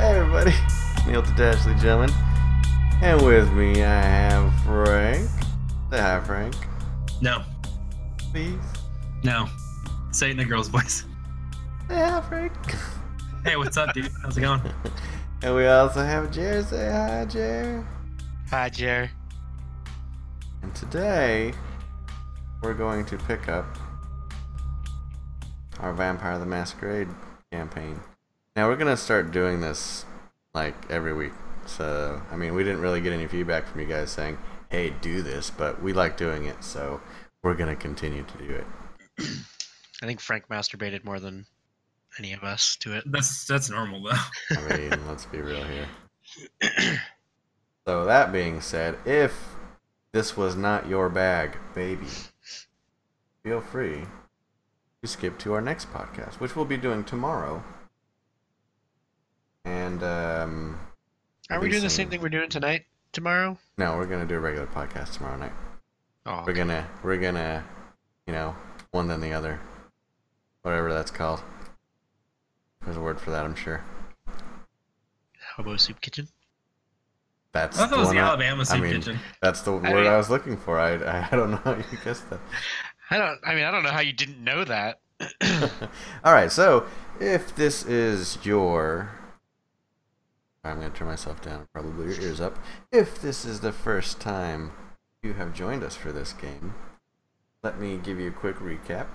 everybody. Neil Tatashly, gentlemen. And with me, I have Frank. Say hi, Frank. No, Please. no. Say it in a girl's voice. Say hi, Frank. Hey, what's up, dude? How's it going? And we also have Jer. Say hi, Jer. Hi, Jer. And today, we're going to pick up our Vampire the Masquerade campaign. Now, we're going to start doing this like every week. So, I mean, we didn't really get any feedback from you guys saying, hey, do this, but we like doing it, so we're going to continue to do it. I think Frank masturbated more than any of us to it. That's that's normal though. I mean, let's be real here. So, that being said, if this was not your bag, baby, feel free to skip to our next podcast, which we'll be doing tomorrow. And, um, Are we doing the same thing we're doing tonight? Tomorrow? no, we're gonna do a regular podcast tomorrow night. Oh, We're gonna, we're gonna, you know, one then the other, whatever that's called. There's a word for that, I'm sure. Hobo Soup Kitchen. That's I thought the it was one the I- Alabama soup mean- kitchen. That's the word I, mean- was looking for. I, I don't know how you guessed that. I don't. I mean, I don't know how you didn't know that. All right, so if this is your. I'm going to turn myself down, probably your ears up. If this is the first time you have joined us for this game, let me give you a quick recap.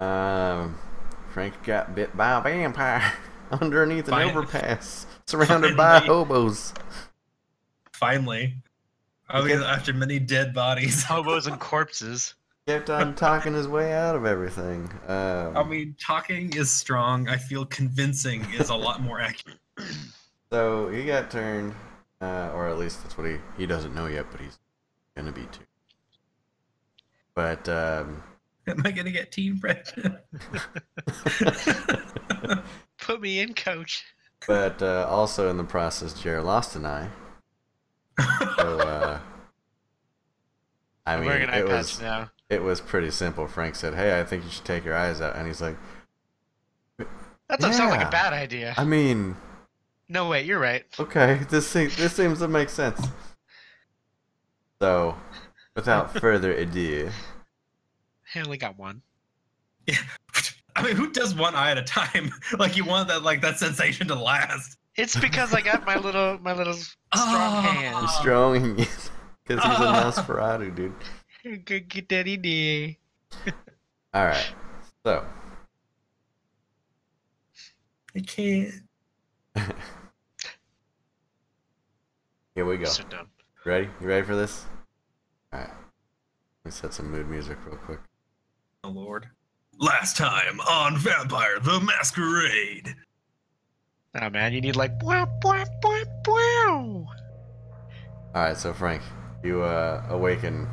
Um, Frank got bit by a vampire underneath an By- overpass, surrounded by Finally. hobos. Finally, I was Okay. after many dead bodies. Hobos and corpses. Kept on talking his way out of everything. Um, I mean, talking is strong. I feel convincing is a lot more accurate. So he got turned, uh, or at least that's what he he doesn't know yet, but he's gonna be too. But um, Am I gonna get team pregnant? Put me in, coach. but uh, also in the process, Jer lost an eye. So uh, I mean, I'm wearing an eye it patch was now. it was pretty simple. Frank said, "Hey, I think you should take your eyes out," and he's like, That doesn't sound like Yeah. a bad idea. "I mean, No, wait, you're right. okay, this seems this seems to make sense." So, without further ado, I only got one. I mean, who does one eye at a time? Like you want that, like that sensation to last. It's because I got my little, my little strong Ah. hand. strong because he's a Nosferatu dude. Good, good daddy D. All right. So, I can't. here we go. So dumb. Ready? You ready for this? All right. Let me set some mood music real quick. Oh Lord. Last time on Vampire the Masquerade. Oh man, you need like wow, wow, wow, wow. All right, so Frank, you uh, awaken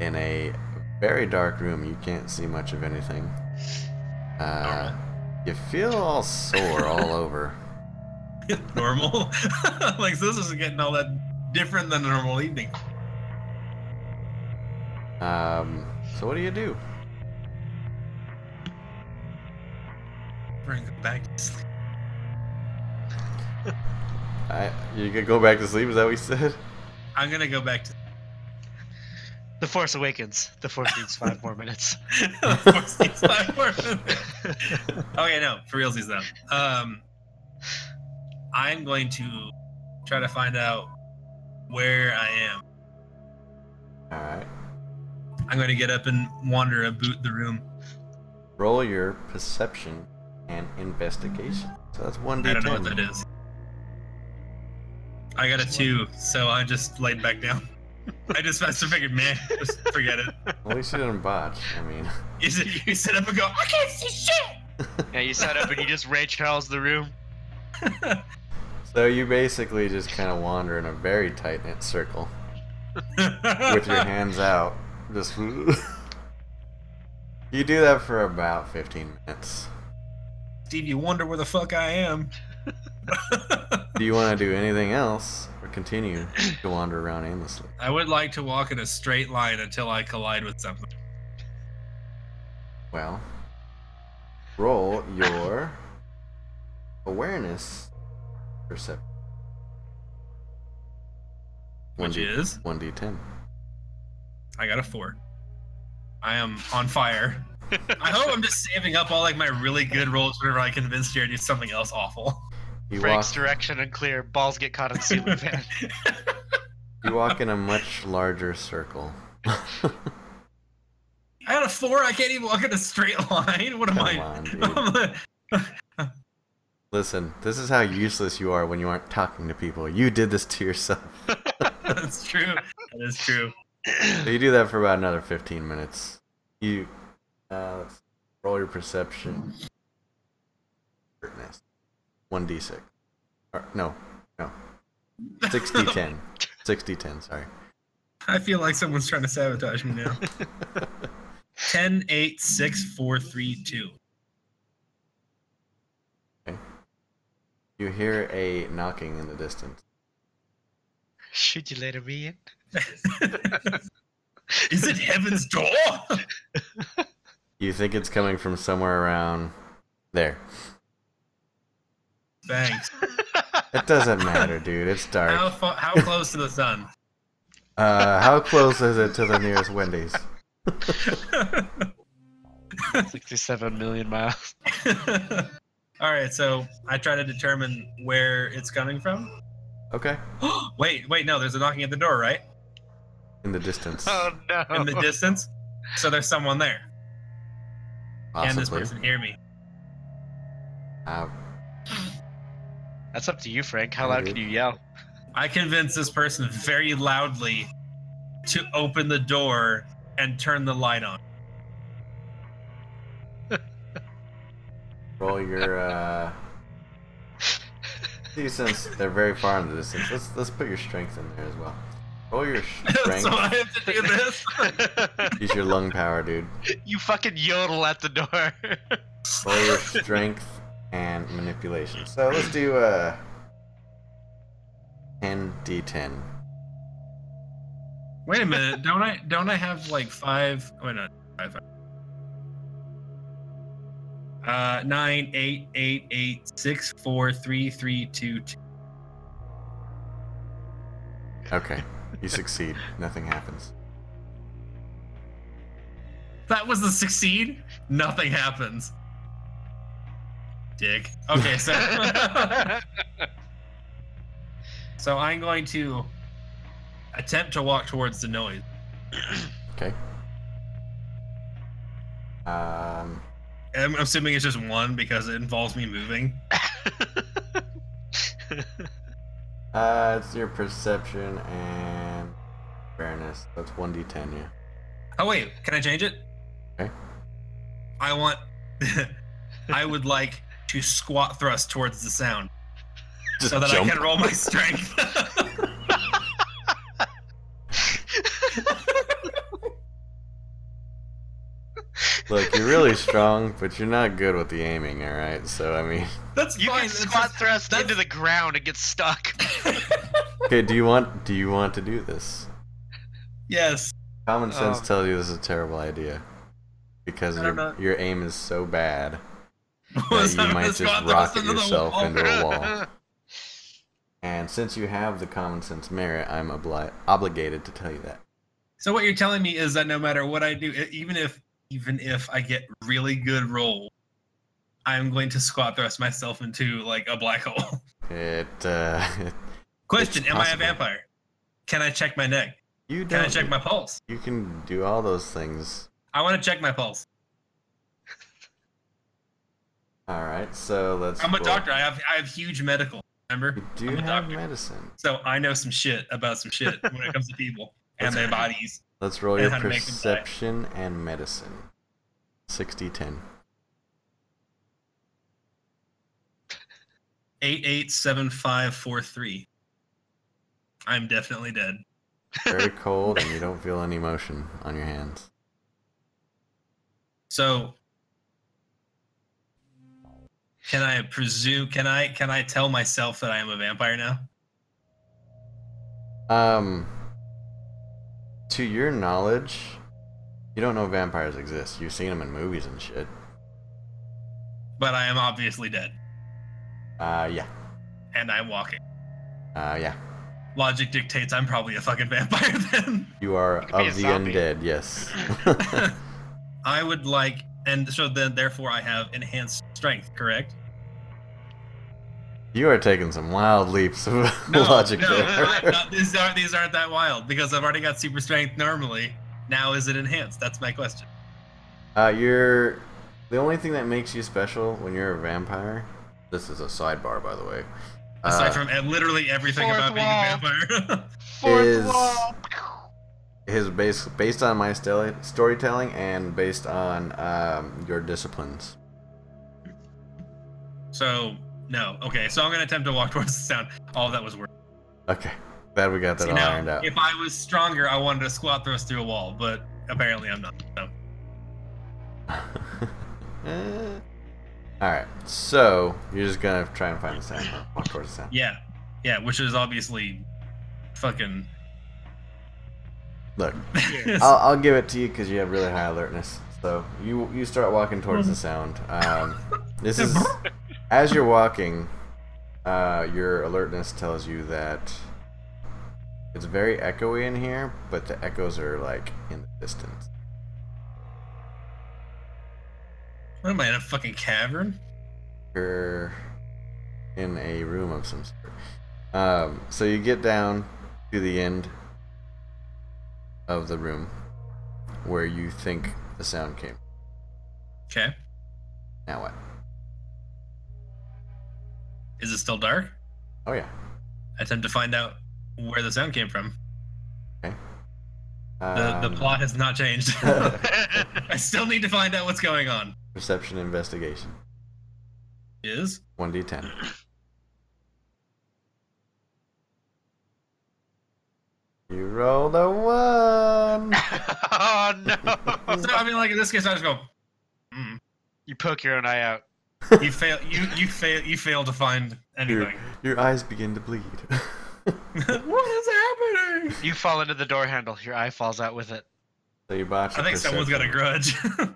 in a very dark room. You can't see much of anything. Uh, you feel all sore all over. Normal. like so this is getting all that different than a normal evening. Um, so what do you do? Bring it back to sleep. I, you could go back to sleep. Is that what you said? I'm gonna go back to The Force Awakens. The Force needs five more minutes. Forces five more okay, no, for realsies though. Um, I'm going to try to find out where I am. All right. I'm going to get up and wander about the room. Roll your perception and investigation. So that's one d10. I don't know what that is. I got a two, so I just laid back down. I just I just figured, man, just forget it. At least you didn't botch. I mean, You sit, you sit up and go, I can't see shit. Yeah, you sat up and you just Ray Charles the room. so you basically just kind of wander in a very tight knit circle with your hands out. Just you do that for about 15 minutes. Steve, you wonder where the fuck I am. Do you want to do anything else or continue to wander around aimlessly? I would like to walk in a straight line until I collide with something. Well, roll your awareness perception. which is 1d10. I got a four. I am on fire. I hope I'm just saving up all like my really good rolls whenever I convince Jared to do something else awful. You Frank's walk, direction unclear. Balls get caught in ceiling fan. you walk in a much larger circle. I got a four. I can't even walk in a straight line. What am Come I? on, dude. Listen, this is how useless you are when you aren't talking to people. You did this to yourself. That's true. That is true. So you do that for about another 15 minutes. You uh, let's roll your perception. Alertness. 1d6. Or, no, no. 6d10. 6d10, sorry. I feel like someone's trying to sabotage me now. 10, 8, 6, 4, 3, 2. You hear a knocking in the distance. Should you let him in? Is it heaven's door? You think it's coming from somewhere around there. Thanks. It doesn't matter, dude. It's How, dark. fa- how close to the sun? Uh, how close is it to the nearest Wendy's? Sixty-seven million miles. All right, so I try to determine where it's coming from. Okay. wait, wait, no, there's a knocking at the door, right? In the distance. Oh no! In the distance. So there's someone there. Can this Possibly. person hear me? Uh, That's up to you, Frank. How Yeah, loud dude. can you yell? I convince this person very loudly to open the door and turn the light on. roll your uh see, since they're very far in the distance let's let's put your strength in there as well roll your so strength I have to do this. use your lung power dude you fucking yodel at the door. roll your strength and manipulation so let's do uh 10 d10 Wait a minute, don't I don't I have like five wait no five, five. Uh nine, eight, eight, eight, six, four, three, three, two, two. okay you succeed nothing happens That was the succeed. Nothing happens. Dick. Okay, so so I'm going to attempt to walk towards the noise. okay um I'm assuming it's just one because it involves me moving. uh it's your perception and awareness that's 1d10 yeah Oh wait, can I change it? Okay. I want. I would like to squat thrust towards the sound just so that jump I can roll my strength. Look, you're really strong, but you're not good with the aiming, alright? So, I mean. That's you fine. can that's squat just- thrust that's- into the ground and get stuck. Okay, do you want do you want to do this? yes. Common sense Um, tells you this is a terrible idea. Because Oh. I don't your, know. your aim is so bad Was that I'm you gonna might just squat thrust rocket into the yourself wall? into a wall. And since you have the common sense merit, I'm obli- obligated to tell you that. So what you're telling me is that no matter what I do, e- even if even if I get really good roll, I'm going to squat thrust myself into like a black hole. It, uh, Question: Am I a possible. vampire? Can I check my neck? you Can don't. I check my pulse? you can do all those things. I want to check my pulse. All right, so let's. I'm a roll. doctor. I have I have huge medical. Remember? You do I'm a have doctor. medicine. So I know some shit about some shit when it comes to people and their bodies. Let's roll And your how to make them die. perception and medicine. 60 10. Eight eight seven five four three. I'm definitely dead. Very cold, and you don't feel any motion on your hands. So can I presume? Can I can I tell myself that I am a vampire now? Um, to your knowledge, you don't know vampires exist. You've seen them in movies and shit. But I am obviously dead. Uh, yeah. and I'm walking. Uh, yeah. Logic dictates I'm probably a fucking vampire then. You are You could be of a the zombie. undead, yes. I would like, and so then therefore I have enhanced strength, correct? you are taking some wild leaps of logic no, there. I- no, these aren't these aren't that wild because I've already got super strength normally. Now is it enhanced? That's my question. Uh, you're the only thing that makes you special when you're a vampire. This is a sidebar, by the way. uh, Aside from and literally everything Fourth about being a vampire. Fourth Is- wall. his base based on my stel- storytelling and based on um, your disciplines. so no, okay. So I'm gonna attempt to walk towards the sound. All that was worth. Okay, glad we got that See, all now, ironed out. if I was stronger, I wanted to squat thrust through a wall, but apparently I'm not. So Eh. all right, so you're just gonna try and find the sound. huh? Walk towards the sound. yeah, yeah, which is obviously fucking. Look, Yeah. I'll, I'll give it to you because you have really high alertness. So you you start walking towards the sound. Um, this is as you're walking. Uh, your alertness tells you that it's very echoey in here, but the echoes are like in the distance. What am I in a fucking cavern? You're in a room of some sort. Um, so you get down to the end of the room where you think the sound came. Okay, Now what? is it still dark? Oh yeah. I attempt to find out where the sound came from. The, the Um, plot has not changed. I still need to find out what's going on. Perception investigation. Is 1d10. You rolled a 1! oh no! so I mean, like in this case, I just go. Mm. You poke your own eye out. You fail. You you fail. You fail to find Your, anything. your eyes begin to bleed. what is happening? You fall into the door handle. Your eye falls out with it. so you botch I think someone's got a perception. grudge.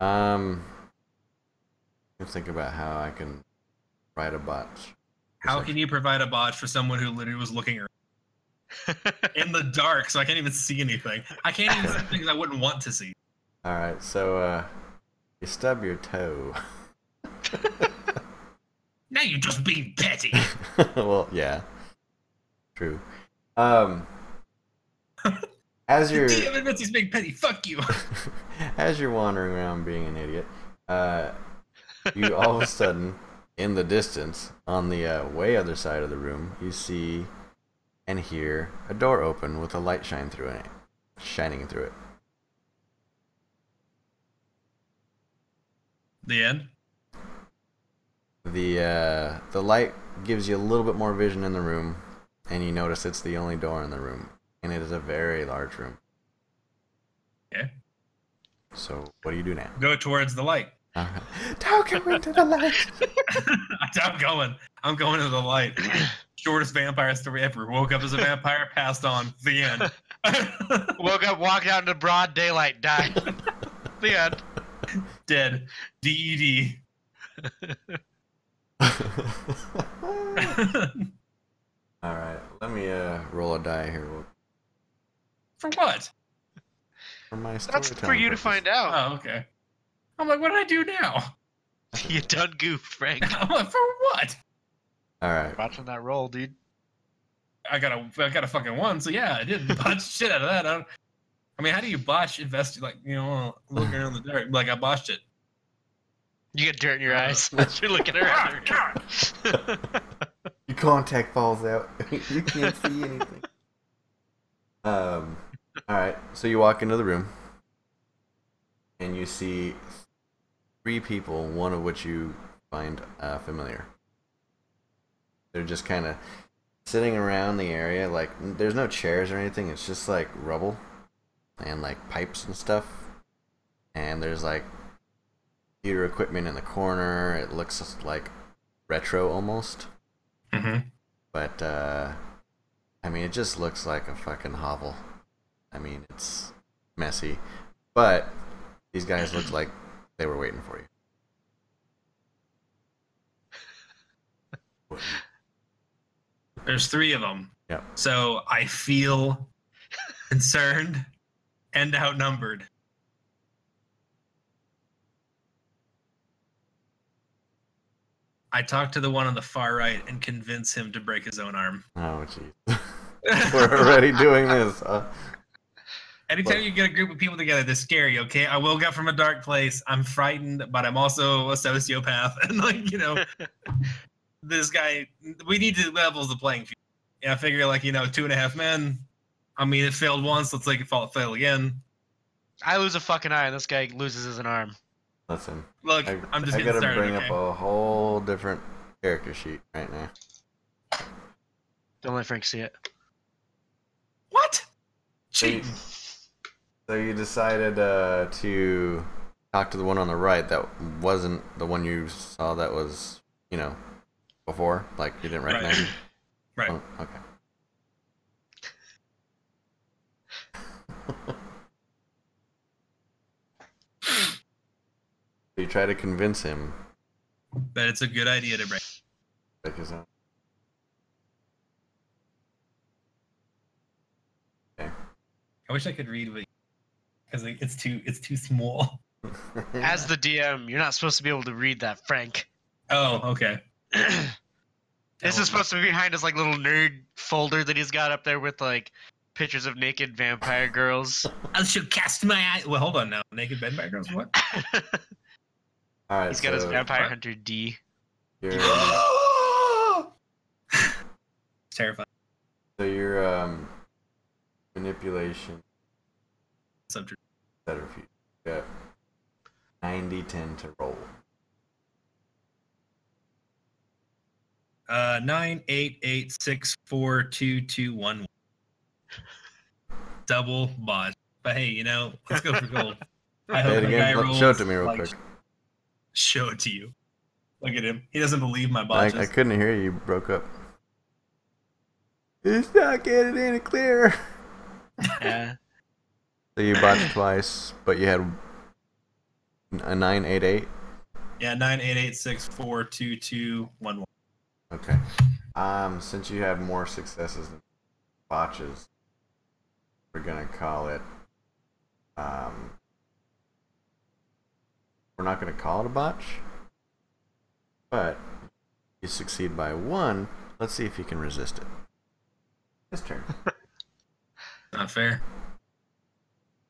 Um, let me think about how I can write a botch. How can you provide a botch for someone who literally was looking around in the dark, so I can't even see anything? I can't even see things I wouldn't want to see. All right, so uh, you stub your toe. Now you're just being petty. well, yeah, true. Um, as you're Damn, admits he's being petty. Fuck you. as you're wandering around being an idiot, uh, you all of a sudden, in the distance, on the uh, way other side of the room, you see and hear a door open with a light shine through it, shining through it. The end. the uh, the light gives you a little bit more vision in the room, and you notice it's the only door in the room, and it is a very large room. Okay. So what do you do now? Go towards the light. Talking into the light. I'm going. I'm going to the light. Shortest vampire story ever. Woke up as a vampire, passed on. The end. Woke up, walked out into broad daylight, died. the end. Dead. E DED. All right, let me uh, roll a die here For what? for my That's for you to find out. Oh, okay. I'm like, what did I do now? Oh, You done goofed, Frank. I'm like, for what? All right, Watching that roll, dude. I got a, I got a fucking one. So yeah, I did botch shit out of that. I, don't, I mean, how do you botch invest? Like, you know, looking around the dark. Like I botched it. You get dirt in your eyes. You're looking around. your contact falls out. you can't see anything. Um. All right. So you walk into the room, and you see three people. One of which you find uh, familiar. They're just kind of sitting around the area. Like n- there's no chairs or anything. It's just like rubble, and like pipes and stuff. And there's like computer equipment in the corner. It looks like retro almost. Mm-hmm. But uh I mean it just looks like a fucking hovel. I mean it's messy. But these guys looked like they were waiting for you. There's three of them. Yeah. So I feel concerned and outnumbered. I talk to the one on the far right and convince him to break his own arm. Oh, jeez. We're already doing this. huh? Anytime you get a group of people together, they're scary, okay? I woke up from a dark place. I'm frightened, but I'm also a sociopath. And, like, you know, this guy, we need to levels the playing field. Yeah, I figure, like, you know, two and a half men. I mean, it failed once. Let's make it fall, fail again. I lose a fucking eye, and this guy loses his an arm. Listen, Look, I, I, am just I getting gotta started. bring okay? up a whole different character sheet right now. Don't let Frank see it. What? They- Cheating. So you decided uh, to talk to the one on the right that wasn't the one you saw that was, you know, before? Like, you didn't Right. recognize him? Right. Oh, okay. you try to convince him. But it's a good idea to break. Like his own. I wish I could read, but because like, it's too it's too small. As the DM, you're not supposed to be able to read that, Frank. Oh, okay. this is supposed to be behind his like little nerd folder that he's got up there with like pictures of naked vampire girls. I should cast my eye. Well, hold on now. Naked bed girls. What? All right, he's got his so vampire What? hunter D. You're, Terrifying. so your um, manipulation So true. centrifuge. You got 90 10 to roll. Uh, nine eight eight six four two two one. Double bot. But hey, you know, let's go for gold. I Say hope it the guy again. Look- Show it rolls, to me real like, quick. Show it to you. Look at him. He doesn't believe my I, botches. I couldn't hear you. You broke up. It's not getting any clearer. Yeah. So you botched twice, but you had a 988. Yeah, nine eight eight six four two two one one. Okay. Um, since you had more successes than botches, we're gonna call it. Um, we're not gonna call it a botch, but you succeed by one. Let's see if you can resist it. His turn. Not fair.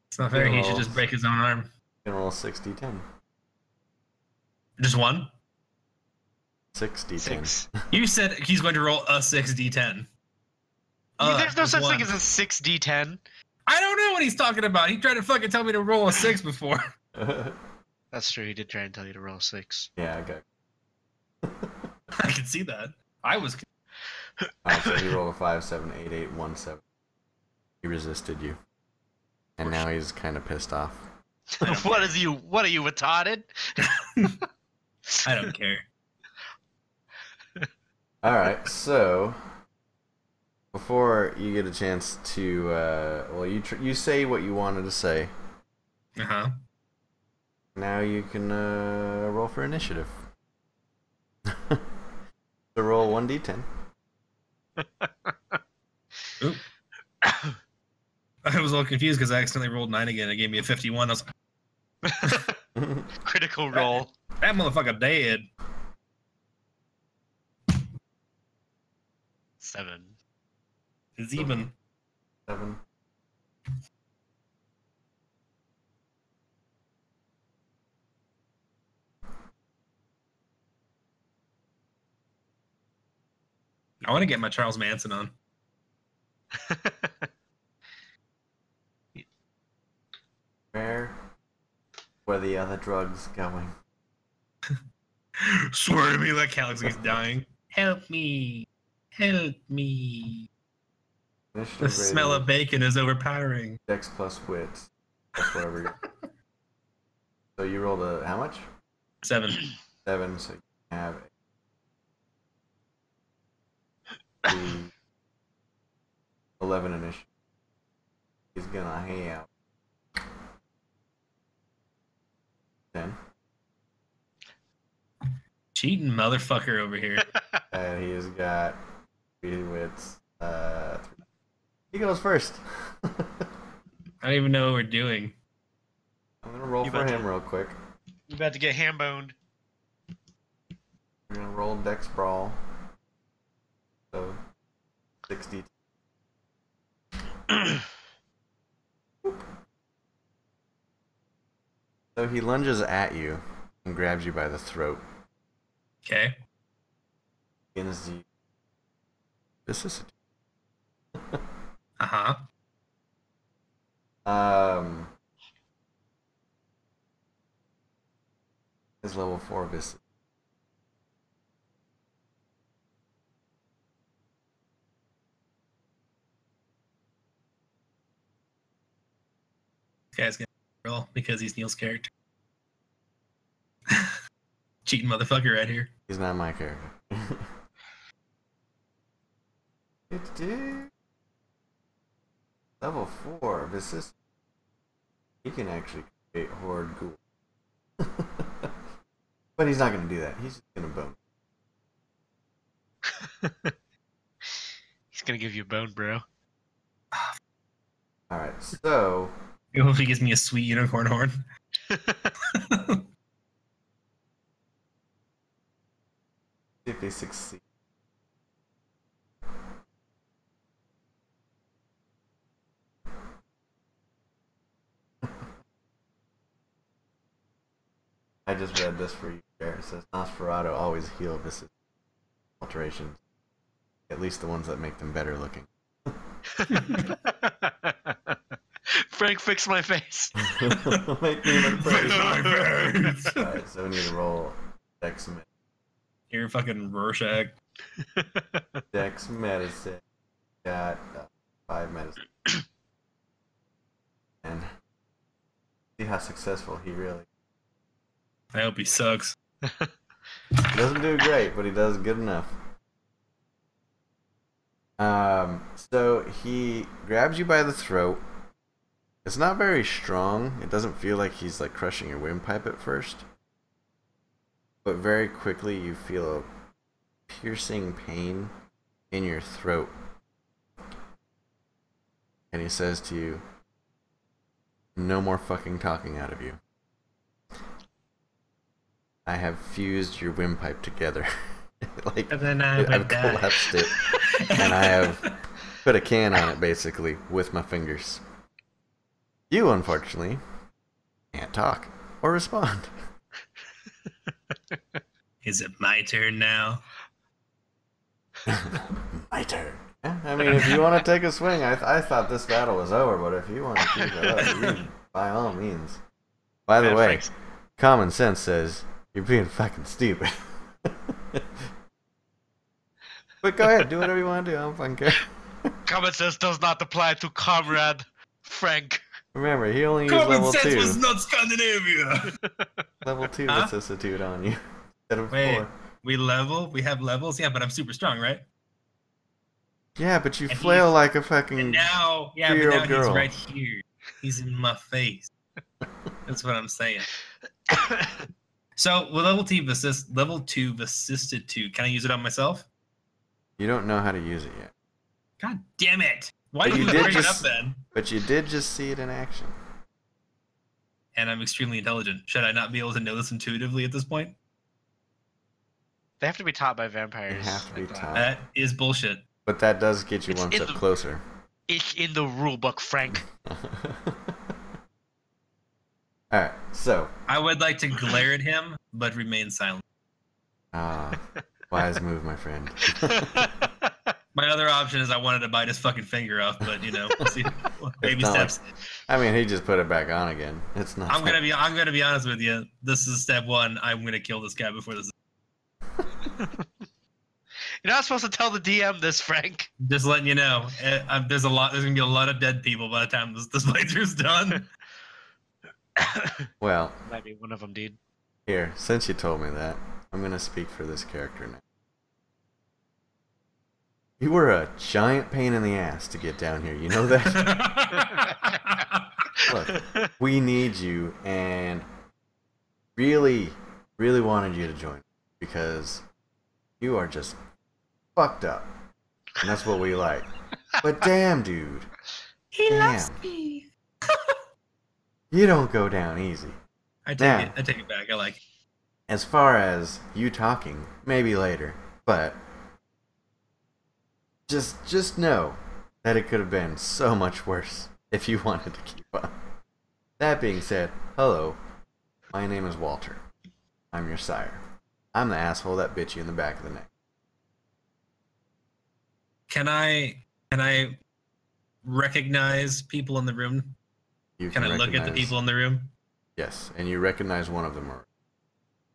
It's not fair. He should just break his own arm. You can roll 60 10. Just one. 60 10. Six. You said he's going to roll a six d ten. I mean, there's no such thing Uh, one. as a six D ten. I don't know what he's talking about. He tried to fucking tell me to roll a six before. That's true. He did try and tell you to roll a six. yeah, I got I can see that. I was. uh, So he rolled a 5 7 8 8 1 7. He resisted you. And now he's kind of pissed off. I don't, what is you? What are you retarded? I don't care. All right, so before you get a chance to, uh, well, you tr- you say what you wanted to say. Uh huh. Now you can uh, roll for initiative. so roll one d10. I was a little confused because I accidentally rolled nine again. It gave me a fifty-one. I was like, Critical roll. that motherfucker dead. Seven. It's even. Seven. I want to get my Charles Manson on. Where were the other drugs going? Swear to me like Alex is dying. Help me. Help me. Initiative The smell rating, of bacon is overpowering. dex plus wit. That's whatever. you- so you rolled a how much? Seven. seven, so you can have the eleven initiative. He's gonna have ten, Cheating motherfucker over here. and he's got movie with. Uh, he goes first. I'm I don't even know what we're doing. gonna roll You for bet. him real quick. You about to get ham boned. We're gonna roll Dex Brawl. So, 60. So he lunges at you and grabs you by the throat. Okay. Begins the vicissitude. Uh huh. Um, his level four vic- This guy's gonna roll because he's Neil's character. Cheating motherfucker right here. He's not my character. Level four vicissitude. He can actually create horde ghoul. but he's not gonna do that. He's just gonna bone. He's gonna give you a bone, bro. All right, so I hope he gives me a sweet unicorn horn. see if they succeed. I just read this for you there. It says Nosferatu always heal this alterations. At least the ones that make them better looking. Frank, fix my face. make me look pretty. You're Alright, so we need to roll Dex, me- fucking Rorschach. Dex medicine. Got uh, five medicine. and see how successful he really I hope he sucks. He doesn't do great, but he does good enough. Um, so he grabs you by the throat. It's not very strong. It doesn't feel like he's like crushing your windpipe at first. But very quickly you feel a piercing pain in your throat. And he says to you, No more fucking talking out of you. I have fused your windpipe together. like And then I I've collapsed it and I have put a can on it basically with my fingers. You unfortunately can't talk or respond. Is it my turn now? My turn. I mean, if you want to take a swing, I, th- I thought this battle was over, but if you want to keep it up, you, by all means. By the Man, way, Frank's- common sense says you're being fucking stupid. but go ahead, do whatever you want to do. I don't fucking care. common sense does not apply to comrade Frank. Remember, he only used Common level sense two. was not Scandinavia. Level two Huh? vicissitude on you. Instead of Wait. four. we level. We have levels. Yeah, but I'm super strong, right? Yeah, but you And flail he's- like a fucking. Now, yeah, but now Two-year-old he's girl. right here. He's in my face. That's what I'm saying. So, with level two vicist, level two vicissitude, can I use it on myself? You don't know how to use it yet, God damn it! But Why did you you did bring it up just- then? but you did just see it in action. And I'm extremely intelligent. Should I not be able to know this intuitively at this point? they have to be taught by vampires. They have to be I thought. taught. That is bullshit. But that does get you It's one in step the- closer. It's in the rule book, Frank. All right, so I would like to glare at him, but remain silent. uh, wise move, my friend. My other option is I wanted to bite his fucking finger off, but you know, we'll see. baby not steps. I mean, he just put it back on again. It's not. I'm gonna be I'm gonna be honest with you. This is step one. I'm gonna kill this guy before this. is- You're not supposed to tell the DM this, Frank. Just letting you know, eh, um, there's a lot. There's gonna be a lot of dead people by the time this, this playthrough's done. Well, Might be one of them, dude. here, since you told me that, I'm gonna speak for this character now. You were a giant pain in the ass to get down here. You know that. Look. we need you and really really wanted you to join because you are just fucked up and that's what we like. But damn, dude, He Damn. loves me. you don't go down easy. I take Yeah. it. I take it back. I like. It. As far as you talking, maybe later, but just just know that it could have been so much worse if you wanted to keep up. That being said, hello, my name is Walter. I'm your sire. I'm the asshole that bit you in the back of the neck. Can I? Can I recognize people in the room? You Can I look at the recognize- people in the room? Yes, and you recognize one of them. already.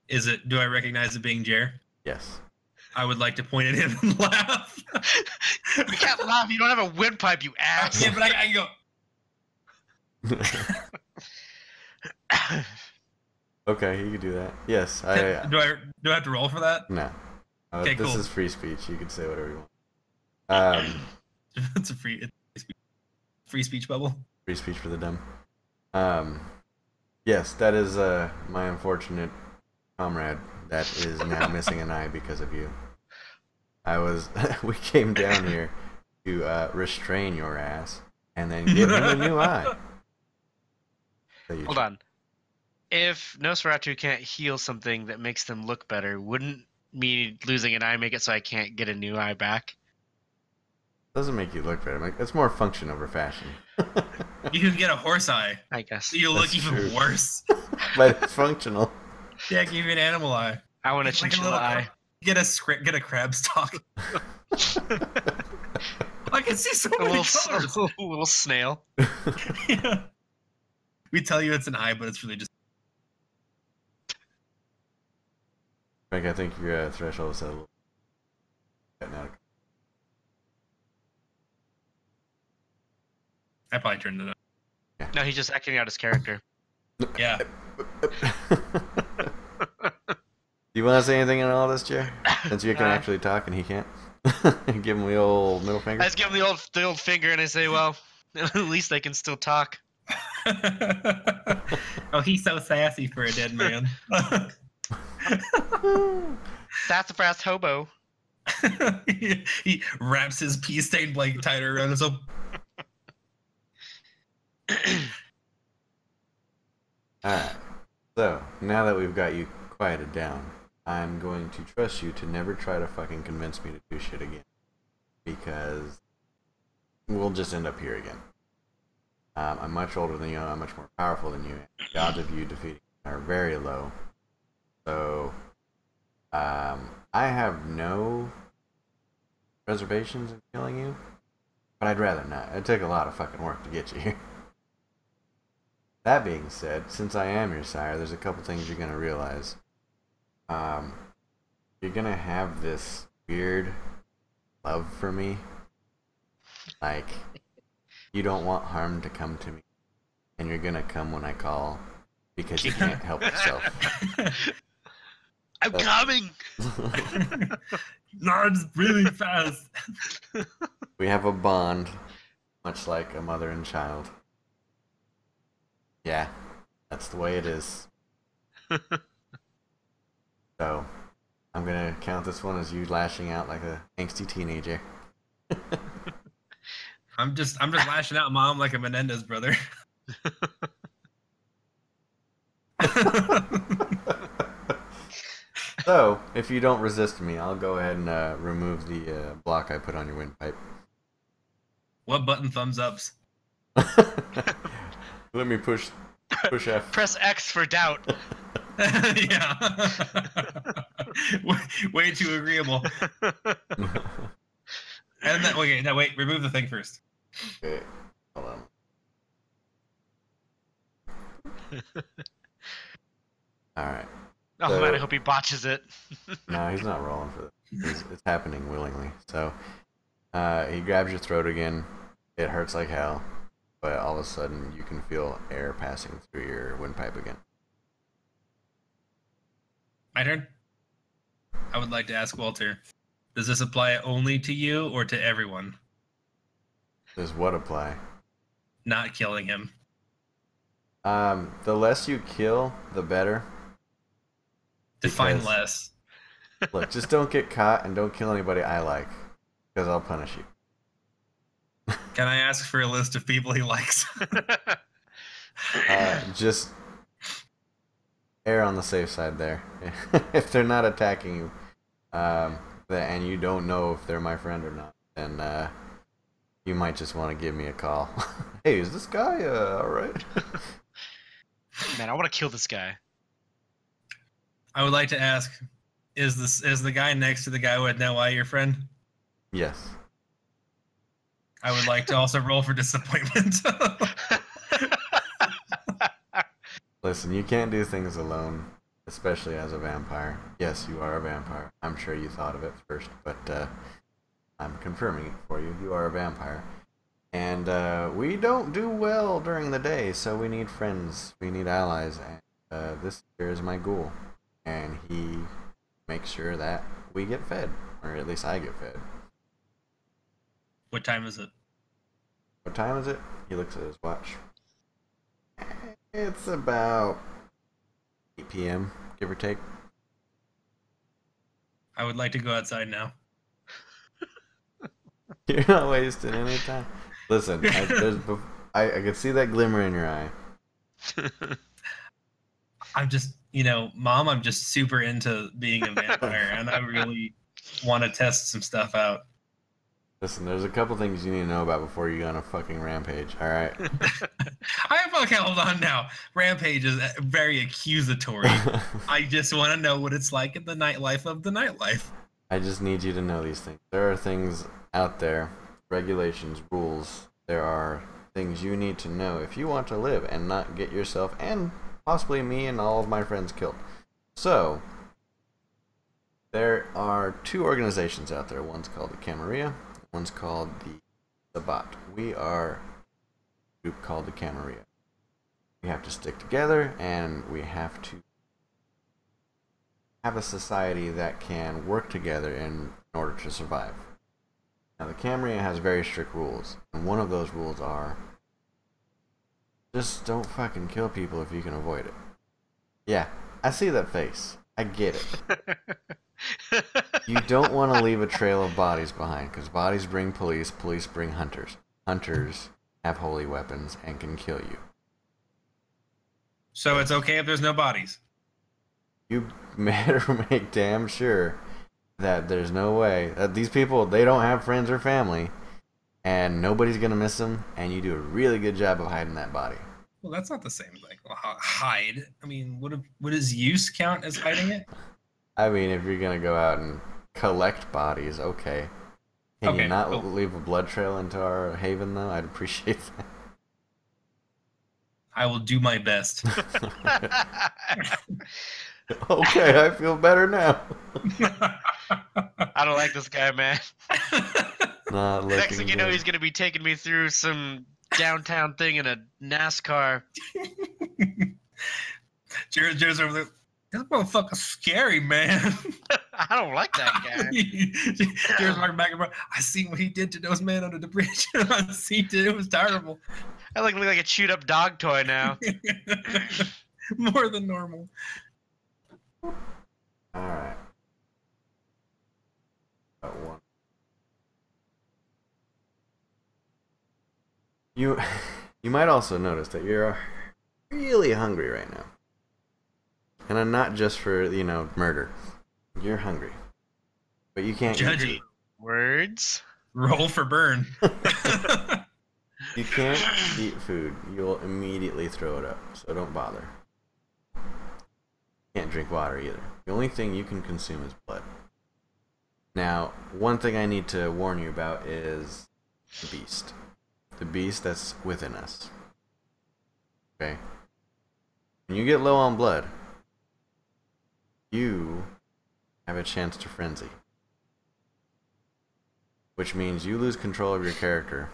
Is it? Do I recognize it being Jer? Yes. I would like to point at him and laugh. You can't laugh. You don't have a windpipe, you ass. yeah, but I, I can go. Okay, you could do that. Yes, I. uh, do I? Do I have to roll for that? No. Uh, Okay, this cool. is free speech. You can say whatever you want. Um, it's a free. It's a free speech- free speech bubble. free speech for the dumb. Um, yes, that is uh, my unfortunate comrade that is now missing an eye because of you. I was. we came down here to uh, restrain your ass and then give him a new eye. So you- Hold on. If Nosferatu can't heal something that makes them look better, wouldn't me losing an eye make it so I can't get a new eye back? Doesn't make you look better. Like, It's more function over fashion. You can get a horse eye. I guess. So you look That's even true. worse. but it's functional. Yeah, give you an animal eye. I want a Like a chinchilla little- eye. Get a scra- get a crab stock. I can see so A many little, s- a colors. little, little snail. Yeah. We tell you it's an eye, but it's really just. Frank, I think your uh, threshold is a little. Yeah, not- I probably turned it up. No, he's just acting out his character. Yeah. Do you want to say anything in all this, Jer? Since you can Uh. actually talk and he can't, give him the old middle I finger. just give him the old, the old finger and I say, well, at least I can still talk. oh, he's so sassy for a dead man. Sassafras hobo. he, he wraps his pea stained blanket tighter around himself. All right. So now that we've got you quieted down, I'm going to trust you to never try to fucking convince me to do shit again, because we'll just end up here again. Um, I'm much older than you. I'm much more powerful than you. The odds of you defeating me are very low. So um, I have no reservations in killing you, but I'd rather not. It took a lot of fucking work to get you here. That being said, since I am your sire, there's a couple things you're gonna realize. Um, you're gonna have this weird love for me. Like, you don't want harm to come to me, and you're gonna come when I call because you can't help yourself. I'm Uh, coming! Nods really fast. we have a bond, much like a mother and child. Yeah, that's the way it is. so, I'm gonna count this one as you lashing out like a angsty teenager. I'm just I'm just lashing out, mom, like a Menendez brother. so, if you don't resist me, I'll go ahead and uh, remove the uh, block I put on your windpipe. what button thumbs ups? Let me push push F. Press X for doubt. yeah. way, way too agreeable. And that, okay, now wait, remove the thing first. Okay, hold on. All right. Oh man, I So- hope he botches it. No, he's not rolling for this. It's, it's happening willingly. So uh, he grabs your throat again. It hurts like hell, but all of a sudden you can feel air passing through your windpipe again. My turn. I would like to ask Walter, does this apply only to you or to everyone? Does what apply? Not killing him. Um, the less you kill, the better. Define Because- less. Look, just don't get caught and don't kill anybody I like. because I'll punish you. Can I ask for a list of people he likes? Uh, just err on the safe side there. if they're not attacking you, um, th- and you don't know if they're my friend or not, then uh, you might just want to give me a call. hey, is this guy uh, all right? Man, I want to kill this guy. I would like to ask: Is this is the guy next to the guy with no eye your friend? Yes. I would like to also roll for disappointment. Listen, you can't do things alone, especially as a vampire. Yes, you are a vampire. I'm sure you thought of it first, but uh, I'm confirming it for you. You are a vampire. And uh, we don't do well during the day, so we need friends. We need allies. And uh, this here is my ghoul. And he makes sure that we get fed, or at least I get fed. what time is it? What time is it? He looks at his watch. It's about 8 p.m., give or take. I would like to go outside now. You're not wasting any time. Listen, I, there's, bef- I, I could see that glimmer in your eye. I'm just, you know, mom, I'm just super into being a vampire and I really want to test some stuff out. Listen, there's a couple things you need to know about before you go on a fucking rampage. All right. I okay, hold on now. Rampage is uh, very accusatory. I just want to know what it's like in the nightlife of the nightlife. I just need you to know these things. There are things out there, regulations, rules. There are things you need to know if you want to live and not get yourself and possibly me and all of my friends killed. So, there are two organizations out there. One's called the Camarilla, one's called the Sabat. We are a group called the Camarilla. We have to stick together and we have to have a society that can work together in order to survive. Now, the Camarilla has very strict rules, and one of those rules are just don't fucking kill people if you can avoid it. Yeah, I see that face. I get it. You don't want to leave a trail of bodies behind, because bodies bring police, police bring hunters. Hunters have holy weapons and can kill you. So it's okay if there's no bodies. you better make damn sure that there's no way that these people they don't have friends or family and nobody's gonna miss them and you do a really good job of hiding that body Well, that's not the same thing. Well, h- hide. I mean, would would his use count as hiding it? i mean if you're gonna go out and collect bodies okay can Okay, you not cool. leave a blood trail into our haven though i'd appreciate I will do my best. that okay i feel better now I don't like this guy, man. not looking Next thing you know, good. he's gonna be taking me through some downtown thing in a NASCAR. Jared, Jared's over there. This motherfucker's scary, man. I don't like that guy. Jared's walking back and forth. I seen what he did to those men under the bridge. I seen it. It was terrible. I look, look like a chewed up dog toy now. More than normal. all right Got one You you might also notice that you're really hungry right now. And I'm not just for, you know, murder. You're hungry. But you can't eat, Judgy. Words. Roll for burn. you can't eat food. You'll immediately throw it up. So don't bother. Can't drink water either. The only thing you can consume is blood. Now, one thing I need to warn you about is the beast. The beast that's within us. Okay? When you get low on blood, you have a chance to frenzy. Which means you lose control of your character.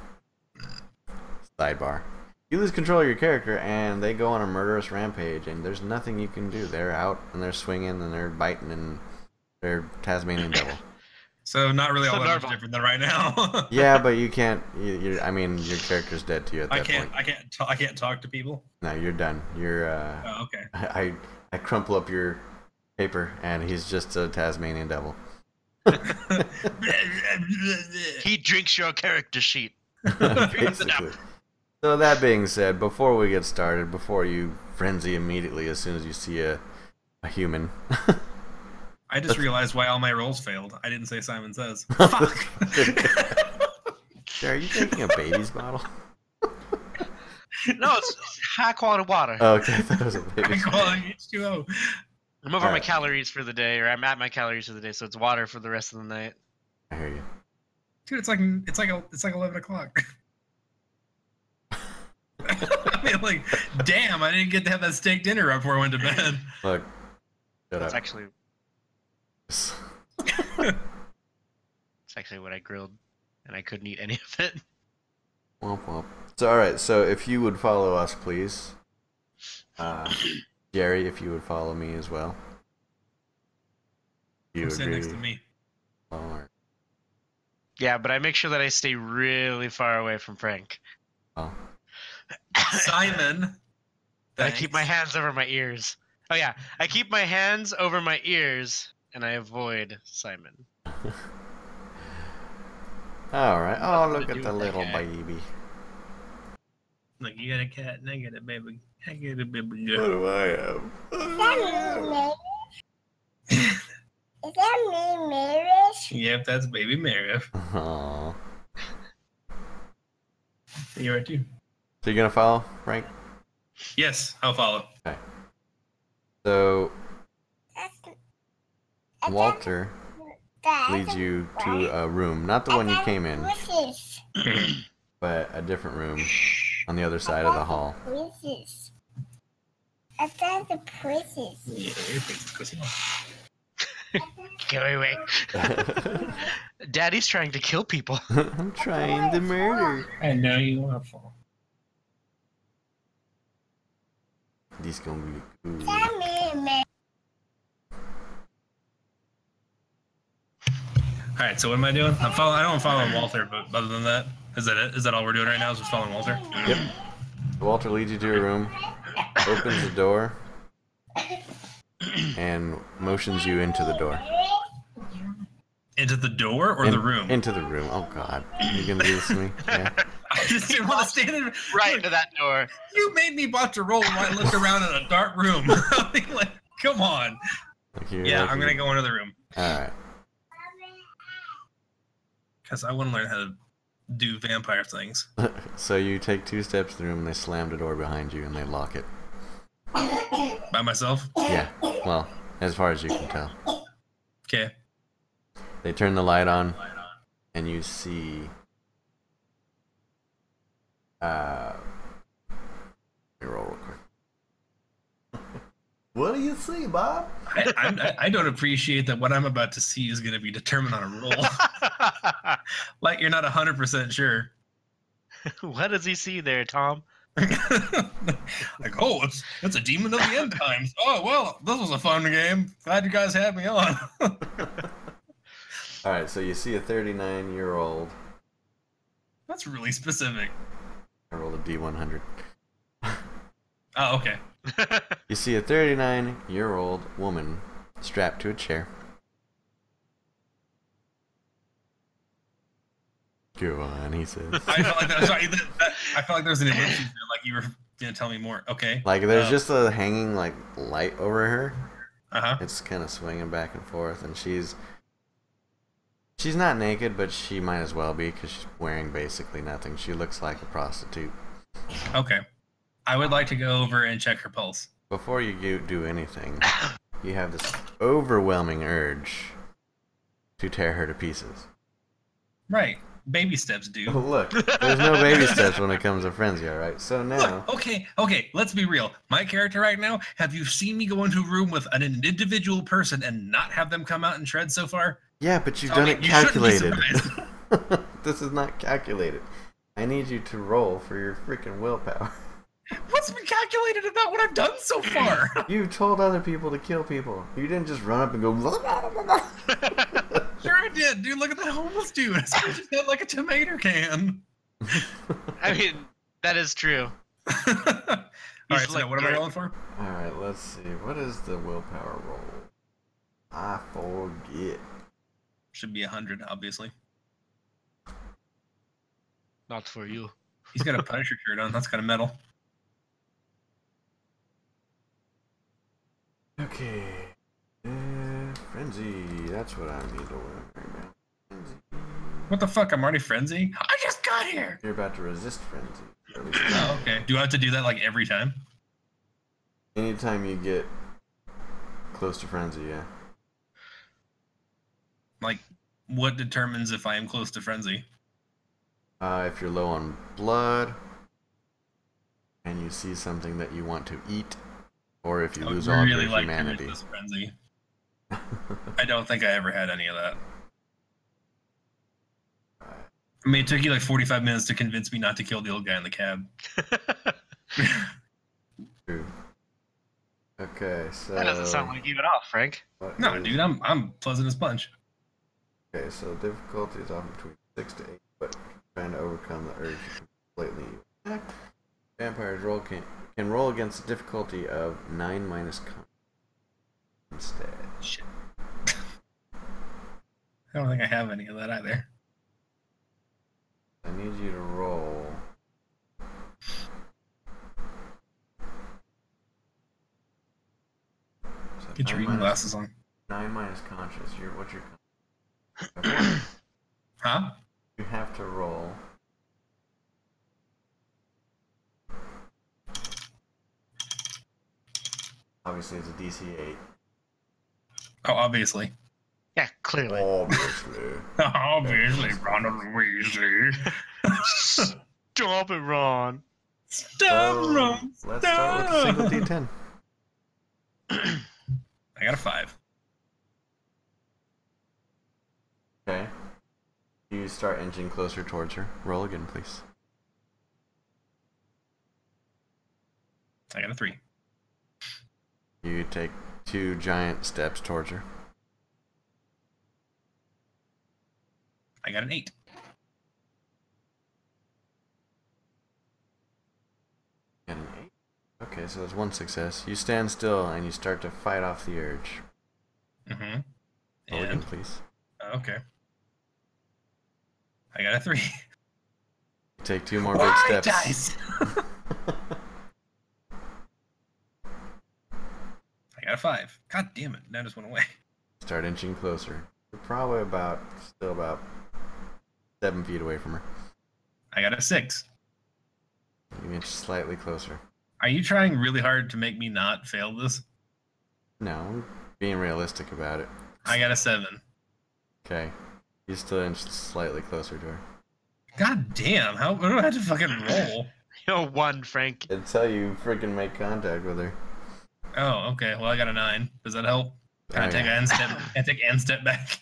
Sidebar. You lose control of your character and they go on a murderous rampage and there's nothing you can do. They're out and they're swinging and they're biting and they're Tasmanian devil. So not really So all that much normal. different than right now. yeah, but you can't. You, you're, I mean, your character's dead to you at I that can't. point. I can't. T- I can't talk to people. No, you're done. You're. Uh, Oh, okay. I I crumple up your paper, and he's just a Tasmanian devil. He drinks your character sheet. Basically. So that being said, before we get started, before you frenzy immediately as soon as you see a, a human, I just realized why all my rolls failed. I didn't say Simon Says. Fuck. are you drinking a baby's bottle? No, it's high quality water. Oh, okay, I thought it was a High baby's bottle. quality H2O. I'm over my alright. calories for the day, or I'm at my calories for the day, so it's water for the rest of the night. I hear you. Dude, it's like it's like it's like eleven o'clock. I mean, like, damn! I didn't get to have that steak dinner right before I went to bed. Look, shut It's up. actually it's actually what I grilled, and I couldn't eat any of it. Womp womp. So, all right. So, if you would follow us, please, uh, Jerry, if you would follow me as well. You Come would sit next to me. Yeah, but I make sure that I stay really far away from Frank. Oh. Simon. I keep my hands over my ears. Oh yeah, I keep my hands over my ears, and I avoid Simon. All right. Oh, Nothing to look at do the with that little guy. baby. Like you got a cat and I got a baby. I got a baby What girl. do I have? Mary? Is that me, Mary? Yep, that's baby Mara. Aw. You're right too. So you're gonna follow, Frank? Yes, I'll follow. So That's that's Walter that. leads you to a room, not the one you That's came in, Wishes. but a different room on the other side of the hall. Wishes. That's the princess. Yeah, everything's good. Go away. Daddy's trying to kill people. I'm trying to murder. I know you want to fall. This gonna be Is ooh. that me, Mary? All right, so what am I doing? I'm following. I don't follow Walter, but other than that, is that it? Is that all we're doing right now? Is just following Walter? Yep. Walter leads you to a room, opens the door, and motions you into the door. Into the door or In- the room? Into the room. Oh God, you gonna do this to me? Yeah. I just didn't want to stand in. Right into that door. You made me watch a roll while I looked around in a dark room. like, come on. Like you're Yeah, like- I'm gonna go into the room All right. because I want to learn how to do vampire things. So you take two steps in the room, and they slam the door behind you, and they lock it. By myself? Yeah. Well, as far as you can tell. Okay. They turn the light on, and you see. Uh, let me roll real quick. what do you see, Bob? I, I'm, I- I don't appreciate that what I'm about to see is going to be determined on a roll. like you're not 100% sure. what does he see there, Tom? like, oh, it's, it's a demon of the end times. Oh, well, this was a fun game. Glad you guys had me on. All right, so you see a 39-year-old. That's really specific. I rolled a D100. Oh, okay. You see a 39-year-old woman strapped to a chair. Go on, he says. I felt like that, sorry, that, that- I felt like there was an addiction there. Like you were going to tell me more. Okay. like there's Uh, just a hanging like light over her. Uh huh. It's kind of swinging back and forth, and she's she's not naked, but she might as well be because she's wearing basically nothing. She looks like a prostitute. Okay. I would like to go over and check her pulse. Before you do, do anything, you have this overwhelming urge to tear her to pieces. Oh, Right. Baby steps, dude. Look, there's no baby steps when it comes to frenzy, all right? So now, Look, okay, okay, let's be real. My character right now, have you seen me go into a room with an individual person and not have them come out and shred so far? yeah, but you've I done mean, it you shouldn't be calculated. this is not calculated. I need you to roll for your freaking willpower. What's been calculated about what I've done so far? You told other people to kill people. You didn't just run up and go. "Blah, blah, blah, blah." sure I did, dude. Look at that homeless dude. I just had like a tomato can. I mean, that is true. All right, so like, what am I "Dirt." rolling for? All right, let's see. What is the willpower roll? I forget. Should be 100, obviously. Not for you. He's got a Punisher shirt on. That's kind of metal. Okay. Uh, frenzy. That's what I need to worry about. Frenzy. What the fuck? I'm already frenzy? I just got here! You're about to resist frenzy. Or at least- Oh, okay. Do I have to do that like every time? Anytime you get close to frenzy, yeah. Like, what determines if I am close to frenzy? Uh, if you're low on blood, and you see something that you want to eat, or if you I would lose all of your Oh, really like to humanity. resist frenzy. I don't think I ever had any of that. I mean, it took you like 45 minutes to convince me not to kill the old guy in the cab. True. Okay, so that doesn't sound like you at all, Frank. what No, is- dude, I'm I'm pleasant as punch. Okay, so difficulty is often between six to eight, but trying to overcome the urge to completely attack. Vampires roll can can roll against a difficulty of nine minus con instead. Shit. I don't think I have any of that either. I need you to roll. So Get your nine reading minus- glasses on. Nine minus conscious. Your what's your? con- Huh? you have to roll. Obviously, it's a DC eight. Oh, obviously. Yeah, clearly. Obviously. obviously, Ronald Weasley. Stop it, Ron. Stop, Ron. let's start with a single stop. D10. I got a five. Okay. You start inching closer towards her. Roll again, please. I got a three. You take two giant steps towards her. I got an eight. Got an eight. Okay, so that's one success. You stand still and you start to fight off the urge. Mm-hmm. Roll again, And please. okay. I got a three. You take two more Why, big steps. dice? I got a five. God damn it! That just went away. Start inching closer. You're probably about still about seven feet away from her. I got a six. You inch slightly closer. Are you trying really hard to make me not fail this? No, I'm being realistic about it. I got a seven. Okay. You still inch slightly closer to her. God damn! How what do I have to fucking roll? You're one, Frank. Until you freaking make contact with her. Oh, okay. Well, I got a nine. Does that help? Can I Alright. take an step? Can I take an step back?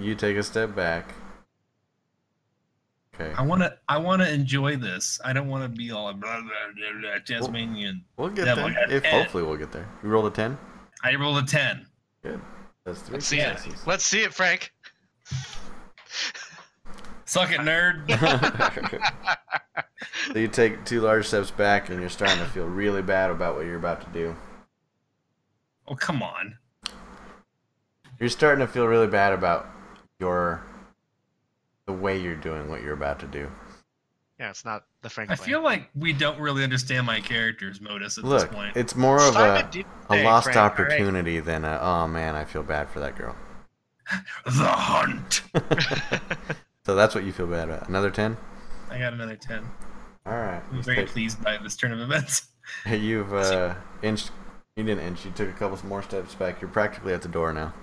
You take a step back. Okay. I wanna, I wanna enjoy this. I don't wanna be all blah blah blah, blah Tasmanian. We'll get Yeah, we'll there. get If, it. hopefully we'll get there. You rolled a ten? I rolled a ten. That's three Let's see it. successes. Let's see it, Frank. Suck it, nerd. so you take two large steps back and you're starting to feel really bad about what you're about to do. Oh come on. You're starting to feel really bad about your the way you're doing what you're about to do. Yeah, it's not the Frank. I way. feel like we don't really understand my character's modus at Look, this point. it's more of Simon a, did a say, lost Frank, all right. opportunity than a oh man, I feel bad for that girl. The hunt. So that's what you feel bad about. Another ten. I got another ten. All right. I'm very pleased by this turn of events. You've uh, inched. You didn't inch. You took a couple more steps back. You're practically at the door now.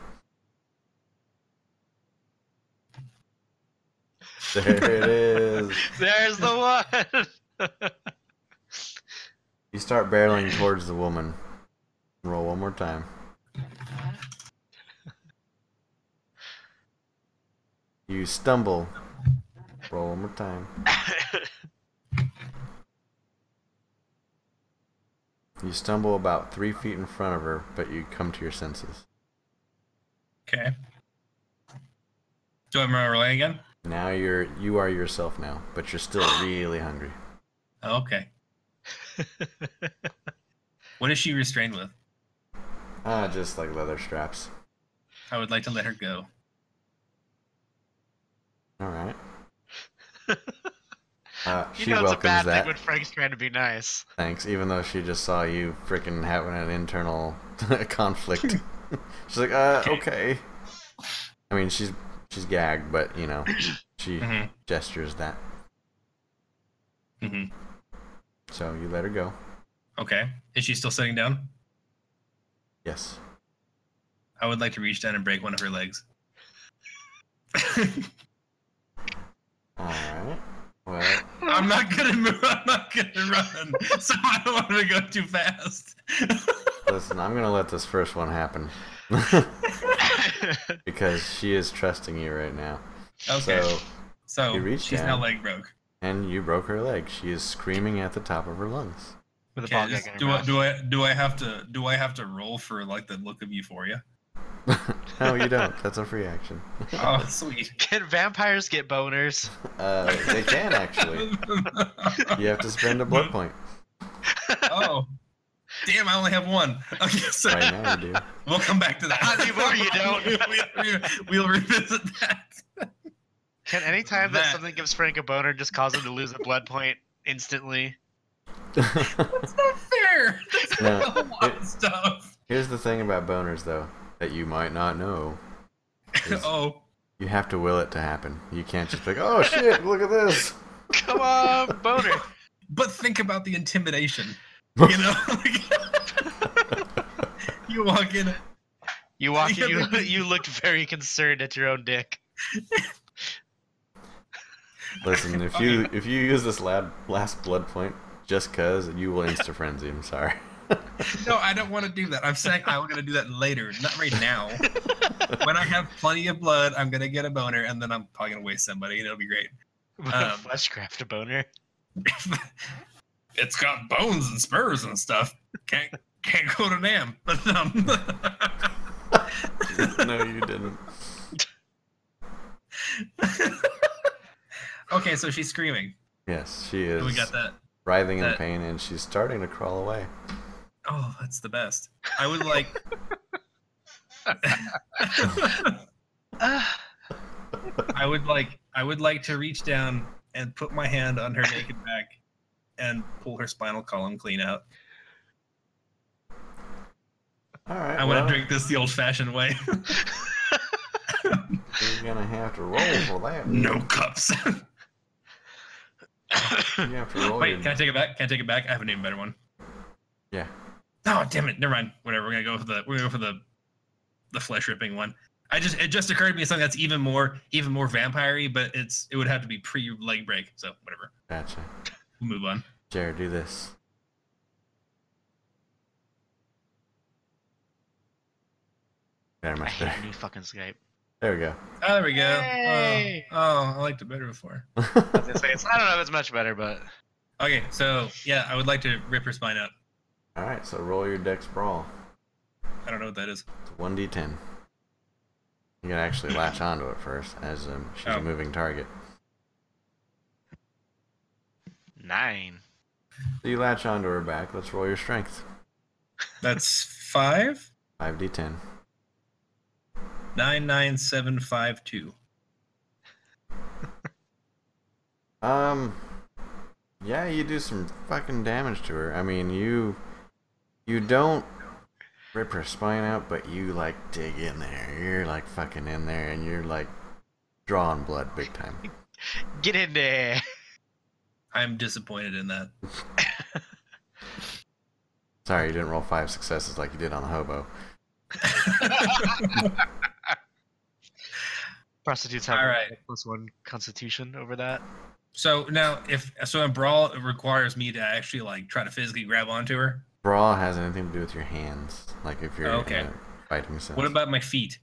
There it is. There's the one. You start barreling towards the woman. Roll one more time. You stumble. Roll one more time. You stumble about three feet in front of her, but you come to your senses. Okay. Do I remember rolling again? Now you're you are yourself now, but you're still really hungry. Oh, okay. What is she restrained with? Ah, just like leather straps. I would like to let her go. All right. Uh, You she know it's a welcomes bad that. thing when Frank's trying to be nice. Thanks, even though she just saw you freaking having an internal conflict. she's like, uh, okay. I mean, she's she's gagged, but you know, she Mhm. gestures that. Mhm. So you let her go. Okay. Is she still sitting down? Yes. I would like to reach down and break one of her legs. All right. Well, I'm not gonna move. I'm not gonna run. So I don't want to go too fast. listen, I'm gonna let this first one happen because she is trusting you right now. Okay. So, So You reach she's now down. leg broke. and you broke her leg. She is screaming at the top of her lungs. With a Okay, ball is- gag in her do I mouth. do I do I have to do I have to roll for like the look of euphoria? no, you don't. That's a free action. Oh, sweet. Can vampires get boners? Uh, they can actually. You have to spend a blood point. oh, damn! I only have one. Okay, so Right now you do. we'll come back to that. Not anymore, you don't. We'll- we'll revisit that. Can anytime that That- something gives Frank a boner just cause him to lose a blood point instantly? That's not fair. That's No, a lot of stuff. Here's the thing about boners, though, that you might not know. is Oh, You have to will it to happen. You can't just be like, oh shit, look at this. Come on, boner. but think about the intimidation. You know, you walk in. You walk in, you, you looked very concerned at your own dick. Listen, if you if you use this lab, last blood point just cause, you will insta frenzy. I'm sorry. No, I don't want to do that. I'm saying I'm gonna do that later, not right now. when I have plenty of blood, I'm gonna get a boner, and then I'm probably gonna waste somebody, and it'll be great. Um, Fleshcraft a boner. it's got bones and spurs and stuff. Can't can't go to Nam, but um, no, you didn't. okay. So she's screaming. Yes, she is We got that. writhing in that- pain, and she's starting to crawl away. Oh, that's the best. I would like. Ah. I would like. I would like to reach down and put my hand on her naked back, and pull her spinal column clean out. All right. I want well, to drink this the old-fashioned way. You're gonna have to roll for that. no cups. You have to roll. your- Wait, can I take it back? Can I take it back? I have an even better one. Yeah. Oh damn it! Never mind. Whatever. We're gonna go for the we're gonna go for the the flesh ripping one. I just it just occurred to me something that's even more even more vampire-y, but it's it would have to be pre leg break. So whatever. Gotcha. We'll move on. Jared, do this. There, I much better. hate new fucking Skype. There we go. Oh, there we go. Hey! Oh, oh, I liked it better before. I was gonna say, it's- I don't know if it's much better, but Okay, so yeah, I would like to rip her spine out. All right, so roll your dex brawl. I don't know what that is. It's 1d10. You can actually latch onto it first, as um, she's a Oh. moving target. nine. So you latch onto her back. Let's roll your strength. That's five 5d10. nine nine seven five two. Um, yeah, you do some fucking damage to her. I mean, you, you don't rip her spine out, but you like dig in there. You're like fucking in there, and you're like drawing blood big time. Get in there. I'm disappointed in that. Sorry, you didn't roll five successes like you did on the hobo. Prostitutes have All a right. plus one constitution over that. So now, if so, in brawl it requires me to actually like try to physically grab onto her. Brawl has anything to do with your hands, like if you're Oh, okay. in a fighting sense. What about my feet?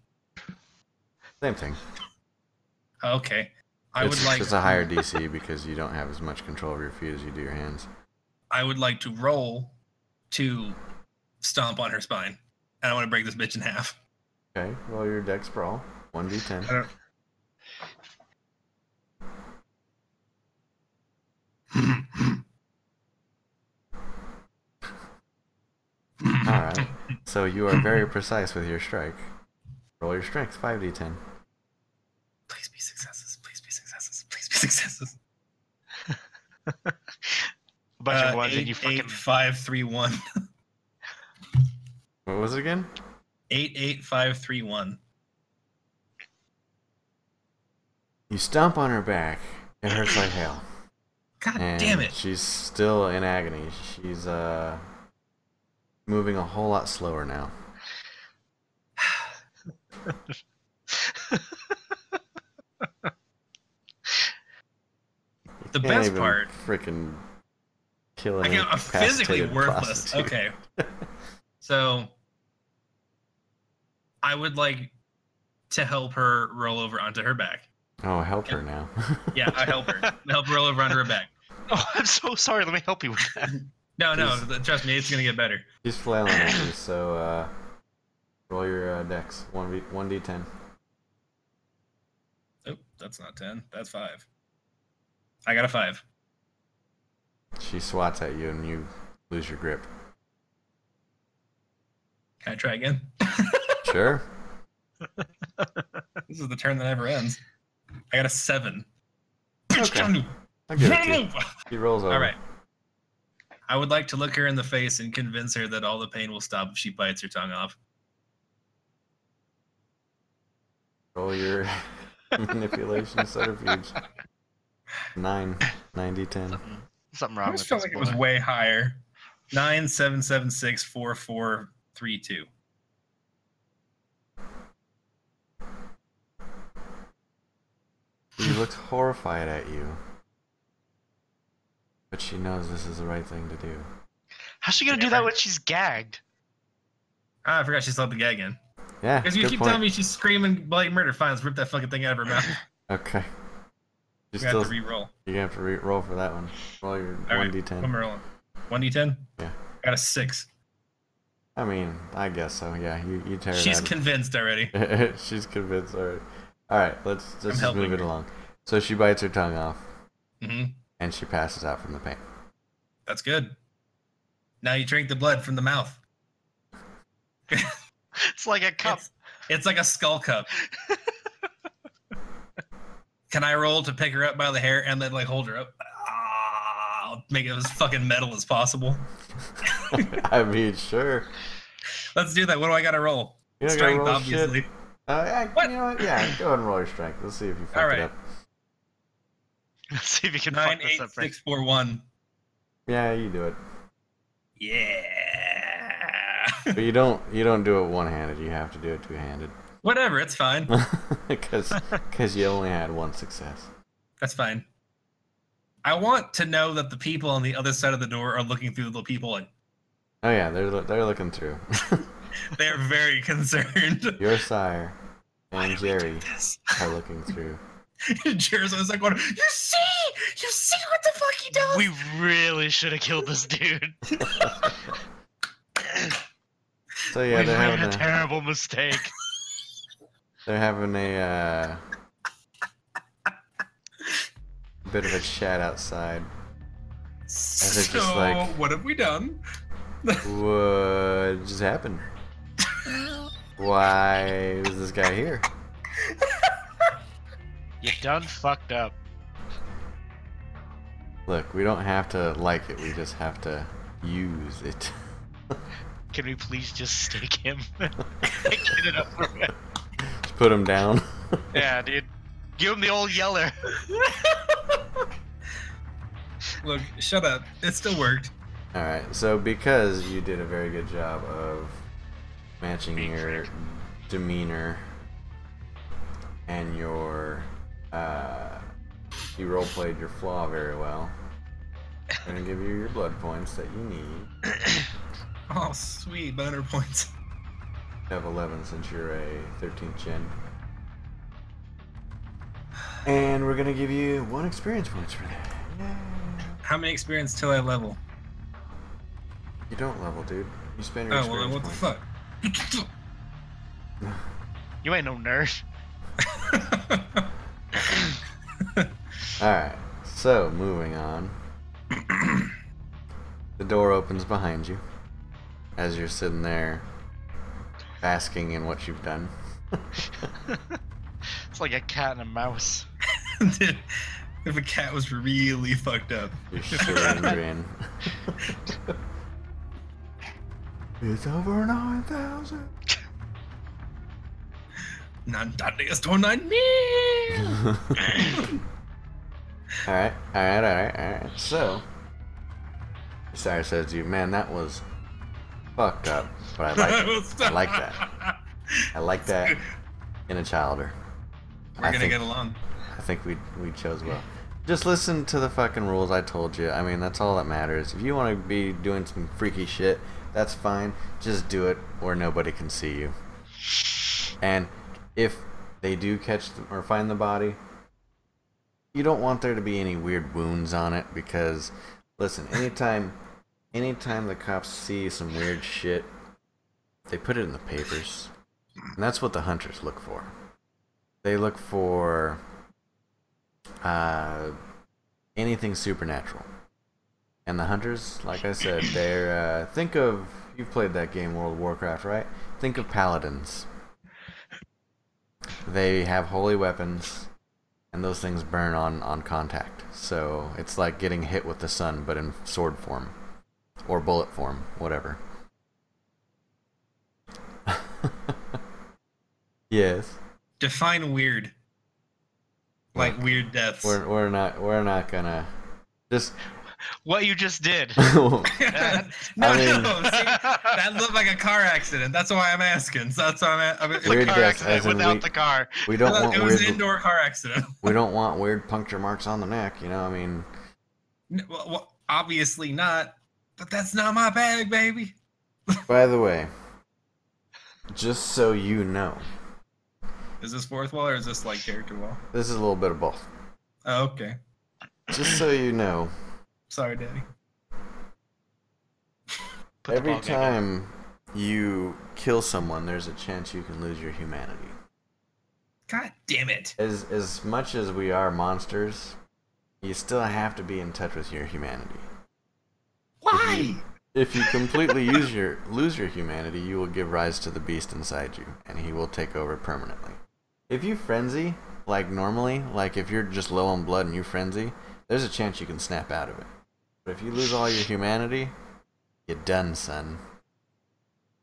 same thing? Okay, I it's, would like it's a higher DC because you don't have as much control over your feet as you do your hands. I would like to roll to stomp on her spine, and I want to break this bitch in half. Okay, roll your dex brawl. One d ten. I don't. All right. So you are very precise with your strike. Roll your strength, five d10. Please be successes. Please be successes. successes. A bunch Uh, of ones, eight, and you fucking eight, five, three, one. What was it again? Eight, eight, five, three, one. You stomp on her back. It hurts like hell. God And damn it. She's still in agony. She's uh moving a whole lot slower now. The Can't best even part. Freaking killing. I can, I'm physically worthless. Okay. so I would like to help her roll over onto her back. Oh, help her now. Yeah, I help her. help her roll over onto her back. oh, I'm so sorry. Let me help you with that. No, no, Please. th- trust me, it's gonna get better. She's flailing at you, so uh, roll your uh, dex. One v one d ten. Oh, that's not ten. That's five. I got a five. She swats at you, and you lose your grip. Can I try again? Sure. This is the turn that never ends. I got a seven. Bitch, Okay. can you- I'll give it to you. Move! She rolls over. All right. I would like to look her in the face and convince her that all the pain will stop if she bites her tongue off. Roll your manipulation subterfuge. Nine. Nine d ten. Something I wrong just with felt this like it was boy. way higher. Nine seven seven six four four three two. She looks horrified at you. But she knows this is the right thing to do. How's she gonna do that when she's gagged? Ah, I forgot she still had the gag in. Yeah. Because you good keep point. telling me she's screaming bloody murder. Fine, let's rip that fucking thing out of her mouth. Okay. You We have still, to re-roll. you're gonna have to re- roll for that one. Roll your All right, one d ten. I'm rolling. One d ten. Yeah. Got a six. I mean, I guess so. Yeah, you you tear She's it out. convinced already. She's convinced. All right. All right. Let's let's just helping move it her. along. So she bites her tongue off hmm and she passes out from the pain. That's good. Now you drink the blood from the mouth. It's like a cup. It's, it's like a skull cup. Can I roll to pick her up by the hair and then like hold her up? Ah, I'll make it as fucking metal as possible. I mean, sure. Let's do that. What do I got to roll? You don't gotta Strength, roll obviously. Shit. Uh, yeah, What? You know what? Yeah, go ahead and roll your strength. Let's see if you fuck All right. it up. Let's see if you can Nine, fuck this eight, up. Right. six, four, one. Yeah, you do it. Yeah. But you don't you don't do it one handed. You have to do it two handed Whatever. It's fine. because you only had one success. That's fine. I want to know that the people on the other side of the door are looking through the people and Oh yeah, they're loo- they're looking through. they're very concerned. Your sire Why and did we do Jerry this? are looking through. Jerry's always like, going, "You see, you see what the fuck he does." We really should have killed this dude. So yeah, uh, they're we made having a a, terrible mistake. they're having a uh, bit of a chat outside. just so like- what have we done? What just happened? Why is this guy here? You done fucked up. Look, we don't have to like it. We just have to use it. Can we please just stake him? Get it over with. Just put him down. Yeah, dude. Give him the old yeller. Look, shut up. It still worked. All right. So because you did a very good job of matching Being your demeanor and your uh, you role played your flaw very well. I'm gonna give you your blood points that you need. Oh, sweet boner points. You have 11 since you're a 13th gen. And we're gonna give you one experience points for that. How many experience till I level? You don't level, dude. You spend your Oh well, experience points. what the fuck? You ain't no nerd. Alright, so moving on. the door opens behind you as you're sitting there basking in what you've done. It's like a cat and a mouse. Dude, If a cat was really fucked up. You're shivering grin. it's over 9,000. Nandandias tornan me. alright, alright, alright, alright. So, Cyrus says to you, man, that was fucked up, but I like it. I like that. I like that in a childer. We're I gonna think- get along. I think we we chose well. Just listen to the fucking rules I told you. I mean, that's all that matters. If you want to be doing some freaky shit, that's fine. Just do it, or nobody can see you. And if they do catch the, or find the body, you don't want there to be any weird wounds on it because, listen, anytime, anytime the cops see some weird shit, they put it in the papers, and that's what the hunters look for. They look for uh, anything supernatural. And the hunters, like I said, they're uh, think of you've played that game World of Warcraft, right? Think of paladins. They have holy weapons, and those things burn on on contact. So it's like getting hit with the sun, but in sword form, or bullet form, whatever. yes. Define weird. Like Look, weird deaths. We're, we're not we're not gonna just What you just did. no, I mean- no. see, that looked like a car accident. That's why I'm asking. So that's why I'm. a- I'm a- Weird car guess, as accident in without we- the car. we don't want it was an weird indoor car accident. we don't want weird puncture marks on the neck, you know? I mean, N- well, well, obviously not. But that's not my bag, baby. by the way, just so you know, Is this fourth wall or is this like character wall? this is a little bit of both. Oh, okay. Just so you know, Sorry, Daddy. Put the every ball gag up. time you kill someone, there's a chance you can lose your humanity. God damn it. As as much as we are monsters, you still have to be in touch with your humanity. Why? If you completely use your lose your humanity, you will give rise to the beast inside you, and he will take over permanently. If you frenzy, like normally, like if you're just low on blood and you frenzy, there's a chance you can snap out of it. But if you lose all your humanity, you're done, son.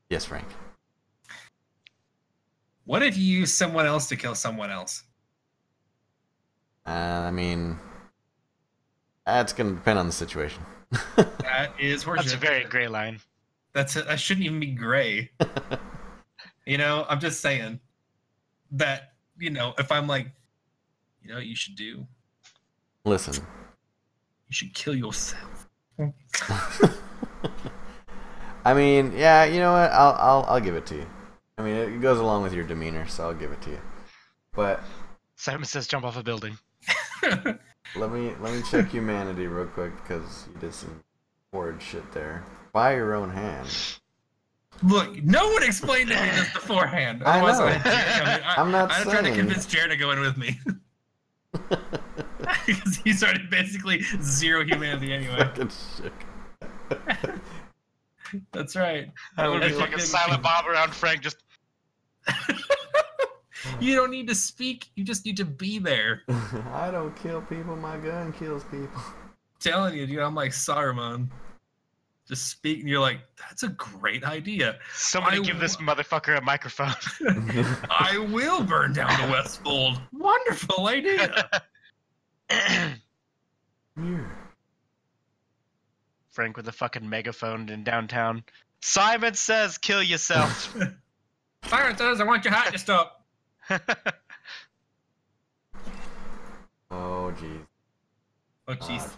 Yes, Frank. What if you use someone else to kill someone else? Uh, I mean, that's gonna depend on the situation. That is worship. That's a very gray line. That's a, that shouldn't even be gray. you know, I'm just saying that you know if I'm like, you know, what you should do, you Listen, should kill yourself. I mean, yeah, you know what? I'll I'll I'll give it to you. I mean, it goes along with your demeanor, so I'll give it to you. But Simon says jump off a building. Let me let me check humanity real quick because you did some horrid shit there by your own hand. Look, no one explained to me this beforehand. I Otherwise, know. I'd- I I'm not I'm trying to saying. convince Jared to go in with me. Because he's already basically zero humanity anyway. Fucking shit. That's right. That would be That's fucking fucking- silent bob around Frank. Just You don't need to speak. You just need to be there. I don't kill people. My gun kills people. telling you, dude, I'm like Saruman. Just speak, and you're like, that's a great idea. somebody I give this motherfucker a microphone. I will burn down the Westfold. Wonderful idea. Frank with a fucking megaphone in downtown. Simon says kill yourself. Siren says, I want your heart to stop. oh jeez. Ah, Oh, jeez.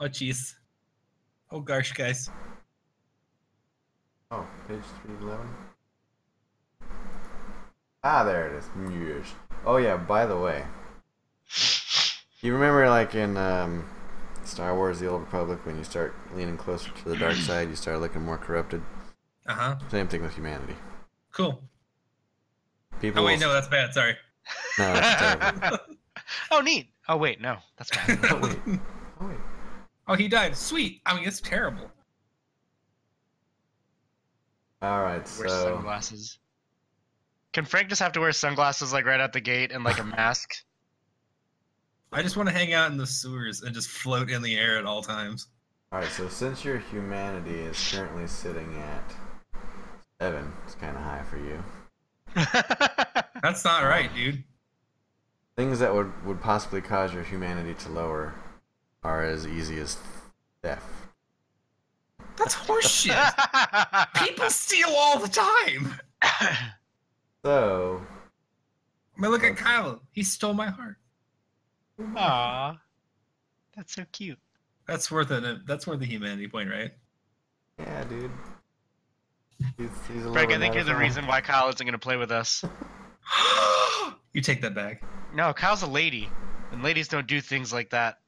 Oh, jeez. Oh, gosh, guys. Oh, page three eleven. Ah, there it is. Yes. Oh yeah. By the way, you remember like in um, Star Wars: The Old Republic when you start leaning closer to the dark side, you start looking more corrupted. Uh huh. Same thing with humanity. Cool. People. Oh, wait, will- no, that's bad. Sorry. No, it's terrible. oh neat. Oh wait, no, that's bad. Oh, wait. Oh, wait. Oh, he died. Sweet. I mean, it's terrible. All right, Wear so sunglasses. Can Frank just have to wear sunglasses like right out the gate and like a mask? I just want to hang out in the sewers and just float in the air at all times. All right, so since your humanity is currently sitting at seven, it's kind of high for you. That's not right, dude. Things that would would possibly cause your humanity to lower are as easy as theft. That's horseshit. People steal all the time. So, I mean, look at Kyle. He stole my heart. Aw, that's so cute. That's worth it. That's worth the humanity point, right? yeah, dude. He's, he's a Greg, I little think you're the radical. reason why Kyle isn't going to play with us. you take that back. No, Kyle's a lady, and ladies don't do things like that.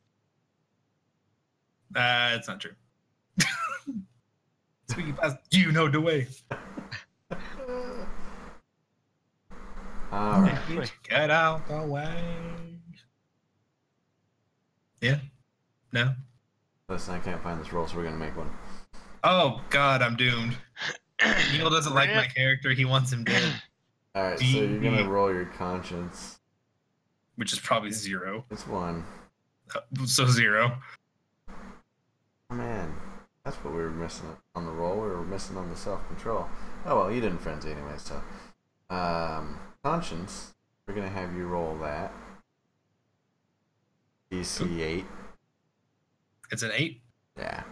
Uh, it's not true. Speaking past, you know the way. All right. Boy. Get out the way. Yeah. No. Listen, I can't find this roll, so we're gonna make one. Oh God, I'm doomed. Neil doesn't like my character. He wants him dead, All right, so you're D. gonna roll your conscience. which is probably zero. Uh, It's one. So zero. Oh, Man, that's what we were missing on the roll. We were missing on the self control. Oh well, you didn't frenzy anyway, so. Um, conscience. We're gonna have you roll that. DC eight. It's an eight. Yeah.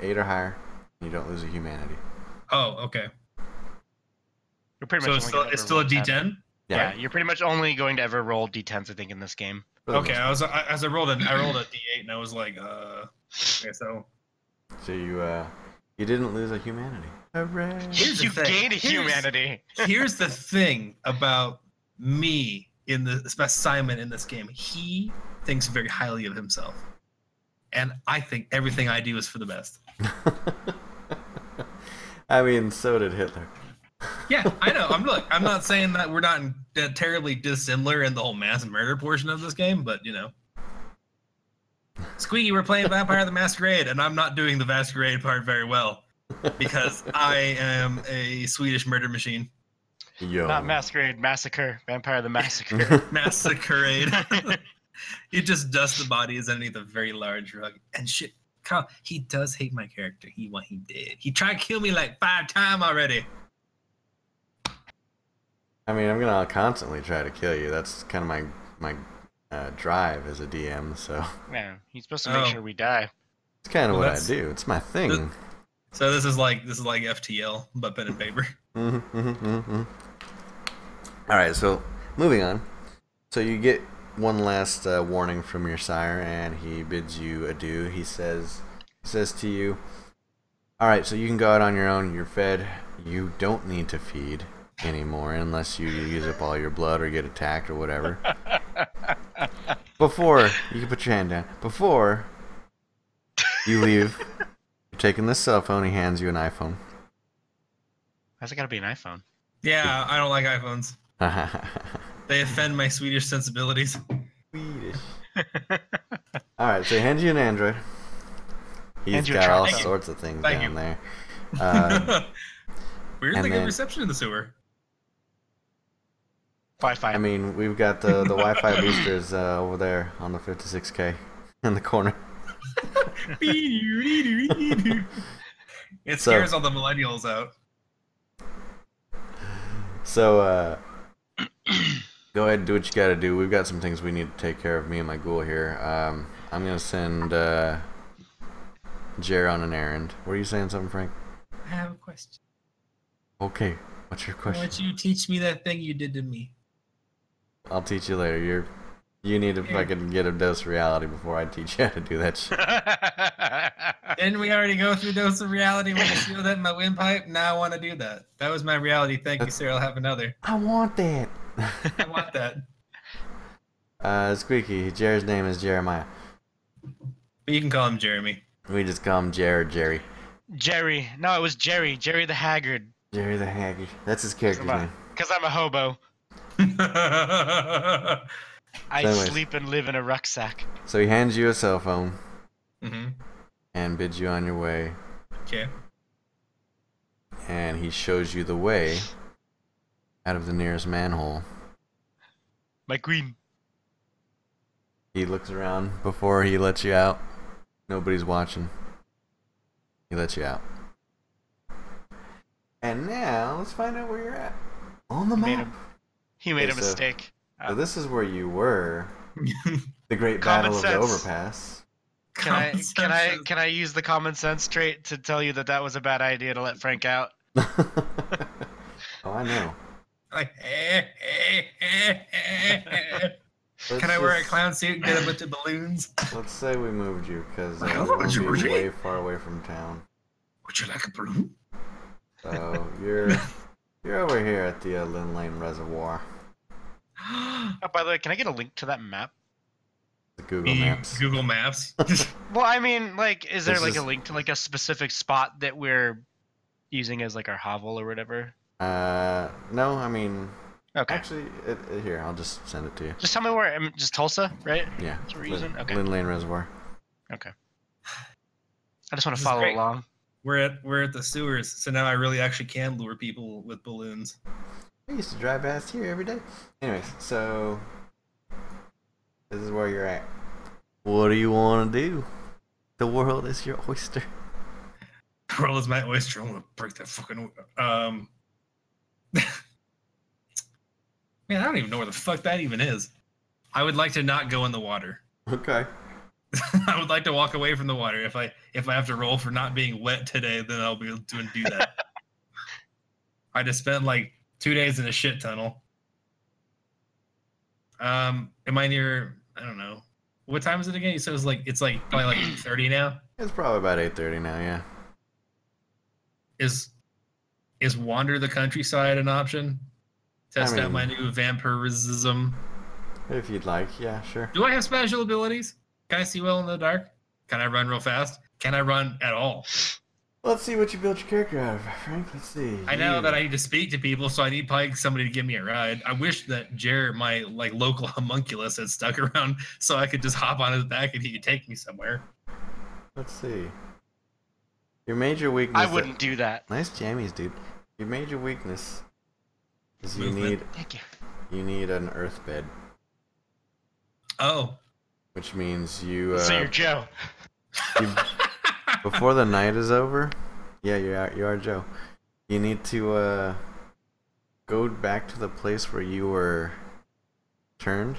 Eight or higher. You don't lose a humanity. Oh, okay. You're pretty So much it's only still, gonna it's ever still a roll ten. D10. Yeah, you're pretty much only going to ever roll d10s, I think, in this game. for the Okay, most I was I, as I rolled an I rolled a D8 and I was like, uh, okay, so part. So you uh, you didn't lose a humanity. Hooray! Here's the you thing. gained a Here's- humanity. here's the thing about me in the about Simon in this game. He thinks very highly of himself, and I think everything I do is for the best. I mean, so did Hitler. Yeah, I know. I'm look. I'm not saying that we're not uh, terribly dissimilar in the whole mass murder portion of this game, but you know, Squeaky, we're playing Vampire the Masquerade, and I'm not doing the masquerade part very well because I am a Swedish murder machine. Yo. Oh. Not masquerade, massacre, vampire the massacre. Masquerade. you just dust the bodies underneath a very large rug and shit. Kyle, he does hate my character. He what he did. He tried to kill me like five times already. I mean, I'm gonna constantly try to kill you. That's kind of my my uh, drive as a DM. So no, he's supposed to make Oh. sure we die. it's kind of Well, what that's- I do. It's my thing. So this is like this is like FTL, but pen and paper. hmm hmm hmm All right. So moving on. So you get one last uh, warning from your sire, and he bids you adieu. He says he says to you, "All right. So you can go out on your own. You're fed. You don't need to feed." anymore unless you use up all your blood or get attacked or whatever before you can put your hand down before you leave you're taking this cell phone he hands you an iphone Why's it gotta be an iPhone? Yeah, I don't like iPhones. They offend my Swedish sensibilities. Swedish. all right, so he hands you an Android. He's Hands you a got tri- all Thank you. sorts of things Thank down you. there. Um, Weird and they then- get reception in the sewer. Wi Fi. I mean, we've got the the Wi-Fi boosters uh, over there on the 56k in the corner. it So- scares all the millennials out. So uh, go ahead and do what you got to do. We've got some things we need to take care of. Me and my ghoul here. Um, I'm gonna send uh, Jer on an errand. Were you saying something, Frank? I have a question. Okay. What's your Why question? don't you teach me that thing you did to me? I'll teach you later. You're you need to Here. fucking get a dose of reality before I teach you how to do that shit. Didn't we already go through dose of reality when I sealed up my windpipe? Now I want to do that. That was my reality. Thank you, sir. I'll have another. I want that. I want that. Uh, Squeaky. Jer's name is Jeremiah. But you can call him Jeremy. We just call him Jer or Jerry. Jerry. No, it was Jerry. Jerry the Haggard. Jerry the Haggard. That's his character's Come on. name. Because I'm a hobo. mm-hmm. I Anyways. sleep and live in a rucksack. So he hands you a cell phone and bids you on your way, Okay. and he shows you the way out of the nearest manhole. My green. He He looks around before he lets you out. Nobody's watching. He lets you out. And now let's find out where you're at on the Made map. him- He Okay, made a so- mistake. So this is where you were. the Great Common Battle of the sense. Overpass. Can I Common can I sense. can I use the common sense trait to tell you that that was a bad idea to let Frank out? oh, I know. Like, eh, eh, eh, eh, eh. Let's Can I wear a just- clown suit and get a bunch of balloons? Let's say we moved you because uh, Hello, you would be Georgie. way far away from town. Would you like a balloon? So you're you're over here at the uh, Lynn Lane Reservoir. Oh, by the way, can I get a link to that map? The Google You- Maps. Google Maps. Well, I mean, like, is there This like a is- link to like a specific spot that we're using as like our hovel or whatever? Uh, no, I mean Okay, actually, it, it- here I'll just send it to you. just tell me where. I'm just Tulsa, right? Yeah. That's what we're Lynn, using. Okay, Lynn Lane Reservoir. I This just want to is follow great. along. we're at we're at the sewers, so now I really actually can lure people with balloons. I used to drive past here every day. Anyways, so this is where you're at. What do you want to do? The world is your oyster. Pearl is my oyster. I'm gonna break that fucking. Um. Man, I don't even know where the fuck that even is. I would like to not go in the water. Okay. I would like to walk away from the water. If I if I have to roll for not being wet today, then I'll be able to do that. I just spent like two days in a shit tunnel. Um, am I near? I don't know. What time is it again? You said it was like it's like probably like thirty now. It's probably about eight thirty now. Yeah. Is is wander the countryside an option? Test out mean- my new vampirism. If you'd like, yeah, sure. Do I have special abilities? Can I see well in the dark? Can I run real fast? Can I run at all? Let's see what you built your character out of, Frank. Let's see. I know You- that I need to speak to people, so I need probably somebody to give me a ride. I wish that Jared, my like local homunculus, had stuck around so I could just hop on his back and he could take me somewhere. Let's see. Your major weakness. I wouldn't do that. Nice jammies, dude. Your major weakness is you Movement. Thank you. need you need an earth bed, Oh, which means you. Uh, so you're Joe. you- before the night is over, yeah, you are, you are Joe. You need to uh, go back to the place where you were turned.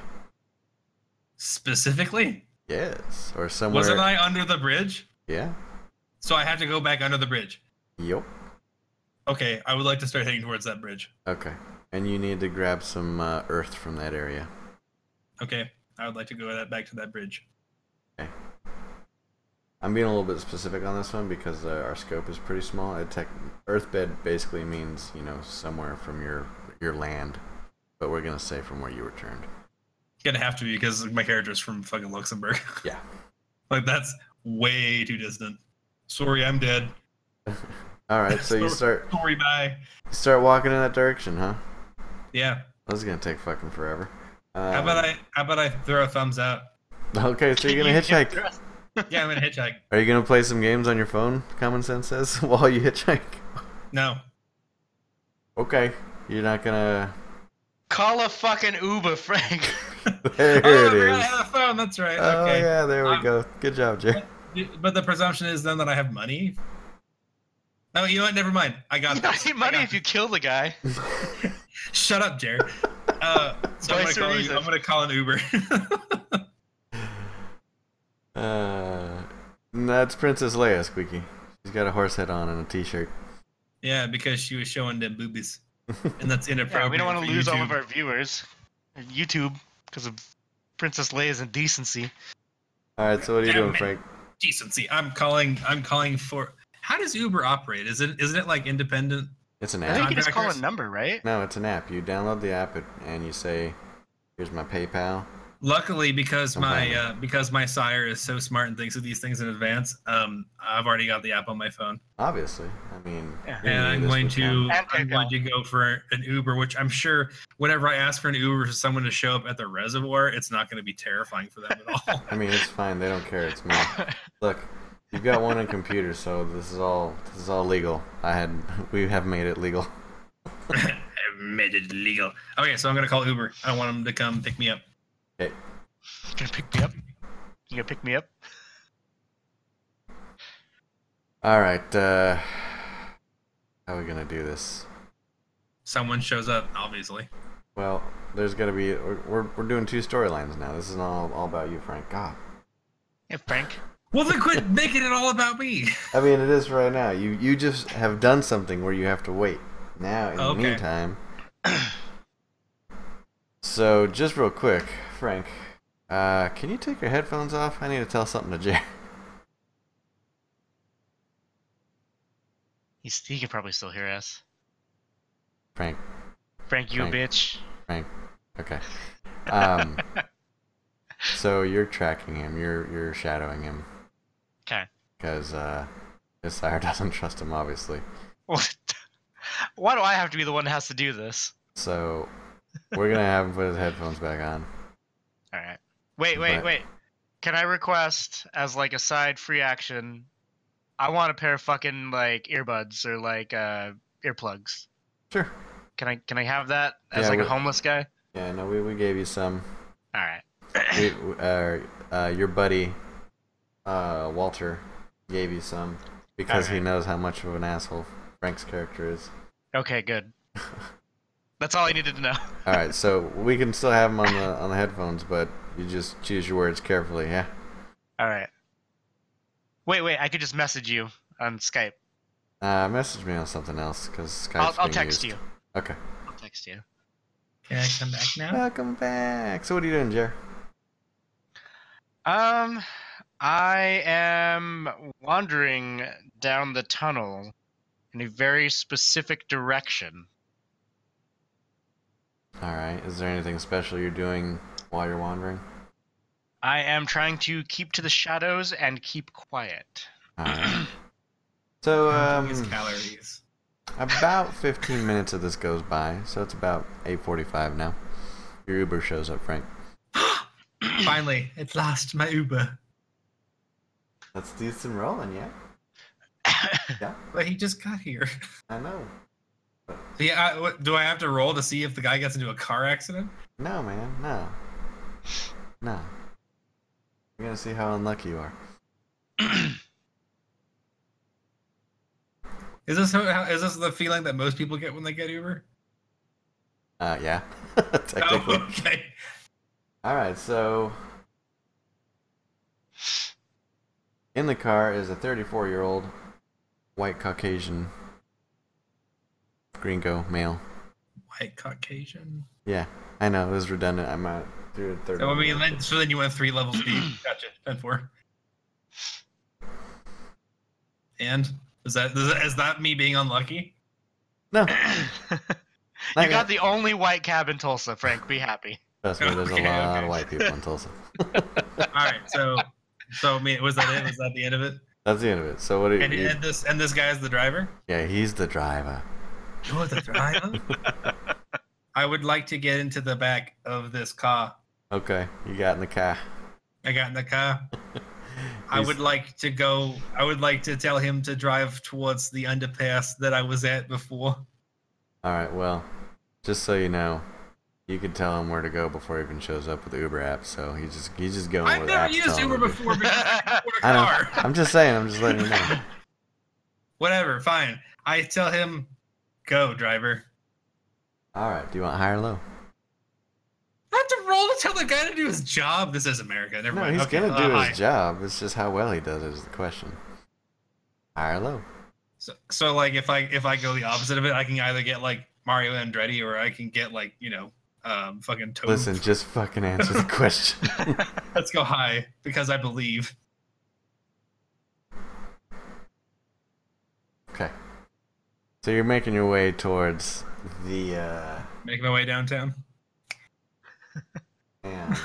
specifically, Yes, or somewhere. wasn't I under the bridge? Yeah. So I have to go back under the bridge. Yup. Okay, I would like to start heading towards that bridge. Okay. And you need to grab some uh, earth from that area. Okay, I would like to go that back to that bridge. I'm being a little bit specific on this one because uh, our scope is pretty small. It tech Earthbed basically means you know somewhere from your your land, but we're gonna say from where you returned. Gonna have to be because my character's from fucking Luxembourg. Yeah. like that's way too distant. Sorry, I'm dead. All right, so you start Sorry, bye. you start walking in that direction, huh? Yeah. This is gonna take fucking forever. Um, How about I? How about I throw a thumbs up? Okay, so you're gonna hitchhike. Yeah, I'm gonna hitchhike. Are you gonna play some games on your phone? Common sense says while you hitchhike. No, Okay, you're not gonna. Call a fucking Uber, Frank. There oh, I it forgot I is. had a phone. That's right. Oh okay, Um, yeah, there we I'm- go. Good job, Jay. You- but the presumption is then that I have money. No, you know what? Never mind. I got You don't this. need I money got if you kill the guy. this. Shut up, Jared. Uh, so I'm gonna, Vice call, reason. you- I'm gonna call an Uber. Uh, that's Princess Leia, Squeaky. She's got a horse head on and a t-shirt. yeah, because she was showing them boobies, and that's Yeah, inappropriate. we don't want for to lose all of YouTube. our viewers. and YouTube, because of Princess Leia's indecency. All right, so what are you Damn doing, it. Frank? decency. I'm calling. I'm calling for. How does Uber operate? Is it? Isn't it like independent? It's an I think app. you just call a Contractors? number, right? No, it's an app. You download the app it- and you say, "Here's my PayPal." Luckily, because Okay. my uh, because my sire is so smart and thinks of these things in advance, um, I've already got the app on my phone, Obviously, I mean, Yeah. you knew and I'm this going would to happen. And I'm going to go for an Uber, which I'm sure whenever I ask for an Uber for someone to show up at the reservoir, it's not going to be terrifying for them at all. I mean, it's fine. They don't care. It's me. Look, you've got one on computer, so this is all this is all legal. I had we have made it legal. I made it legal. Okay, so I'm going to call Uber. I want them to come pick me up. You gonna pick me up? You gonna pick me up? All right. Uh, how are we gonna do this? Someone shows up, obviously. Well, there's gonna be we're we're, we're doing two storylines now. This is not all, all about you, Frank. God. Yeah, Frank. Well, then quit making it all about me. I mean, it is right now. You you just have done something where you have to wait. Now, in Okay. the meantime. so, just real quick, Frank, uh, can you take your headphones off? I need to tell something to Jared. He's, he can probably still hear us. Frank, Frank, you a Frank. bitch. okay. Um, so you're tracking him. You're you're shadowing him. 'Kay. Because uh, his sire doesn't trust him, obviously. What? Why do I have to be the one that has to do this? So we're gonna have him put his headphones back on. All right. Wait, wait, But- wait. Can I request as like a side free action? I want a pair of fucking like earbuds or like uh earplugs. Sure. Can I can I have that as Yeah, like a we- homeless guy? Yeah. No, we we gave you some. All right. we, uh, uh, your buddy uh, Walter gave you some because he Alright. knows how much of an asshole Frank's character is. Okay, good. That's all I needed to know. All right, so we can still have him on the on the headphones, but you just choose your words carefully. Yeah. All right. Wait, wait. I could just message you on Skype. Uh, message me on something else because I'll, Skype's I'll being text used. you. Okay. I'll text you. Can I come back now? Welcome back. So what are you doing, Jer? Um, I am wandering down the tunnel in a very specific direction. All right. Is there anything special you're doing while you're wandering? I am trying to keep to the shadows and keep quiet. All right. So Counting his um, calories. About 15 minutes of this goes by, so it's about 8:45 now. Your Uber shows up, Frank. Finally, at last, my Uber. That's decent rolling, yeah. But he just got here. I know. Yeah, I, what, do I have to roll to see if the guy gets into a car accident? No, man, no, no. You're gonna see how unlucky you are. Is this how, how, is this the feeling that most people get when they get Uber? Uh, yeah. Oh, Technically. okay. All right, so in the car is a 34-year-old white Caucasian gringo male. White Caucasian. Yeah, I know it was redundant. I'm at through the third. So, I one. mean, then- so then you went three levels deep. Gotcha. Ten four. And is that is that, is that me being unlucky? no, you not yet. got the only white cab in Tulsa, Frank. Be happy. Trust me, there's Okay, a lot okay. of white people in Tulsa. All right. So so I mean, was that it? Was that the end of it? That's the end of it. So what? Do you, And, and this and this guy's the driver. yeah, he's the driver. You're the driver. I would like to get into the back of this car. Okay, you got in the car. I got in the car. I He's- would like to go. I would like to tell him to drive towards the underpass that I was at before. All right. Well, just so you know, you can tell him where to go before he even shows up with the Uber app. So he's just he's just going. I've where the never app's used telling Uber him to. before because I bought a Oh, I know. car. I'm just saying. I'm just letting you know. Whatever, fine. I tell him, go, driver. All right. Do you want high or low? I have to roll to tell the guy to do his job. This is America. Never No, mind. he's Okay, gonna uh, do hi. his job. It's just how well he does it is the question. High or low? So, so, like, if I if I go the opposite of it, I can either get like Mario Andretti or I can get like you know, um, fucking Toad. Listen, just fucking answer the question. let's go high because I believe. Okay. So you're making your way towards the uh Make my way downtown. man,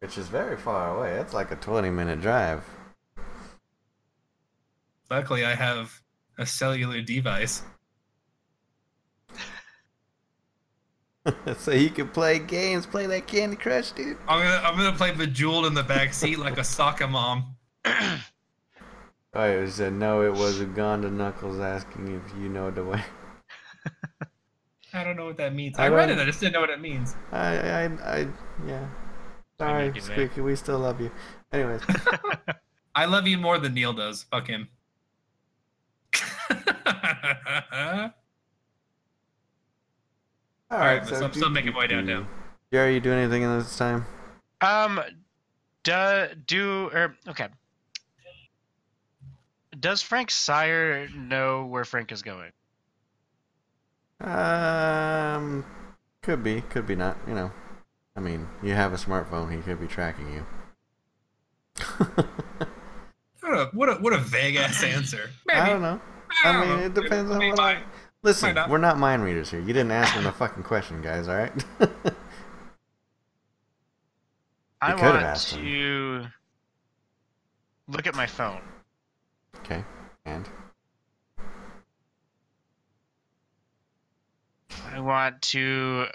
which is very far away. It's like a 20 minute drive. Luckily, I have a cellular device. so you can play games, play that Candy Crush, dude. I'm gonna I'm gonna play Bejeweled in the back seat like a soccer mom. Oh, it said no. It was Uganda Knuckles asking if you know the way. I don't know what that means. I I read don't- it. I just didn't know what it means. I, I, I, yeah. Sorry, do that. Squeaky, we still love you. Anyways, I love you more than Neil does. Fuck him. All all right, right. so, I'm do- still making my way down, down. Jerry, you doing anything in this time? Um, do, do or okay. Does Frank Sire know where Frank is going? Um, could be, could be not. You know, I mean, you have a smartphone. He could be tracking you. What a what a what a vague ass answer. I don't know. I mean, it know. depends on Maybe what mine. I- Listen, Might not. we're not mind readers here. You didn't ask him the fucking question, guys. All right. I could've want asked him. to look at my phone. okay. And I want to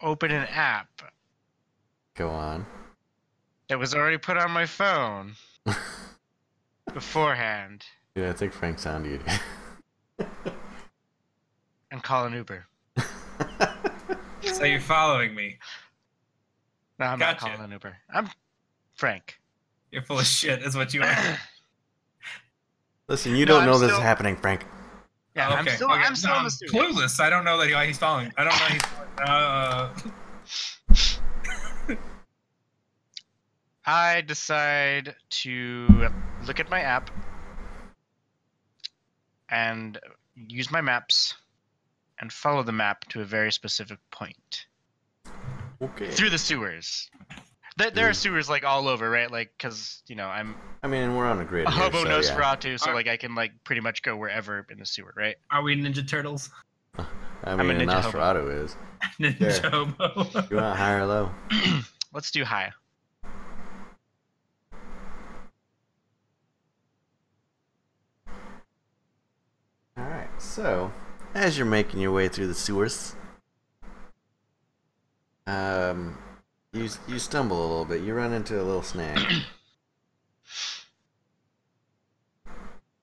open an app go on. that was already put on my phone beforehand Dude, I think Frank sounded you. and call an Uber. So you're following me. No, I'm Gotcha. not calling an Uber. I'm Frank. You're full of shit. Is what you are. Listen, you No, don't I'm know this is still- happening, Frank. Yeah, I'm still, okay. I'm still No, in the studio. clueless. I don't know that he, he's following. I don't know he's. following- Uh, I decide to look at my app and use my maps and follow the map to a very specific point Okay. through the sewers. There, there are Hmm. sewers like all over, right? Like, cause you know I'm I mean, we're on a grid. a here, hobo so, yeah. Nosferatu, so Are- like I can like pretty much go wherever in the sewer, right? are we Ninja Turtles? I a mean, ninja hobo. Nosferatu is. Ninja Sure. Hobo. You want high or low? Let's do high. All right. So, as you're making your way through the sewers, um, you you stumble a little bit. You run into a little snag.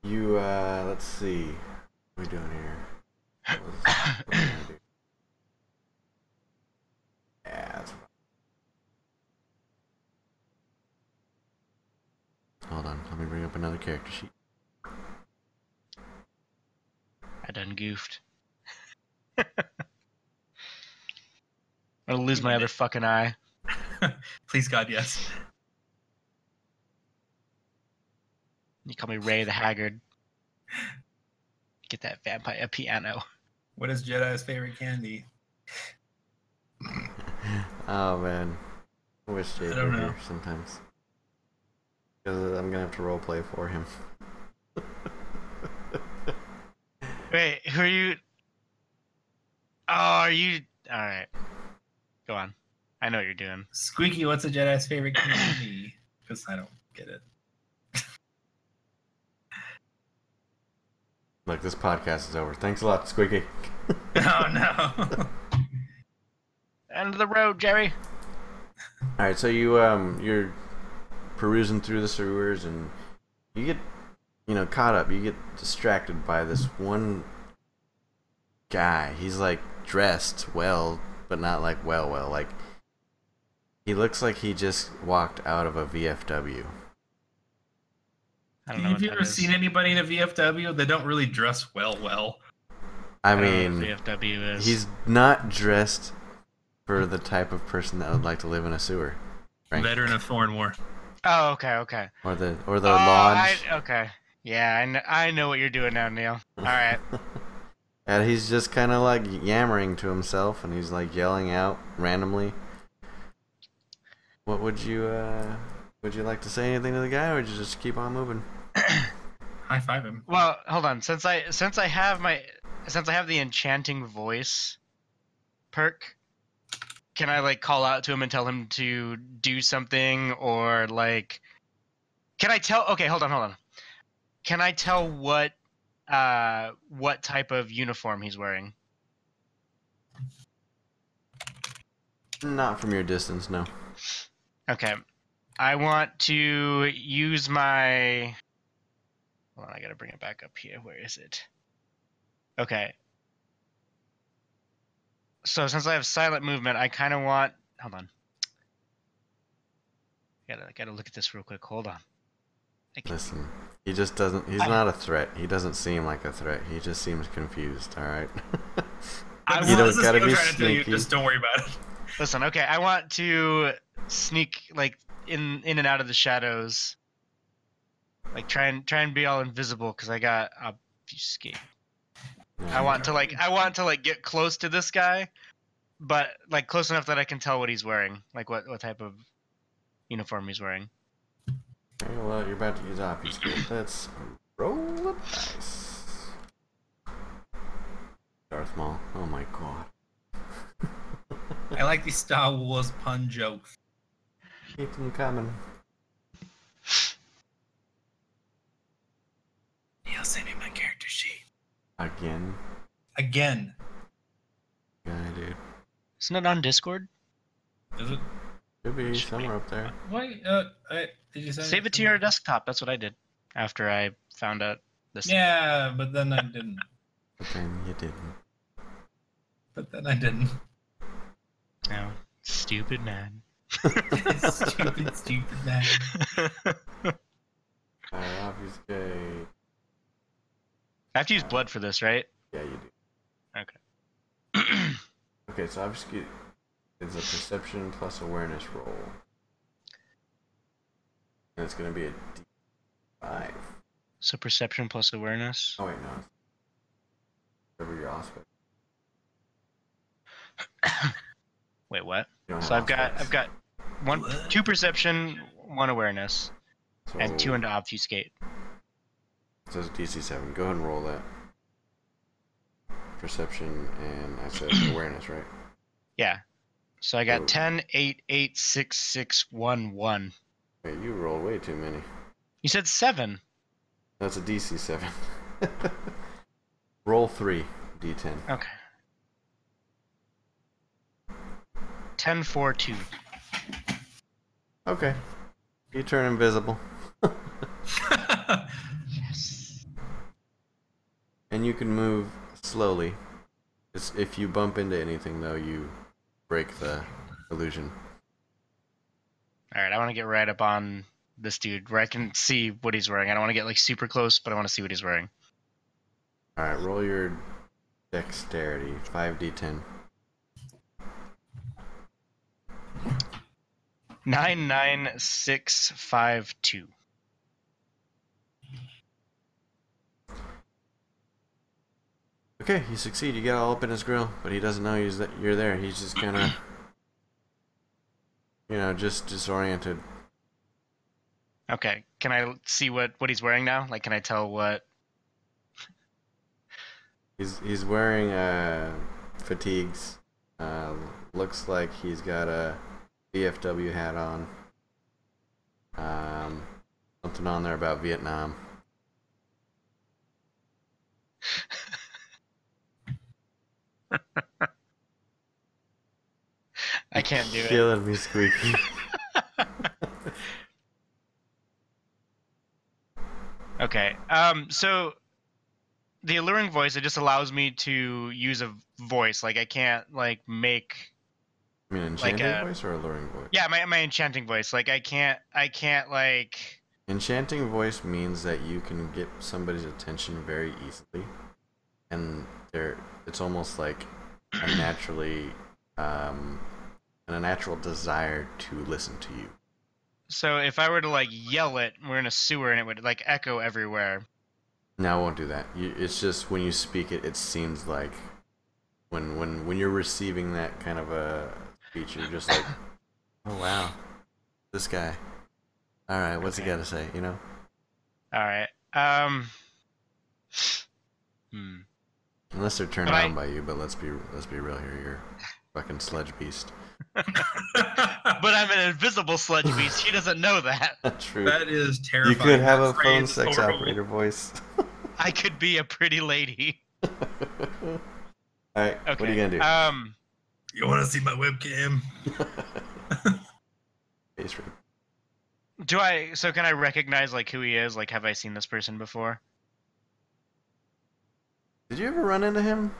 you uh, let's see, what are we doing here? What was- what was I gonna do? Yeah, that's- Hold on, let me bring up another character sheet. I done goofed. I'm gonna lose my other fucking eye. Please God, yes. You call me Ray the Haggard. Get that vampire piano. What is Jedi's favorite candy? Oh man, I wish Jake I don't were know. here sometimes. Because I'm gonna have to roleplay for him. Wait, who are you? Oh, are you? All right, go on. I know what you're doing. Squeaky, what's a Jedi's favorite candy? Because I don't get it. Look, this podcast is over. Thanks a lot, Squeaky. Oh no. End of the road, Jerry. All right, so you um you're perusing through the sewers and you get you know caught up. You get distracted by this one guy. He's like dressed well, but not like well well. Like he looks like he just walked out of a VFW. I don't know. Have what you that ever is. seen anybody in a VFW that don't really dress well? Well, I, Oh, I don't know mean, what VFW is. He's not dressed for the type of person that would like to live in a sewer, Frank. veteran of foreign war. Oh, okay, okay. or the or the Oh, I- lodge. okay. Yeah, I know, I know what you're doing now, Neil. All right. And he's just kind of like yammering to himself, and he's like yelling out randomly. What would you uh? Would you like to say anything to the guy, or would you just keep on moving? High five him. Well, hold on. Since I since I have my since I have the enchanting voice perk, can I like call out to him and tell him to do something or like can I tell Okay, hold on, hold on. Can I tell what uh what type of uniform he's wearing? Not from your distance, no. Okay. I want to use my. Hold on, I gotta bring it back up here. Where is it? Okay. so since I have silent movement, I kind of want. Hold on. Gotta gotta look at this real quick. Hold on. I can- Listen, he just doesn't. He's I- not a threat. He doesn't seem like a threat. He just seems confused. All right. I You will- don't this is gotta what I'm be trying to tell you, sneaky. Just don't worry about it. Listen, okay, I want to sneak like in in and out of the shadows. Like try and try and be all invisible because I got obfuscate. I want to like I want to like get close to this guy, but like close enough that I can tell what he's wearing, like what what type of uniform he's wearing. Okay, well, you're about to use obfuscate. Let's roll a dice. Darth Maul. Oh my god. I like these Star Wars pun jokes. Keep them coming. Neil, send me my character sheet Again. again. Guy, dude. Isn't it on Discord? Is it? Could be Should be. somewhere up there. Why? Uh, I, did you send Save it to me? your desktop. That's what I did after I found out this. Yeah, but then I didn't. But then you didn't. But then I didn't. No. Stupid man. stupid, stupid man. I obfuscate. I have to use blood for this, right? Yeah, you do. okay, Okay, so obfuscate is a perception plus awareness roll. And it's gonna be a D5. so perception plus awareness. Oh wait, no. it's- Whatever your aspect. Wait, what? you don't So have I've got aspects. I've got one What? two perception, one awareness, so, and two into obfuscate. So it's DC seven. Go ahead and roll that. Perception and I said awareness, right? Yeah. So I Oh. got ten, eight, eight, six, six, one, one. Wait, you rolled way too many. You said seven. That's a DC seven. roll three D ten. Okay. Ten, four, two. Okay. You turn invisible. Yes. And you can move slowly. It's, if you bump into anything though, you break the illusion. All right, I want to get right up on this dude where I can see what he's wearing. I don't want to get like super close, but I want to see what he's wearing. Alright, roll your dexterity. Five D ten. Nine, nine, six, five, two. Okay, you succeed. You get all up in his grill, but he doesn't know he's that you're there. He's just kind of, you know, just disoriented. Okay. Can I see what what he's wearing now? Like, can I tell what? He's he's wearing uh, fatigues. Uh, looks like he's got a VFW hat on. Um, something on there about Vietnam. I can't do it. Killing me, squeaky. Okay. Um. So, the alluring voice it just allows me to use a voice. Like, I can't like make. I mean, Like uh, enchanted a- voice or alluring voice? Yeah, my my enchanting voice. Like, I can't. I can't like. Enchanting voice means that you can get somebody's attention very easily, and they're it's almost like a naturally um, and a natural desire to listen to you. So if I were to like yell it, we're in a sewer and it would like echo everywhere. Now, I won't do that. You, it's just when you speak it, it seems like when when when you're receiving that kind of a speech, you're just like, oh wow, this guy. All right, what's he Okay. got to say? You know. All right. Um. Hmm. Unless they're turned But I- on by you, but let's be let's be real here. You're a fucking sludge beast. But I'm an invisible sludge beast. He doesn't know that. True. that is you terrifying. could have That a phrase phone is sex horrible. operator voice. I could be a pretty lady. All right. Okay. What are you gonna do? uh, Um. You want to see my webcam? Face rape. Do I? So can I recognize like who he is? Like, have I seen this person before? Did you ever run into him?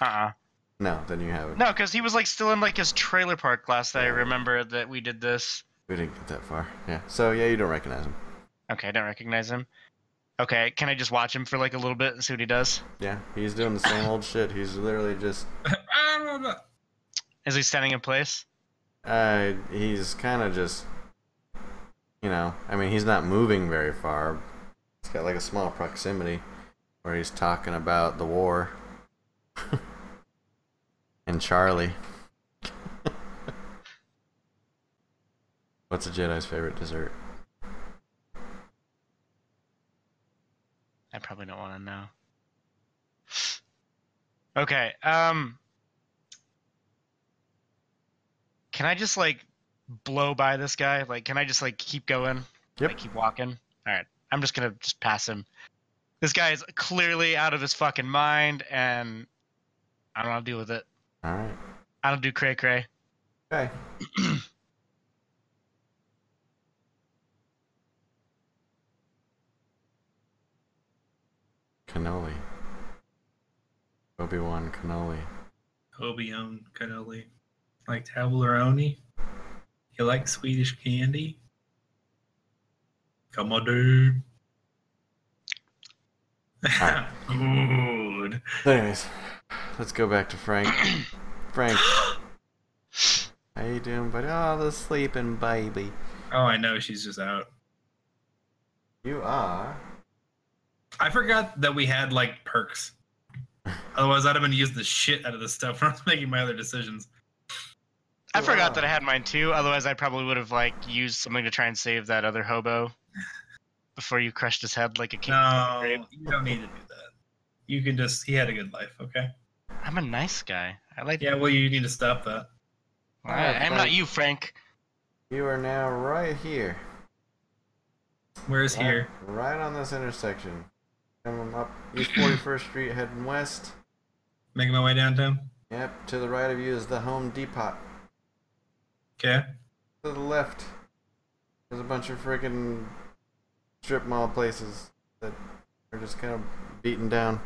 Uh. uh No, then you haven't. No, because he was like still in like his trailer park last that I Yeah. remember that we did this. We didn't get that far. Yeah. So yeah, you don't recognize him. Okay, I don't recognize him. Okay, can I just watch him for like a little bit and see what he does? Yeah, he's doing the same old shit. He's literally just. I don't know. Is he standing in place? Uh, he's kind of just. You know, I mean, he's not moving very far. He's got like a small proximity where he's talking about the war. and Charlie. What's a Jedi's favorite dessert? I probably don't want to know. Okay, um Can I just like blow by this guy? Like can I just like keep going? Yep. Like keep walking? All right. I'm just going to just pass him. This guy is clearly out of his fucking mind and I don't want to deal with it. All right. I don't do cray cray. Okay. Cannoli. Obi Wan cannoli. Obion cannoli. Like Toblerone. You like Swedish candy? Come on, dude. Good. Anyways, let's go back to Frank. Frank, how you doing, buddy? Oh, the sleeping baby. Oh, I know she's just out. You are. I forgot that we had like perks. Otherwise, I'd have been using the shit out of this stuff when I was making my other decisions. I You forgot are. that I had mine too. Otherwise, I probably would have like used something to try and save that other hobo before you crushed his head like a king. No, you don't need to do that. You can just, he had a good life, okay? I'm a nice guy. I like. Yeah, well, you need to stop that. All right, I'm not you, Frank. You are now right here. Where's Right- here? Right on this intersection. Coming up East 41st Street, heading west. Making my way downtown? Yep, to the right of you is the Home Depot. Okay. To the left, there's a bunch of freaking strip mall places that are just kind of beaten down.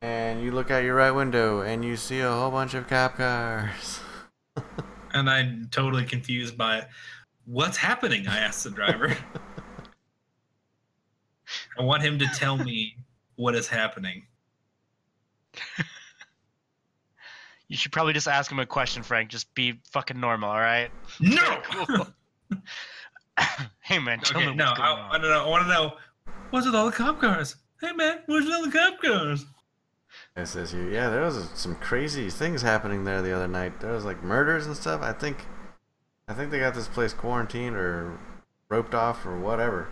And you look out your right window and you see a whole bunch of cop cars. And I'm totally confused by it. What's happening? I asked the driver. I want him to tell me what is happening. You should probably just ask him a question, Frank. Just be fucking normal, all right? No! hey man, tell Okay, me no, what's going I, I on. don't know. I want to know what's with all the cop cars? Hey, man, what's with all the cop cars? It says here, yeah, there was some crazy things happening there the other night. There was like murders and stuff. I think, I think they got this place quarantined or roped off or whatever.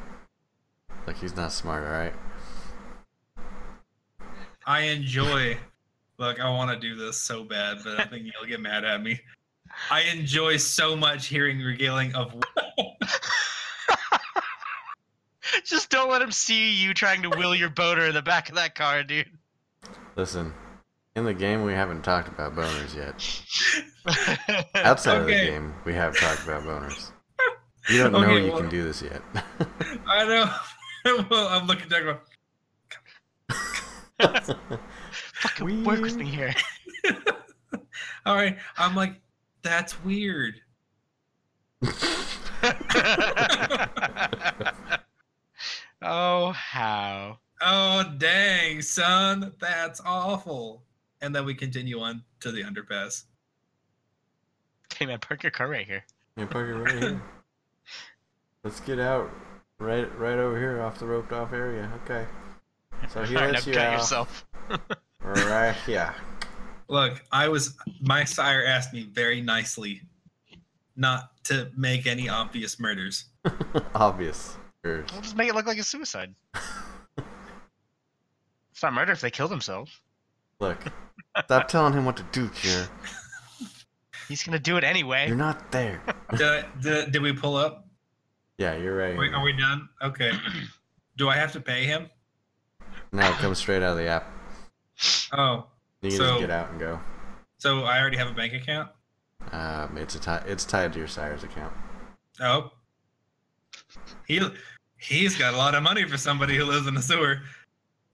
Like he's not smart, all right? I enjoy. Look, I want to do this so bad, but I think you'll get mad at me. I enjoy so much hearing regaling of. Just don't let him see you trying to wheel your boater in the back of that car, dude. Listen, in the game we haven't talked about boners yet. Outside Okay. of the game, we have talked about boners. You don't know Okay, you well- can do this yet. I know. well, I'm looking down. going, Fucking work with Weird. me here. All right, I'm like, that's weird. oh how. Oh dang, son, that's awful. And then we continue on to the underpass. Hey man, park your car right here. Yeah, park it right here. Let's get out. Right right over here off the roped off area. Okay. So he Alright, now lets you cut out. yourself. Right here. Look, I was my sire asked me very nicely not to make any obvious murders. Obvious. Sure. We'll just make it look like a suicide. it's not murder if they kill themselves. Look. Stop telling him what to do, here. He's gonna do it anyway. You're not there. Did, did, did we pull up? Yeah, you're right. Wait, here. are we done? Okay. Do I have to pay him? No, it comes straight out of the app. Oh, You can So- just get out and go. so I already have a bank account. Um, it's a ti- it's tied to your sire's account. Oh, he he's got a lot of money for somebody who lives in the sewer.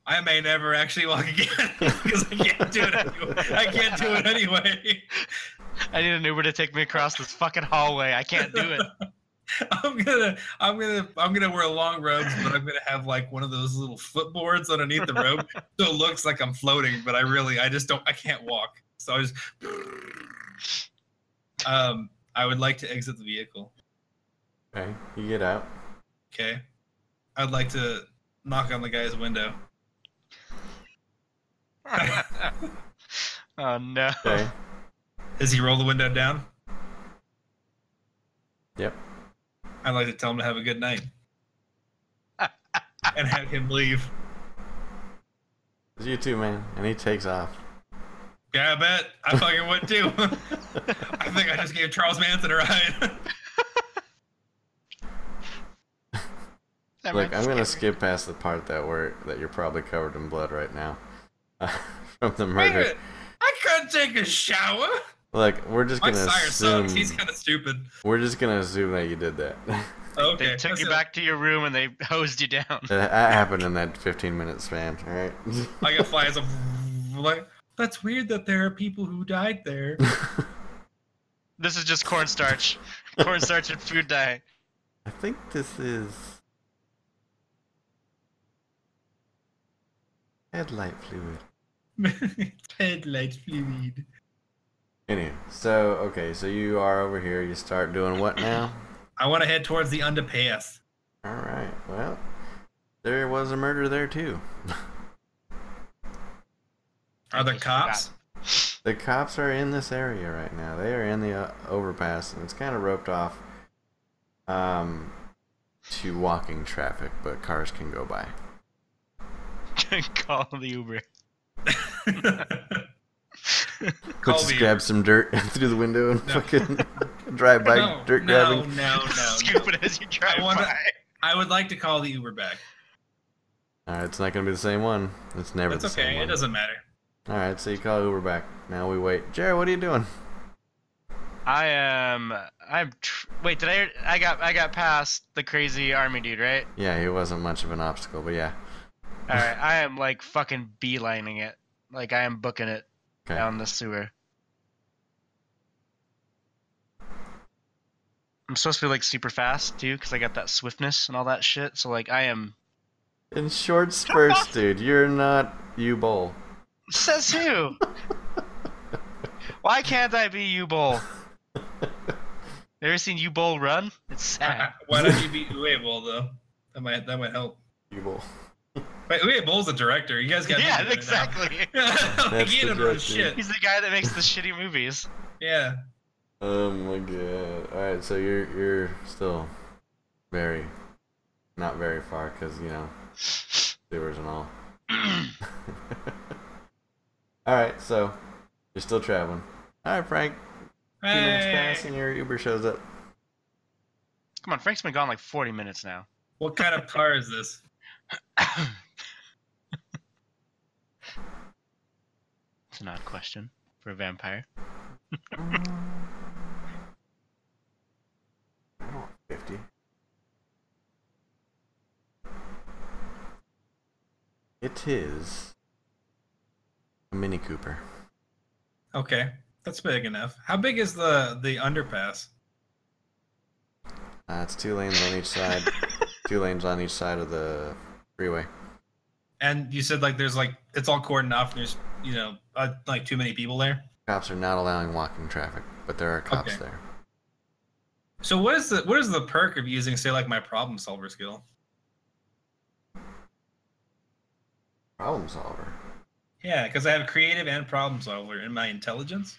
I may never actually walk again because I can't do it. Anyway. I can't do it anyway. I need an Uber to take me across this fucking hallway. I can't do it. I'm gonna, I'm gonna, I'm gonna wear long robes, but I'm gonna have like one of those little footboards underneath the robe, so it looks like I'm floating. But I really, I just don't, I can't walk. So I just, um, I would like to exit the vehicle. Okay, you get out. Okay, I'd like to knock on the guy's window. oh no. Okay. Does he roll the window down? Yep. I'd like to tell him to have a good night, and have him leave. It's you too, man. And he takes off. Yeah, I bet. I fucking would too. I think I just gave Charles Manson a ride. That Look, might I'm gonna scare skip past the part that where that you're probably covered in blood right now uh, from the Wait a murder. minute. I couldn't take a shower. Look, we're just My gonna sire sucks. assume He's kind of stupid. we're just gonna assume that you did that. Oh, me. Okay. They took that's you it. back to your room and they hosed you down. that that happened in that 15 minute span. All right. I got flies. of like, that's weird that there are people who died there. This is just cornstarch. cornstarch and food dye. I think this is headlight fluid. Headlight fluid. Anyway, so okay, so you are over here. You start doing what now? I want to head towards the underpass. All right. Well, there was a murder there too. Are there cops? The cops are in this area right now. They are in the uh, overpass, and it's kind of roped off um, to walking traffic, but cars can go by. Call the Uber. Call Let's the- just grab some dirt through the window and fucking drive by no, dirt no, grabbing. no, no, no. Scoop it as you drive I wanna- by. I would like to call the Uber back. All right, it's not gonna be the same one. It's never That's the same okay. one. It doesn't matter. All right, so you call Uber back. Now we wait. Jared, what are you doing? I am. I'm. Tr- Wait, did I? I got. I got past the crazy army dude, right? Yeah, he wasn't much of an obstacle, but yeah. All right. I am like fucking beelining it. Like I am booking it Okay. down the sewer. I'm supposed to be like super fast too, because I got that swiftness and all that shit. So like I am. In short spurts, dude. You're not you bowl. Says who? Why can't I be U Bowl? Ever seen U Bowl run? It's sad. Why don't you be Uwe Boll though? That might that might help. You bowl. Wait, Uwe Boll's a director. You guys got me yeah, doing it now. exactly. like, That's he the don't know joke, shit. He's the guy that makes the shitty movies. Yeah. Oh my god. All right, so you're you're still very, not very far, cause you know sewers and all. all right, so you're still traveling. All right, Frank. Two minutes Hey. pass and your Uber shows up. Come on, Frank's been gone like 40 minutes now. What kind of car is this? It's an odd question for a vampire. I don't want Fifty. It is a Mini Cooper. Okay, that's big enough. How big is the the underpass? Uh, it's two lanes on each side. two lanes on each side of the freeway. And you said like there's like it's all cordoned off. And there's you know uh, like too many people there. Cops are not allowing walking traffic, but there are cops Okay. there. So what is the what is the perk of using say like my problem solver skill? Problem solver. Yeah, because I have creative and problem solver in my intelligence.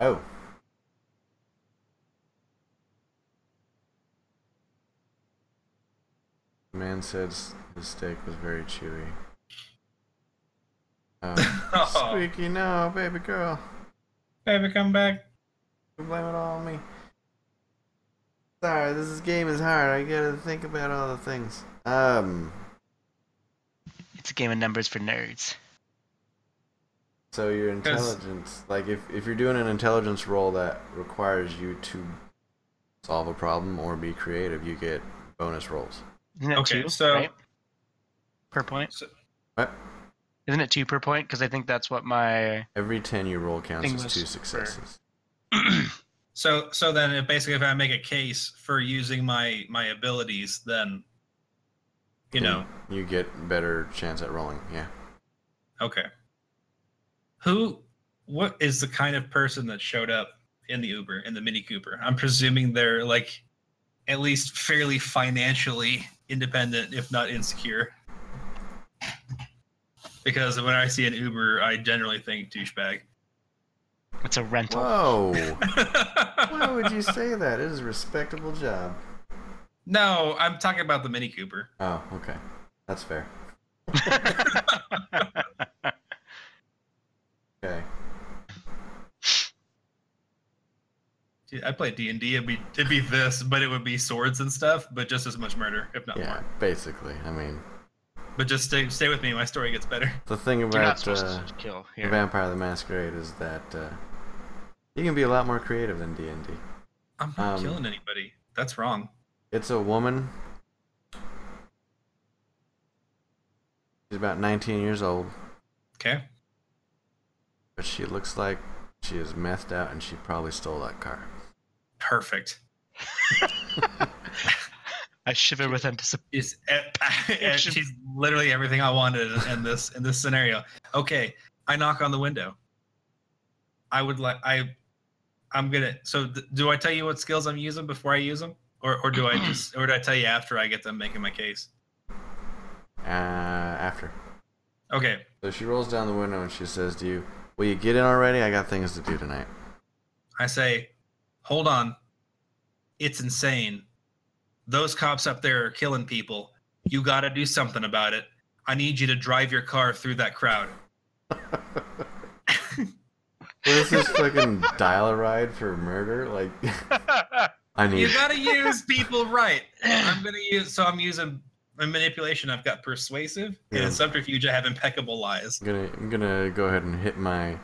Oh. The man said s- his steak was very chewy. Oh. Oh, Squeaky, no, baby girl. baby, come back. You blame it all on me. Sorry, this is- game is hard. I gotta think about all the things. Um, It's a game of numbers for nerds. so your 'Cause- intelligence, like if, if you're doing an intelligence role that requires you to solve a problem or be creative, you get bonus rolls. Isn't that Okay, two, so- right? per point? What? Isn't it two per point? Because I think that's what my. Every 10 you roll counts as English two for- successes. So so then if basically if I make a case for using my my abilities, then you know, You get better chance at rolling, yeah. okay. Who what is the kind of person that showed up in the Uber, in the Mini Cooper? I'm presuming they're like at least fairly financially independent, if not insecure. Because when I see an Uber, I generally think douchebag. It's a rental. Whoa! Why would you say that? It is a respectable job. No, I'm talking about the Mini Cooper. Oh, okay. That's fair. Okay. Dude, I play D and D. It'd be it'd be this, but it would be swords and stuff, but just as much murder, if not Yeah, more. basically. I mean, But just stay stay with me. My story gets better. the thing You're not about supposed uh, to kill the here. Vampire the Masquerade is that uh, you can be a lot more creative than D&D. I'm not Um, killing anybody. That's wrong. It's a woman. She's about 19 years old, Okay. but she looks like she is methed out and she probably stole that car. Perfect. I shiver with anticipation. She's eh, she's literally everything I wanted in this in this scenario. Okay. I knock on the window. I would like I. I'm gonna. So th- do I tell you what skills I'm using before I use them, or or do I just or do I tell you after I get them making my case? Uh, after. Okay. So she rolls down the window and she says to you, Will you get in already? I got things to do tonight. I say, hold on. It's insane. Those cops up there are killing people. You got to do something about it. I need you to drive your car through that crowd. What is this fucking dial a ride for murder? Like, I need. You got to use people right. I'm going to use, so I'm using my manipulation. I've got persuasive, and Yeah. in subterfuge, I have impeccable lies. I'm gonna, I'm gonna go ahead and hit my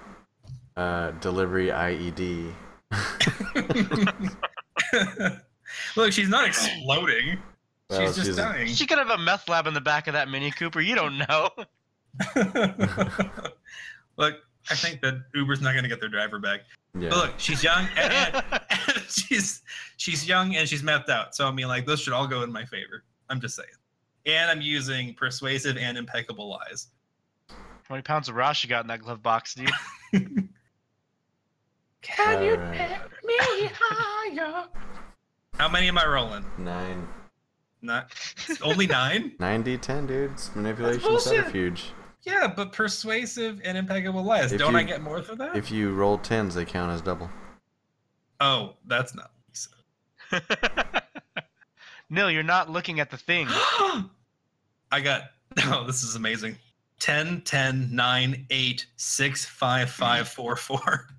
uh, delivery IED. Look, she's not exploding. Well, she's just she's- dying. she could have a meth lab in the back of that Mini Cooper. You don't know. Look, I think that Uber's not going to get their driver back. But Yeah. look, she's young and, and she's she's young and she's mapped out. So I mean, like those should all go in my favor. I'm just saying. And I'm using persuasive and impeccable lies. How many pounds of Ross you got in that glove box, dude? Can you get How many am I rolling? nine, Not only nine. nine D ten, dude? It's manipulation bullshit. subterfuge. Yeah, but persuasive and impeccable lies. If Don't I you- get more for that? If you roll tens, they count as double. oh, that's not. no, you're not looking at the thing. I got. Oh, this is amazing. 10, 10, 9, 8, 6, 5, 5, 4, 4.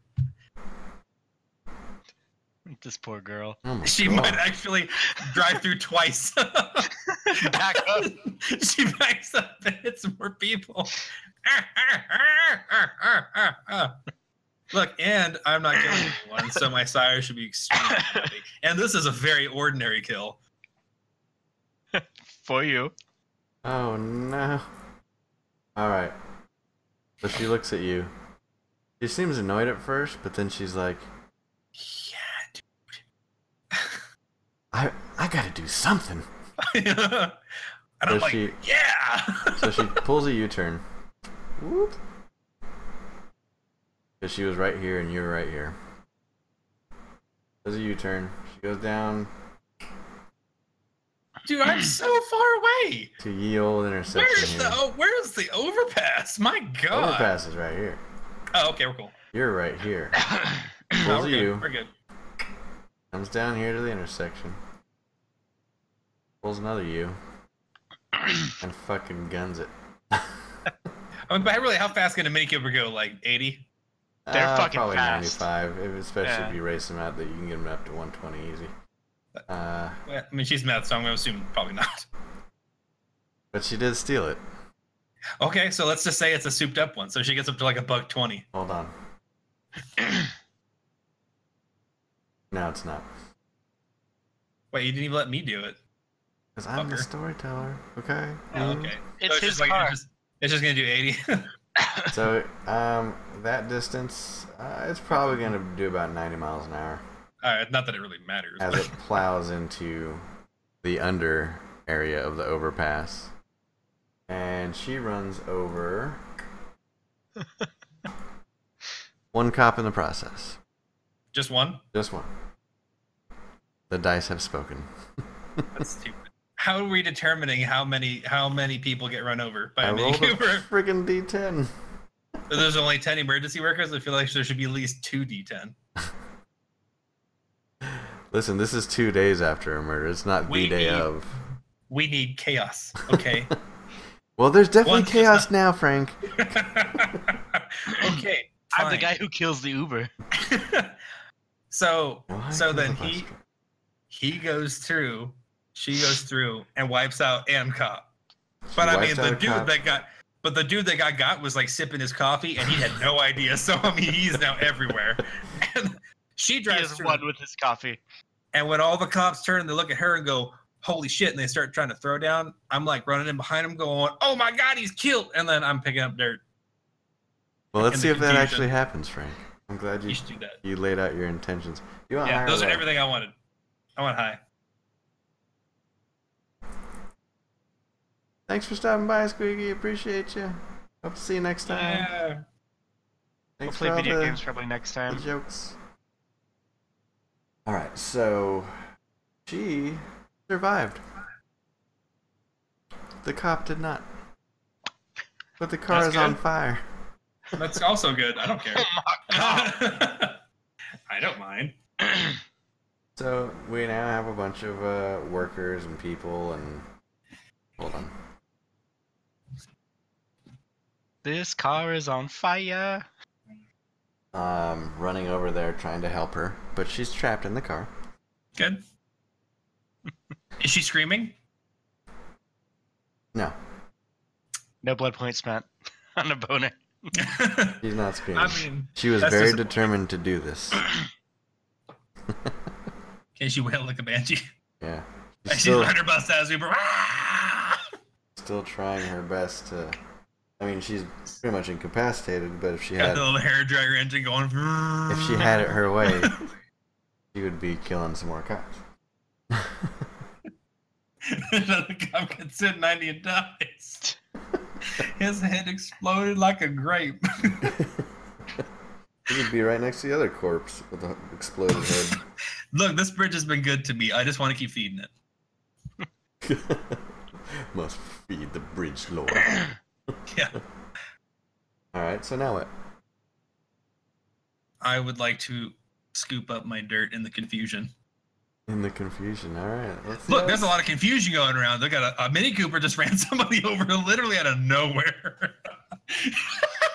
This poor girl. Oh my She God. might actually drive through twice. Back up. she backs up and hits more people. Look, and I'm not killing anyone, so my sire should be extremely happy. And this is a very ordinary kill. For you. Oh no. All right. So she looks at you. She seems annoyed at first, but then she's like, "I, I gotta do something." Yeah. I don't Does like. she- Yeah. So she pulls a U-turn. Whoop. Because she was right here and you were right here. Does a U-turn. She goes down Dude, I'm so far away. to ye old intersection Where's here. the oh, Where's the overpass? My God. Overpass is right here. Oh, okay, we're cool. You're right here. No, Pulls we're a good. U. We're good. Comes down here to the intersection. Pulls another U. and fucking guns it. I mean, but really, how fast can a mini cooper go? Like 80? They're fucking Ah, probably fast. 95, if- especially Yeah. if you race them out. That you can get them up to 120 easy. Uh, Well, I mean, she's meth, so I'm going to assume probably not. but she did steal it. Okay, so let's just say it's a souped up one. So she gets up to like a buck 20. Hold on. no, it's not. Wait, you didn't even let me do it. Because I'm the Fucker. storyteller. Okay. Oh, Mm. okay. So It's his just like, car. It's just, it's just gonna do eighty. So um, that distance, uh, it's probably going to do about 90 miles an hour All right, not that it really matters. as but- it plows into the under area of the overpass. And she runs over one cop in the process. Just one? Just one. The dice have spoken. That's stupid. How are we determining how many how many people get run over by I a Mini rolled a Cooper? friggin' d10. So there's only ten emergency workers. I feel like there should be at least two D10. Listen, this is two days after a murder. It's not We the day need- of. We need chaos. Okay. Well, there's definitely One's just chaos now, Frank. okay. I'm the fine. guy who kills the Uber. so Why so then filibuster? he he goes through, she goes through and wipes out Am Cop. She But I mean wiped out the a dude cop. that got but the dude that got got was like sipping his coffee and he had no idea. So I mean he's now everywhere. And she He drives is through. one with his coffee. And when all the cops turn, they look at her and go, "Holy shit!" And they start trying to throw down. I'm like running in behind him, going, "Oh my god, he's killed!" And then I'm picking up dirt. Well, let's and see the if that confusion. actually happens, Frank. I'm glad You you should do that. you laid out your intentions. You want Yeah, higher those or are lower? everything I wanted. I want high. Thanks for stopping by, Squeaky. Appreciate you. Hope to see you next time. Yeah. We'll Thanks play for all video the, games probably next the time. jokes. All right, so she survived. The cop did not. But the car That's is on good. fire. That's also good. I don't care. Oh I don't mind. So we now have a bunch of uh, workers and people and. Hold on. This car is on fire. um, running over there trying to help her, but she's trapped in the car. Good. Is she screaming? No, No blood points spent on a boner. I she's not screaming. mean, she was that's very disappointing. determined to do this. can she wail like a banshee? Yeah. And She's she's still, behind her bus as we. Ah! still trying her best to. I mean, she's pretty much incapacitated, but if she Got had the little hair dryer engine going. if she had it her way, she would be killing some more cops. Another cop gets hit 90 and dies. His head exploded like a grape. She would be right next to the other corpse with the exploded head. Look, this bridge has been good to me. I just want to keep feeding it. Must feed the bridge lord. Yeah. All right, so now what? I would like to scoop up my dirt in the confusion. In the confusion. All right, let's see Look, how there's a this- lot of confusion going around. Look at a, a Mini Cooper just ran somebody over literally out of nowhere.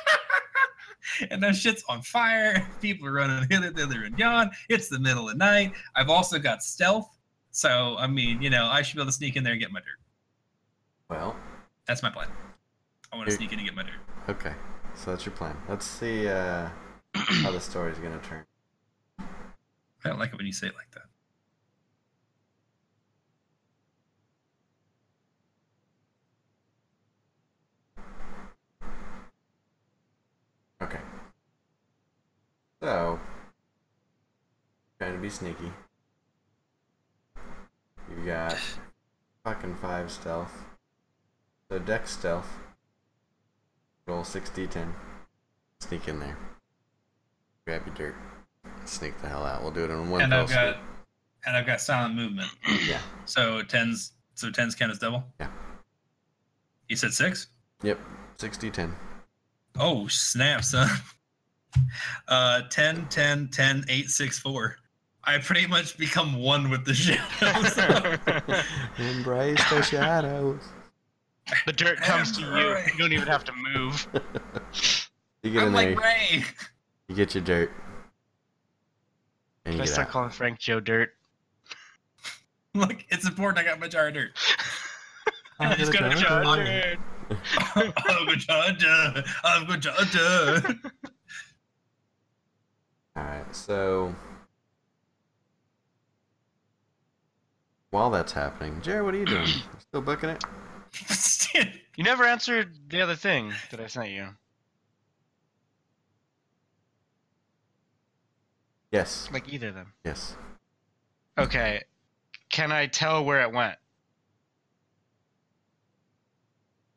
and that shit's on fire. People are running hither, thither, and yon. It's the middle of night. I've also got stealth. So, I mean, you know, I should be able to sneak in there and get my dirt. Well, That's my plan. I want to Here- sneak in and get my dirt. Okay, so that's your plan. Let's see uh, how the story's gonna turn. I don't like it when you say it like that. Okay. So, trying to be sneaky. You got fucking five stealth. So deck stealth. Roll six d10. Sneak in there. Grab your dirt. Sneak the hell out. We'll do it in one and fell I've got swoop. and I've got silent movement. Yeah. So tens so tens count as double? Yeah. You said six? Yep. Six d10. Oh snap, son. Uh 10, 10, 10, 8, 6, 4. I pretty much become one with the shadows. Embrace the shadows. The dirt comes to you. You don't even have to move. You get I'm in there. like Ray. You get your dirt. And Can you I get start out. calling Frank Joe Dirt? Look, it's important I got my jar of dirt. I'm It's gonna gonna go charge to- it. I'm a charger. I'm a charger. Alright, so while that's happening, Jared, what are you doing? Still booking it? You never answered the other thing that I sent you. Yes. Like either of them. Yes. Okay. Can I tell where it went?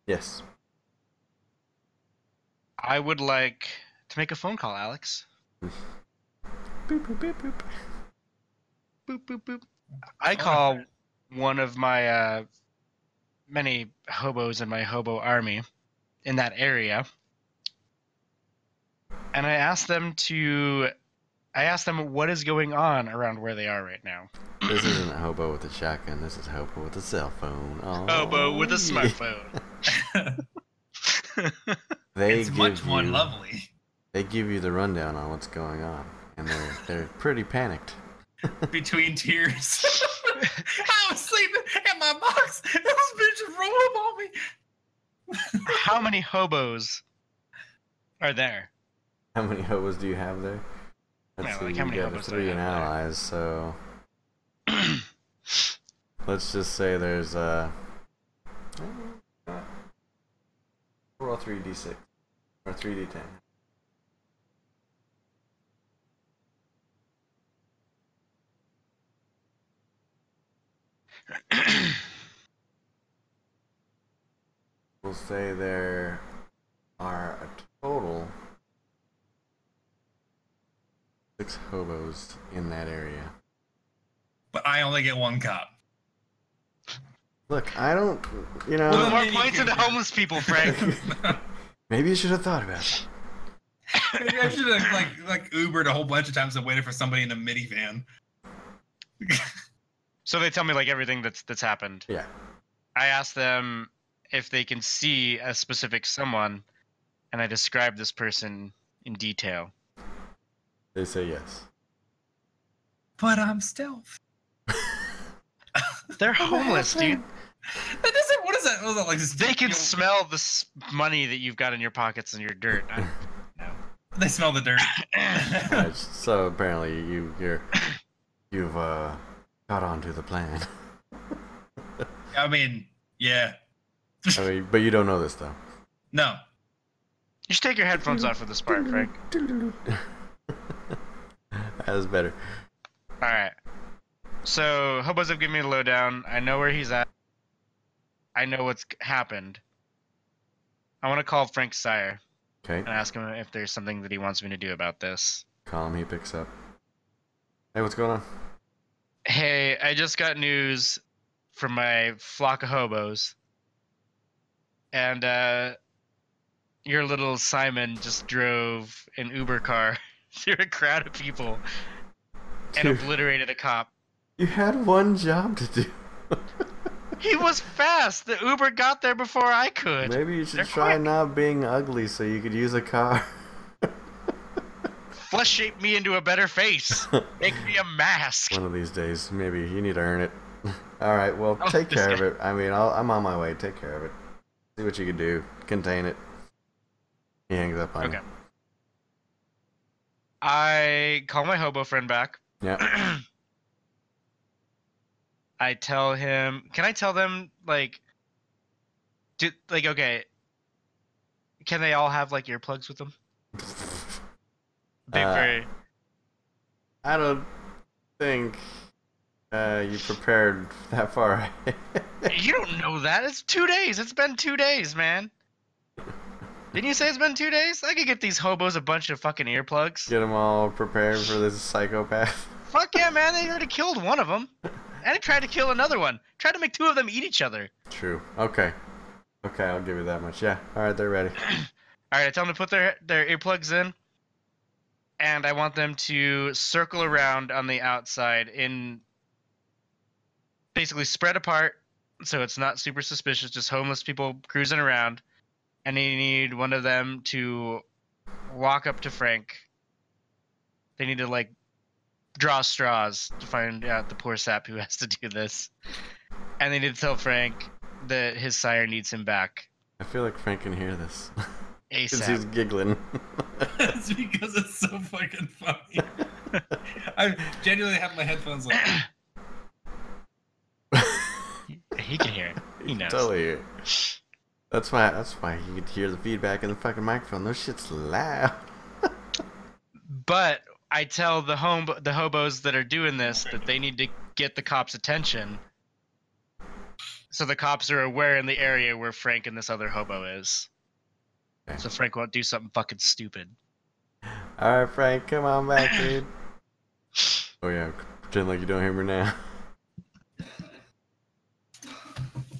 Yes. I would like to make a phone call, Alex. Boop, boop, boop, boop. Boop boop boop. I call one of my uh, many hobos in my hobo army in that area, and I ask them to, I ask them what is going on around where they are right now. This isn't a hobo with a shotgun. This is a hobo with a cell phone. Aw, Hobo with a yeah. smartphone. They it's give much more you- lovely. They give you the rundown on what's going on, and they're they're pretty panicked. Between tears. I was sleeping in my box. This bitch is rolling on me. How many hobos are there? How many hobos do you have there? Yeah, Let's like, see, how you many got a hobos do I three in have there? allies, so let's just say there's uh roll three D six. Or three D ten. We'll say there are a total six hobos in that area. But I only get one cop. Look, I don't, you know, Put more points into homeless people, Frank. maybe you should have thought about it. Maybe I should have like like Ubered a whole bunch of times and waited for somebody in a minivan. So they tell me like everything that's that's happened. Yeah. I ask them if they can see a specific someone, and I describe this person in detail. They say yes. But I'm stealth. They're homeless, dude. That doesn't. What is that? What is that like? just- They you can know, smell the s- money that you've got in your pockets and your dirt. I- they smell the dirt. Uh, so apparently you you're you've uh caught on to the plan. I mean, yeah. I mean, but you don't know this though. No. You should take your headphones off for this part, Frank. That's better. All right. So hobos have given me the lowdown. I know where he's at. I know what's happened. I want to call Frank Sire Okay, and ask him if there's something that he wants me to do about this. call him. He picks up. Hey, what's going on? Hey, I just got news from my flock of hobos. And uh your little Simon just drove an Uber car through a crowd of people and Dude. obliterated a cop. You had one job to do. He was fast. The Uber got there before I could. Maybe you should They're try quick. not being ugly so you could use a car. Flesh shaped me into a better face. Make me a mask. One of these days, maybe you need to earn it. All right, well, I like take Oh, this care of guy. it. I mean, I'll, I'm on my way. Take care of it. See what you can do. Contain it. He hangs up on Okay. you. I call my hobo friend back. Yeah. I tell him, can I tell them like, do like okay, can they all have like earplugs with them? They Uh, very- I don't think uh, you prepared that far ahead. you don't know that. It's two days. It's been two days, man. Didn't you say it's been two days? I could get these hobos a bunch of fucking earplugs. Get them all prepared for this psychopath. Fuck yeah, man! They already killed one of them, and he tried to kill another one. Tried to make two of them eat each other. True. Okay. Okay, I'll give you that much. Yeah. All right, they're ready. All right, I tell them to put their their earplugs in, and I want them to circle around on the outside in basically spread apart, so it's not super suspicious. Just homeless people cruising around, and they need one of them to walk up to Frank. They need to like draw straws to find out the poor sap who has to do this, and they need to tell Frank that his sire needs him back I feel like Frank can hear this since asap. he's giggling. That's because it's so fucking funny. I genuinely have my headphones on. He can hear it. He knows. Totally. hear it. That's why. That's why you could hear the feedback in the fucking microphone. Those shit's loud. But I tell the home the hobos that are doing this that they need to get the cops' attention. So the cops are aware in the area where Frank and this other hobo is. Okay. So Frank won't do something fucking stupid. All right, Frank, come on back, dude. Oh yeah, pretend like you don't hear me now.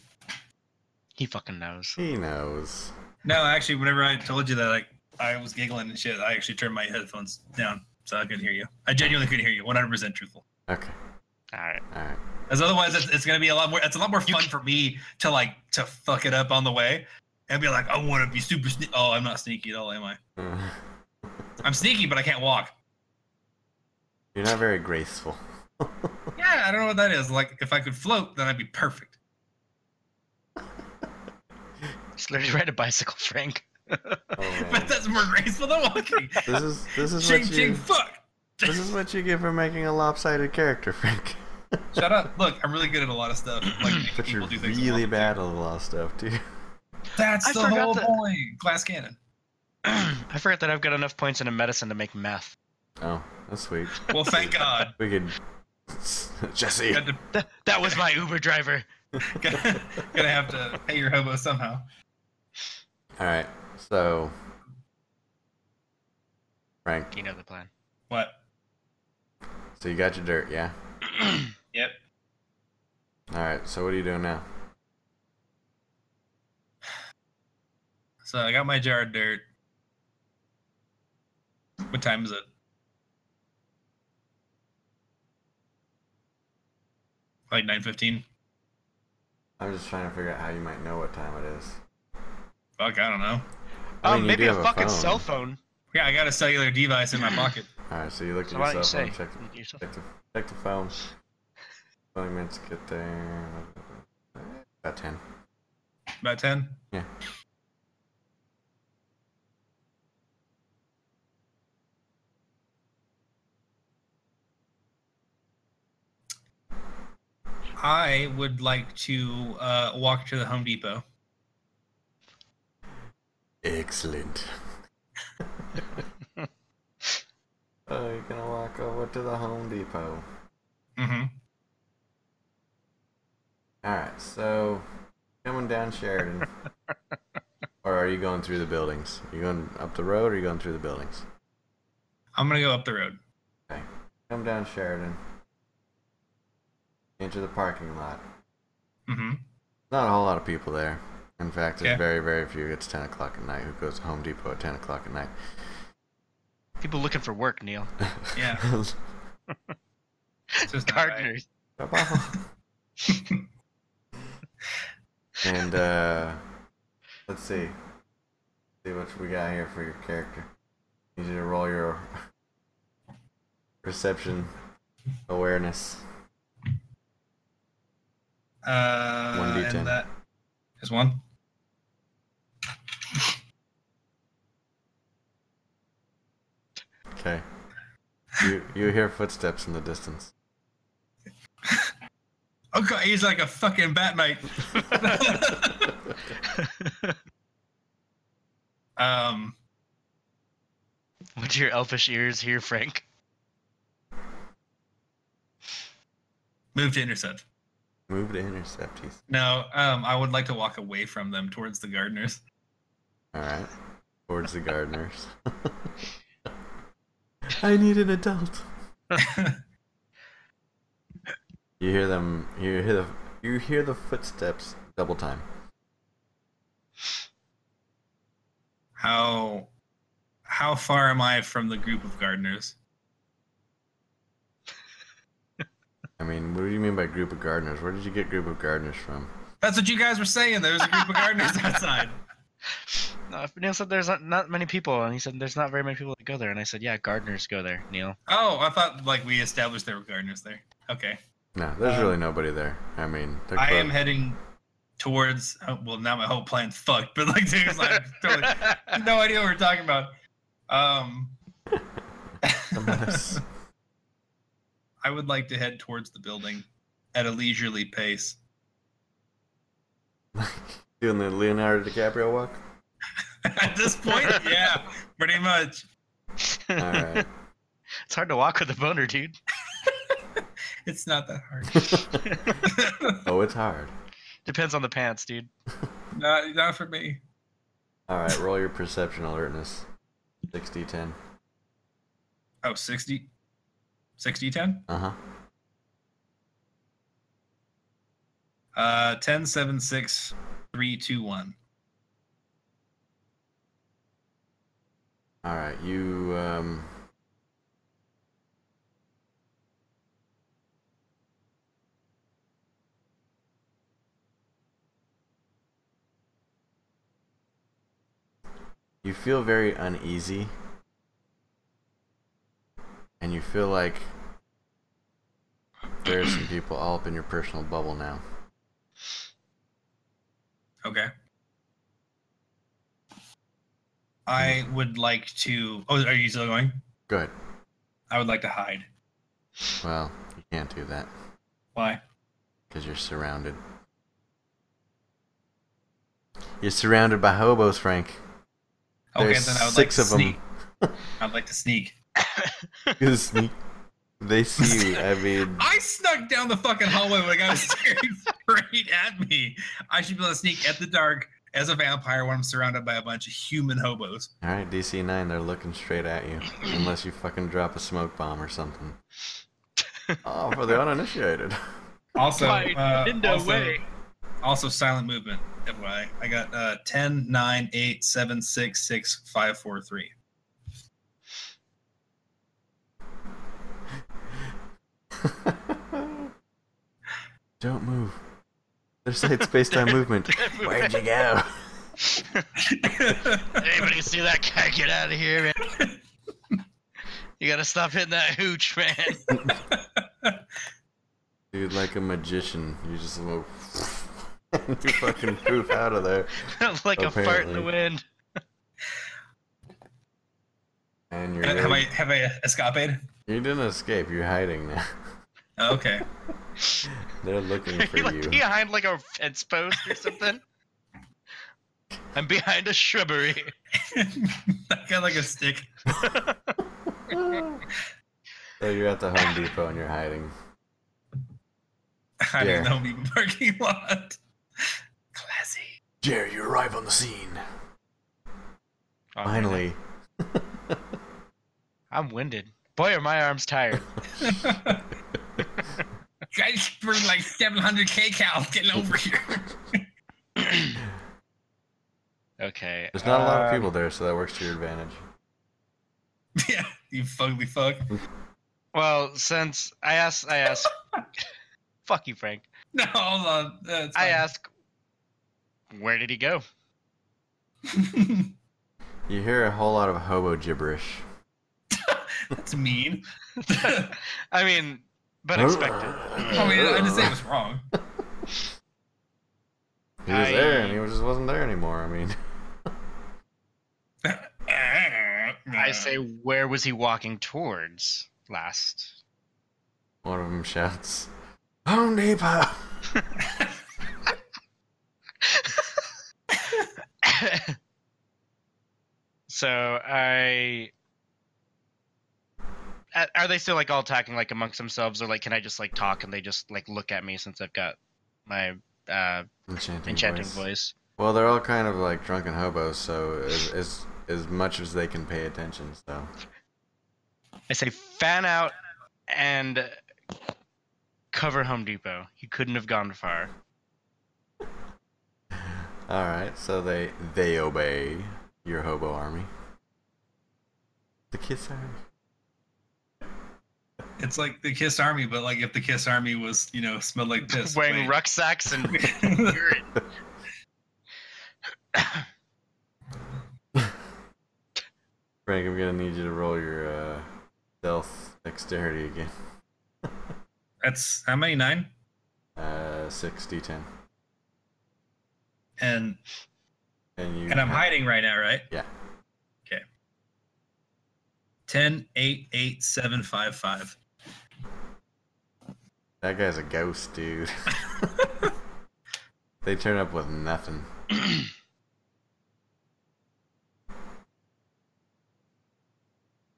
He fucking knows. He knows. No, actually, whenever I told you that, like I was giggling and shit, I actually turned my headphones down so I couldn't hear you. I genuinely couldn't hear you. One hundred percent truthful. Okay. All right. All right. As otherwise, it's, it's gonna be a lot more. It's a lot more fun for me to like to fuck it up on the way and be like, I want to be super. Sne- oh, I'm not sneaky at all, am I? Uh, I'm sneaky, but I can't walk. You're not very graceful. Yeah, I don't know what that is. Like, if I could float, then I'd be perfect. Just literally ride a bicycle, Frank. Oh, man. But that's more graceful than walking. This is this is Ching what ching you fuck. this is what you get for making a lopsided character, Frank. Shut up. Look, I'm really good at a lot of stuff. Like making But you're people do things. really bad at a lot of stuff too. That's I the forgot whole that- point. Glass cannon. I forgot that I've got enough points in a medicine to make meth. Oh, that's sweet. Well, thank God. We could Jesse. Got to Th- that was my Uber driver. gonna gonna have to pay your hobo somehow. All right. So Frank, You know the plan. What? so you got your dirt, yeah? Yep. All right. So what are you doing now? So I got my jar of dirt. What time is it? Like nine fifteen. I'm just trying to figure out how you might know what time it is. Fuck, I don't know. I Oh, mean, you maybe do a have fucking phone. cell phone. Yeah, I got a cellular device in my pocket. All right. So you looked So at why your don't you cell phone, say? checked Your cell- Check the, check the phone. 20 minutes to get there. About 10. About ten. Yeah. I would like to uh, walk to the Home Depot. Excellent. oh, you're gonna walk over to the Home Depot. Mm-hmm. Alright, so coming down Sheridan. or are you going through the buildings? Are you going up the road or are you going through the buildings? I'm gonna go up the road. Come down Sheridan. Enter the parking lot. Mm-hmm. Not a whole lot of people there. In fact, there's Yeah. very, very few. It's 10 o'clock at night. Who goes to Home Depot at 10 o'clock at night? People looking for work, Neil. Yeah. It's just not right. Gardeners. Drop off. and uh, let's see, see what we got here for your character. Need you to roll your perception awareness. Uh, One D10. and that is one. Okay. You you hear footsteps in the distance. Oh god, he's like a fucking bat mate. um, What do your elfish ears hear, Frank? move to intercept. Move to intercept. He's No, um, I would like to walk away from them towards the gardeners. all right. Towards the gardeners. I need an adult. You hear them. You hear the. You hear the footsteps double time. how how far am I from the group of gardeners? I mean, what do you mean by group of gardeners? Where did you get group of gardeners from? That's what you guys were saying. There was a group of gardeners outside. No, Neil said there's not, not many people, and he said there's not very many people that go there. And I said, yeah, gardeners go there, Neil. Oh, I thought like we established there were gardeners there. Okay, No, there's Um, really nobody there. I mean, they're I closed. am heading towards. Oh, well, now my whole plan's fucked. But like, there's like totally, no idea what we're talking about. Um, a mess. I would like to head towards the building at a leisurely pace. Doing the Leonardo DiCaprio walk? At this point, yeah, pretty much. Alright. It's hard to walk with a boner, dude. It's not that hard. oh, it's hard. Depends on the pants, dude. not, not for me. Alright, roll your perception alertness. 60 10. Oh, 60, 60, 10? Uh huh. Uh, 10, 7, 6, 3, 2, 1. All right, you um You feel very uneasy. And you feel like there's some people all up in your personal bubble now. Okay. I would like to. Oh, are you still going? Good. I would like to hide. Well, you can't do that Why? because you're surrounded. You're surrounded by hobos, Frank. Okay, There's then I would six like of to 'em. sneak. I'd like to sneak. You sneak. They see you. I mean, I snuck down the fucking hallway when a guy was staring straight at me. I should be able to sneak at the dark as a vampire when I'm surrounded by a bunch of human hobos. all right, DC nine. They're looking straight at you, unless you fucking drop a smoke bomb or something. Oh, for the uninitiated. Also, Why, uh, in no also, way. also silent movement. FYI, I got uh, 10, 9, 8, 7, 6, 6, 5, 4, 3. Don't move. Their site's space-time movement. Where'd you go? Uh, Anybody see that guy? Get out of here, man. You gotta stop hitting that hooch, man. Dude, like a magician, you just go and you fucking poof out of there, like a fart in Apparently. the wind. and you're have I really, have I escaped? you didn't escape. You're hiding now. Oh, okay. They're looking Are for you like you. behind like a fence post or something? I'm behind a shrubbery. I got like a stick. So Oh, you're at the Home Depot and you're hiding. I Yeah. don't know me parking lot. Classy. Jerry, you arrive on the scene. Oh, Finally. I'm winded. Boy, are my arms tired. Guys bring like 700k cows getting over here. Okay. There's not a lot of um, people there, so that works to your advantage. yeah, you fugly fuck. Well, since I asked, I asked. fuck you, Frank. No, hold on. Uh, That's I ask, where did he go? You hear a whole lot of hobo gibberish. That's mean. I mean, but expected. I mean, I didn't say it was wrong. He was I- there, and he just wasn't there anymore. I mean, I say, where was he walking towards last? one of them shouts, "Home Depot!" so I. A- Are they still like all talking like amongst themselves, or like can I just like talk and they just like look at me since I've got my uh, Enchanting, enchanting voice. voice? Well, they're all kind of like drunken hobos, so as as, as much as they can pay attention. So I say, fan out and cover Home Depot. You couldn't have gone far. all right, so they they obey your hobo army. The kiss army. It's like the Kiss Army, but like if the Kiss Army was, you know, smelled like piss. Wearing Wait. rucksacks and urine. Frank, I'm gonna need you to roll your uh, stealth dexterity again. That's how many? Nine? Uh, six d10, And and you and I'm hiding right now, right? Yeah. Okay. 10, 8, 8, 7, 5, 5. That guy's a ghost, dude. They turn up with nothing.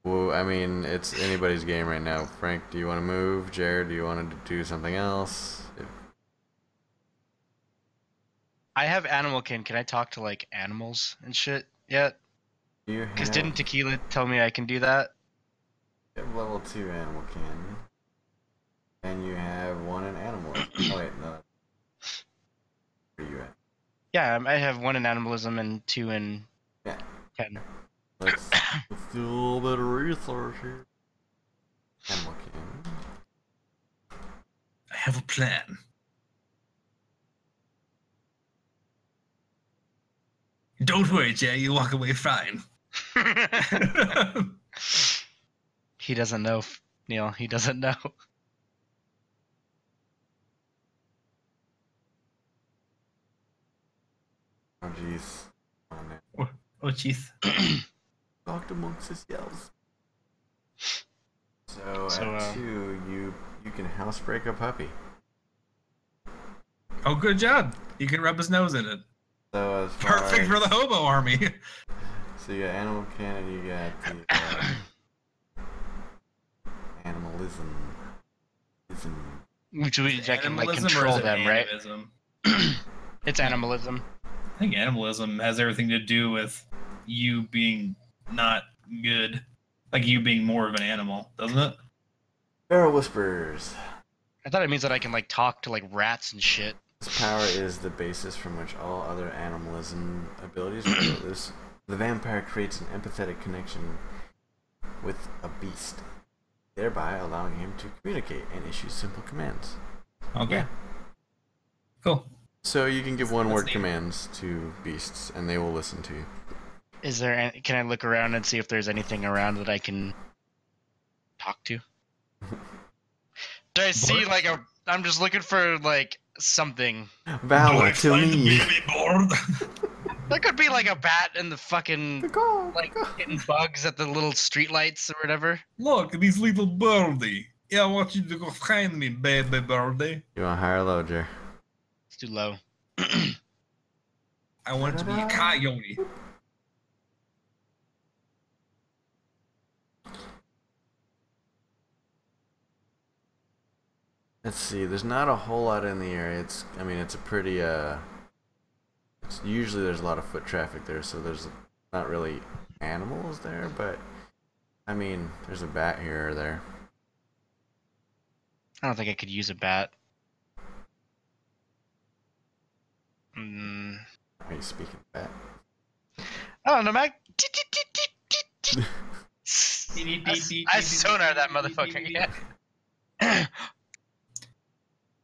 well, I mean, it's anybody's game right now. Frank, do you want to move? Jared, do you want to do something else? I have animal kin. Can I talk to like animals and shit yet? You Because have- didn't Tequila tell me I can do that? You have level two animal can, and you have one in animal. oh wait, no. Where are you at? Yeah, um, I have one in animalism and two in Yeah. kin. Let's, let's do a little bit of research here. Animal can. I have a plan. Don't worry, Jay. You'll walk away fine. he doesn't know, f- Neil. He doesn't know. Oh jeez. Come on now. oh, jeez. Talked amongst yourselves. So, So, at uh, two, you you can housebreak a puppy. Oh, good job. You can rub his nose in it. So as far Perfect for as- the hobo army. So you got animal can and you got the uh, animalism. Ism. Which we, I can like Animalism or control is it them, right? animism? It's animalism. I think animalism has everything to do with you being not good, like you being more of an animal, doesn't it? Barrel whispers. I thought it means that I can like talk to like rats and shit. This power is the basis from which all other animalism abilities are loose. The vampire creates an empathetic connection with a beast, thereby allowing him to communicate and issue simple commands. Okay. Yeah. Cool. So you can give one That's word neat. commands to beasts and they will listen to you. Is there? Any, can I look around and see if there's anything around that I can talk to? Do I see Bored? like a? I'm just looking for like something. Valor to me. There could be like a bat in the fucking like hitting bugs at the little streetlights or whatever. Look, this little birdie. Yeah, I want you to go find me, baby birdie. You want higher or low, Jer? It's too low. I want to be a coyote. Let's see. There's not a whole lot in the area. It's I mean it's a pretty uh. It's, usually there's a lot of foot traffic there, so there's not really animals there, but I mean there's a bat here or there. I don't think I could use a bat. Mm. Are you speaking of bat? Oh no, Mac. I s- I sonar that motherfucker. Yeah.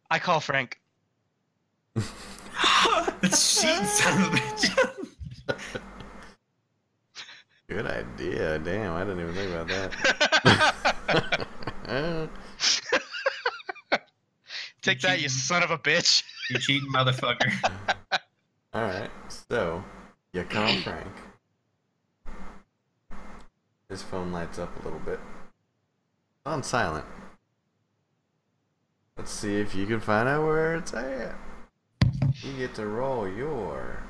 I call Frank. That's cheating, son of a bitch. Good idea. Damn, I didn't even think about that. Take that, you son of a bitch. You cheating motherfucker. All right, so you call Frank. His phone lights up a little bit. On silent. Let's see if you can find out where it's at. You get to roll your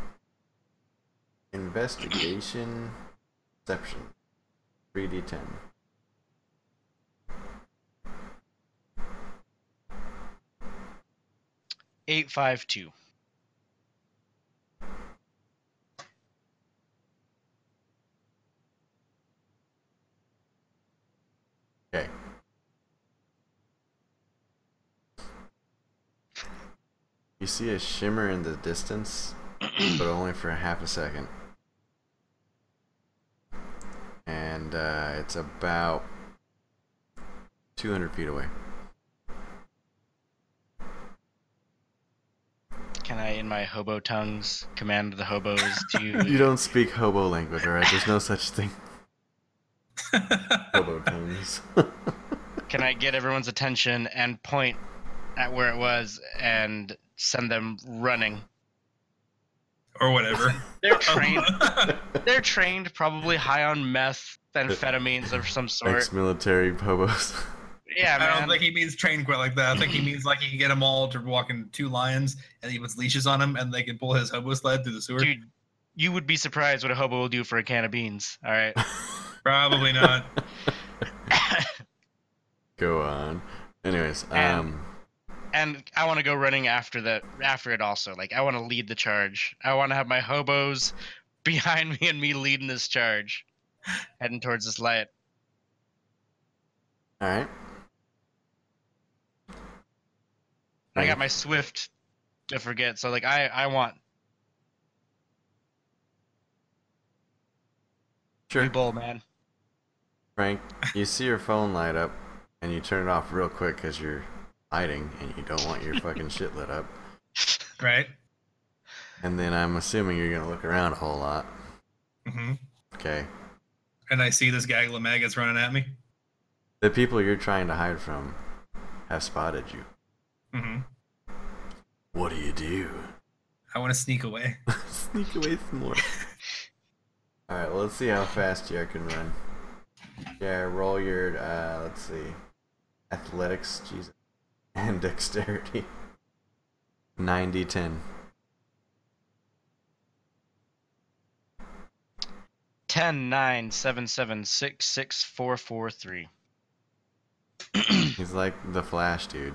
investigation, deception, three d ten. Eight five two. Okay. You see a shimmer in the distance, but only for half a second. And uh, it's about 200 feet away. Can I, in my hobo tongues, command the hobos You to? don't speak hobo language, alright? There's no such thing. Hobo tongues. can I get everyone's attention and point at where it was and send them running? or whatever. They're trained. They're trained, probably high on meth, amphetamines of some sort. Ex military hobos. Yeah, I don't man. think he means train quit like that. I think he means like he can get them all to walk in two lines, and he puts leashes on them, and they can pull his hobo sled through the sewer. Dude, you would be surprised what a hobo will do for a can of beans. All right. Probably not. Go on. Anyways, And- um, and I want to go running after that after it also. Like I want to lead the charge. I want to have my hobos behind me and me leading this charge, heading towards this light. all right. I got my swift to forget. So like I I want Sure. be bold, man. Frank, you see your phone light up, and you turn it off real quick because you're hiding and you don't want your fucking shit lit up. right? And then I'm assuming you're gonna look around a whole lot. hmm Okay. And I see this gaggle of maggots running at me. The people you're trying to hide from have spotted you. hmm What do you do? I want to sneak away. Sneak away some more. All right. Well, let's see how fast you can run. Yeah. Roll your. Uh, let's see. Athletics. Jesus. And dexterity. 90 10. Ten nine seven seven six six four four three. He's like the Flash, dude.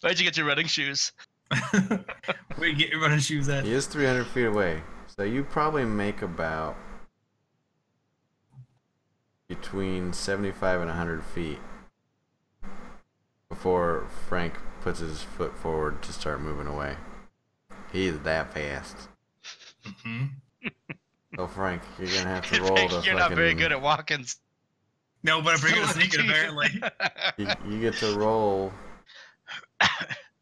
Where'd you get your running shoes? Where you get your running shoes at? He is 300 feet away, so you probably make about between 75 and 100 feet before Frank puts his foot forward to start moving away. He's that fast. hmm So Frank, you're gonna have to You're roll to fucking. not very good at walking. No, but I'm pretty good at sneaking, apparently. you, you get to roll.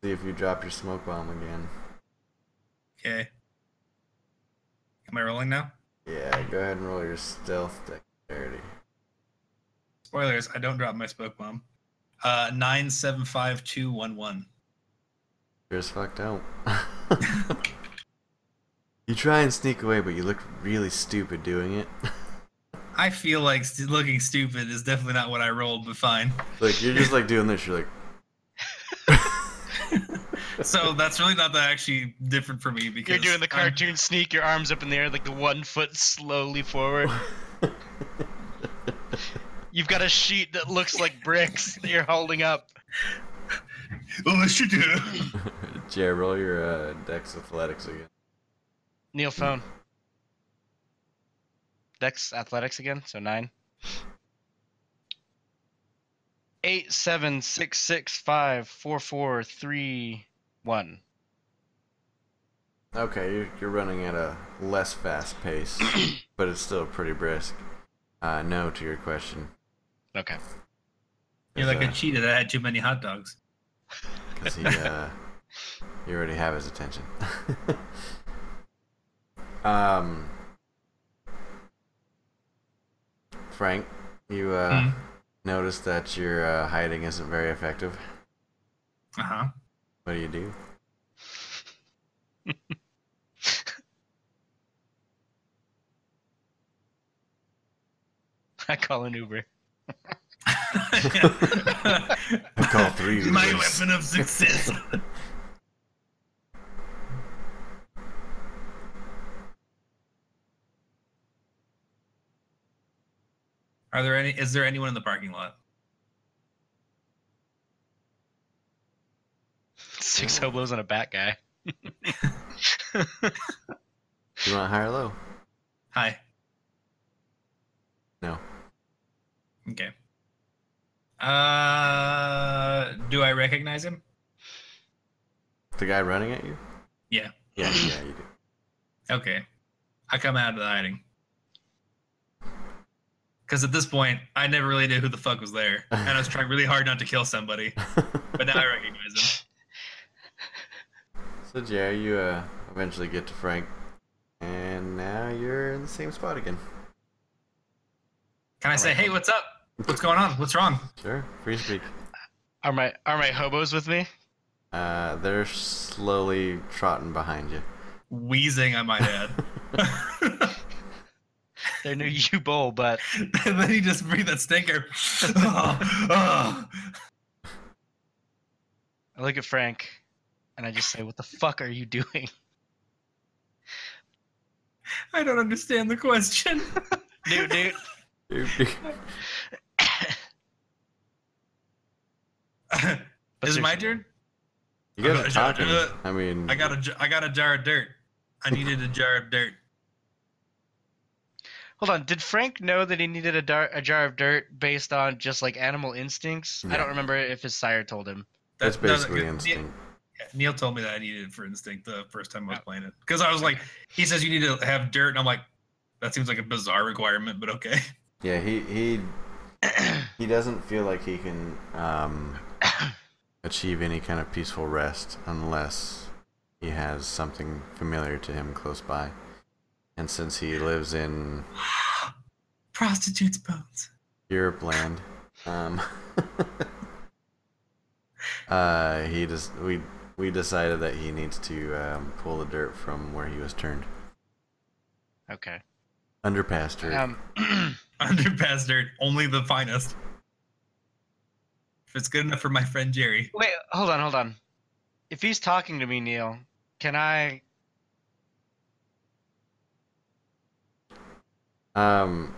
See if you drop your smoke bomb again. Okay. Am I rolling now? Yeah, go ahead and roll your stealth dexterity. Spoilers, I don't drop my spoke bomb. Uh, 975211. Sure as fuck don't. you try and sneak away, but you look really stupid doing it. I feel like st- looking stupid is definitely not what I rolled, but fine. like you're just like doing this. You're like, So that's really not that actually different for me because You're doing the I'm- cartoon sneak, your arms up in the air, like the one foot slowly forward. You've got a sheet that looks like bricks that you're holding up. Oh, this should do. Jer, roll your uh, dex athletics again. Neil phone. Dex athletics again, so nine. Eight seven six six five four four three one. Okay, you're, you're running at a less fast pace, but it's still pretty brisk. Uh, no to your question. uh, Okay. You're like a Because, cheetah that had too many hot dogs. uh, 'cause he, uh, you already have his attention. um, Frank, you uh, Uh notice that your uh, hiding isn't very effective. huh. What do you do? I call an Uber. I call three My Ubers. weapon of success. Are there any? Is there anyone in the parking lot? Six hobos and a bat guy. You want high or low? Hi. No. Okay. Uh, do I recognize him? The guy running at you? Yeah. Yeah, yeah, you do. Okay. I come out of the hiding. Because at this point, I never really knew who the fuck was there. And I was trying really hard not to kill somebody. But now I recognize him. So Jerry, you uh, eventually get to Frank, and now you're in the same spot again. Can I say, hey, what's up? What's going on? What's wrong? Sure, free speak. Are my are my hobos with me? Uh, they're slowly trotting behind you. Wheezing, I might add. their new U bowl, but and then he just breathed that stinker. Oh, oh. I look at Frank and I just say, What the fuck are you doing? I don't understand the question. Dude, dude. Is it my turn? You guys are Uh, talking. uh, I mean, I got a j- I got a jar of dirt. I needed a jar of dirt. Hold on. Did Frank know that he needed a, dar- a jar of dirt based on just like animal instincts? I No. don't remember if his sire told him. that's That- no, that- basically yeah, instinct. Neil told me that I needed it for instinct the first time I was playing it because I was like, he says you need to have dirt, and I'm like, that seems like a bizarre requirement, but okay. Yeah, he he he doesn't feel like he can um, achieve any kind of peaceful rest unless he has something familiar to him close by. And since he lives in Prostitute's bones. Europe land, um, uh, he just we we decided that he needs to um, pull the dirt from where he was turned Okay. under pasture. Um, Underpass dirt, only the finest. If it's good enough for my friend Jerry, wait, hold on, hold on. If he's talking to me, Neil, can I? Um,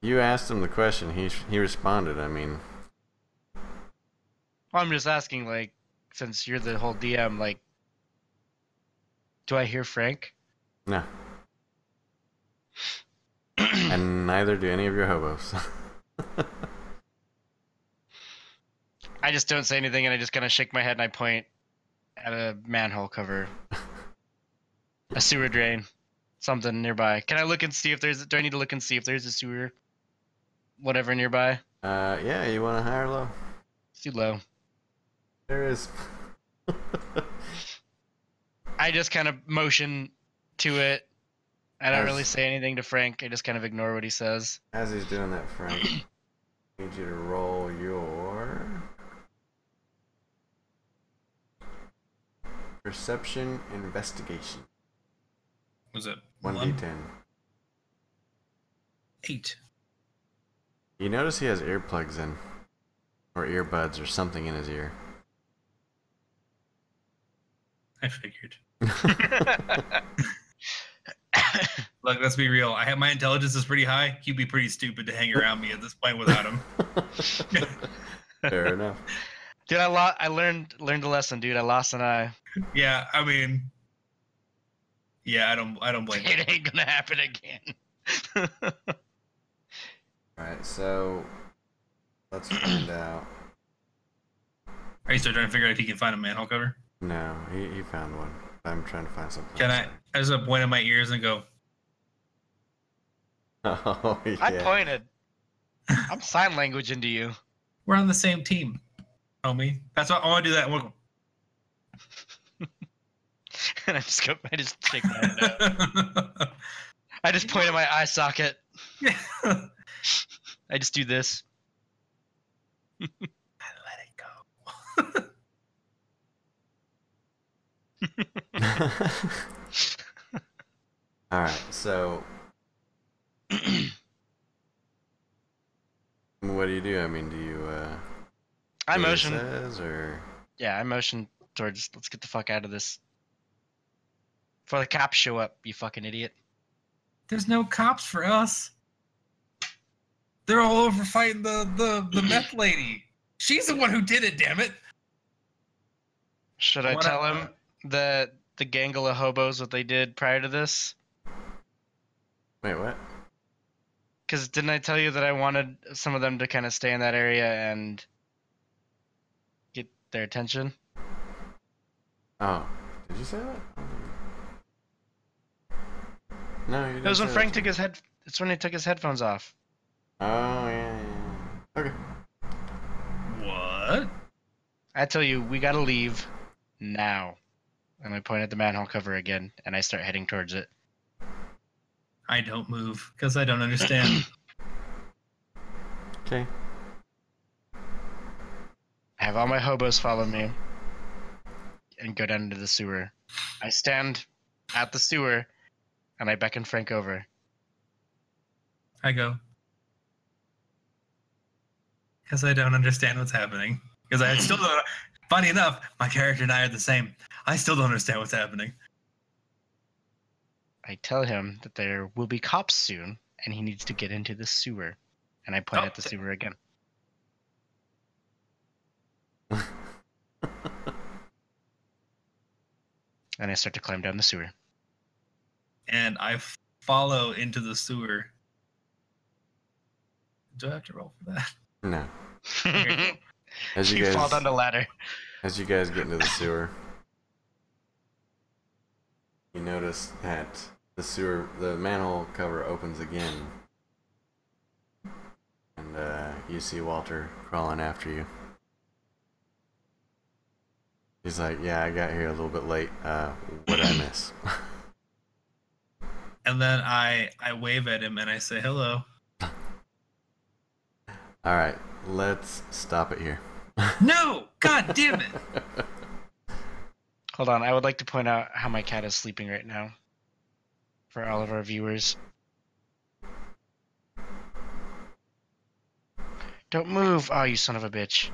you asked him the question. He he responded. I mean, Well, I'm just asking, like, since you're the whole DM, like, do I hear Frank? no, and neither do any of your hobos. I just don't say anything, and I just kind of shake my head and I point at a manhole cover, a sewer drain, something nearby. Can I look and see if there's? Do I need to look and see if there's a sewer, whatever nearby? uh, yeah, you want to high or low? It's too low. There is. I just kind of motion to it. I don't As- really say anything to Frank. I just kind of ignore what he says. As he's doing that, Frank, I need you to roll your perception investigation. was it One d ten. eight? You notice he has earplugs in, or earbuds, or something in his ear. I figured. Look, let's be real. I have my intelligence is pretty high. He'd be pretty stupid to hang around me at this point without him. Fair enough. Dude, I lo- I learned learned a lesson, dude. I lost an eye. yeah, I mean, yeah, I don't, I don't blame. him. It ain't gonna happen again. Alright, so let's find out. Are you still trying to figure out if he can find a manhole cover? No, he, he found one. I'm trying to find something. Can I? I just wanna point at my ears and go. else. Oh, yeah. I pointed. I'm sign language into you. We're on the same team, homie. That's why I want to do that. I wanna go, And I just go, I just shake my head. no. I just point at my eye socket. Yeah. Let I just do this. it go. Alright, so what do you do? I mean, do you uh I do what he motion. says, or Yeah, I motion towards. Let's get the fuck out of this. Before the cops show up, you fucking idiot. There's no cops for us. They're all over fighting the the the meth lady. She's the one who did it. Damn it. Should I What tell I- him the the gangle of hobos what they did prior to this? wait, what? Because didn't I tell you that I wanted some of them to kind of stay in that area and get their attention? Oh, did you say that? No, you didn't. It was when say that Frank to took me. his head. It's when he took his headphones off. Oh yeah, yeah, yeah. Okay. What? I tell you, we gotta leave now. And I point at the manhole cover again, and I start heading towards it. I don't move because I don't understand. Okay. I have all my hobos follow me and go down into the sewer. I stand at the sewer and I beckon Frank over. I go. Because I don't understand what's happening. Because I still don't. Funny enough, my character and I are the same. I still don't understand what's happening. I tell him that there will be cops soon, and he needs to get into the sewer. And I point Oh, at the th- sewer again. and I start to climb down the sewer. And I f- follow into the sewer. Do I have to roll for that? No. Okay. As you you fall down guys, the ladder. as you guys get into the sewer, you notice that the sewer, the manhole cover opens again, and uh, you see Walter crawling after you. He's like, "Yeah, I got here a little bit late. Uh, what did I miss?" and then I I wave at him and I say hello. All right, let's stop it here. No! God damn it! Hold on, I would like to point out how my cat is sleeping right now for all of our viewers. Don't move! Oh, you son of a bitch.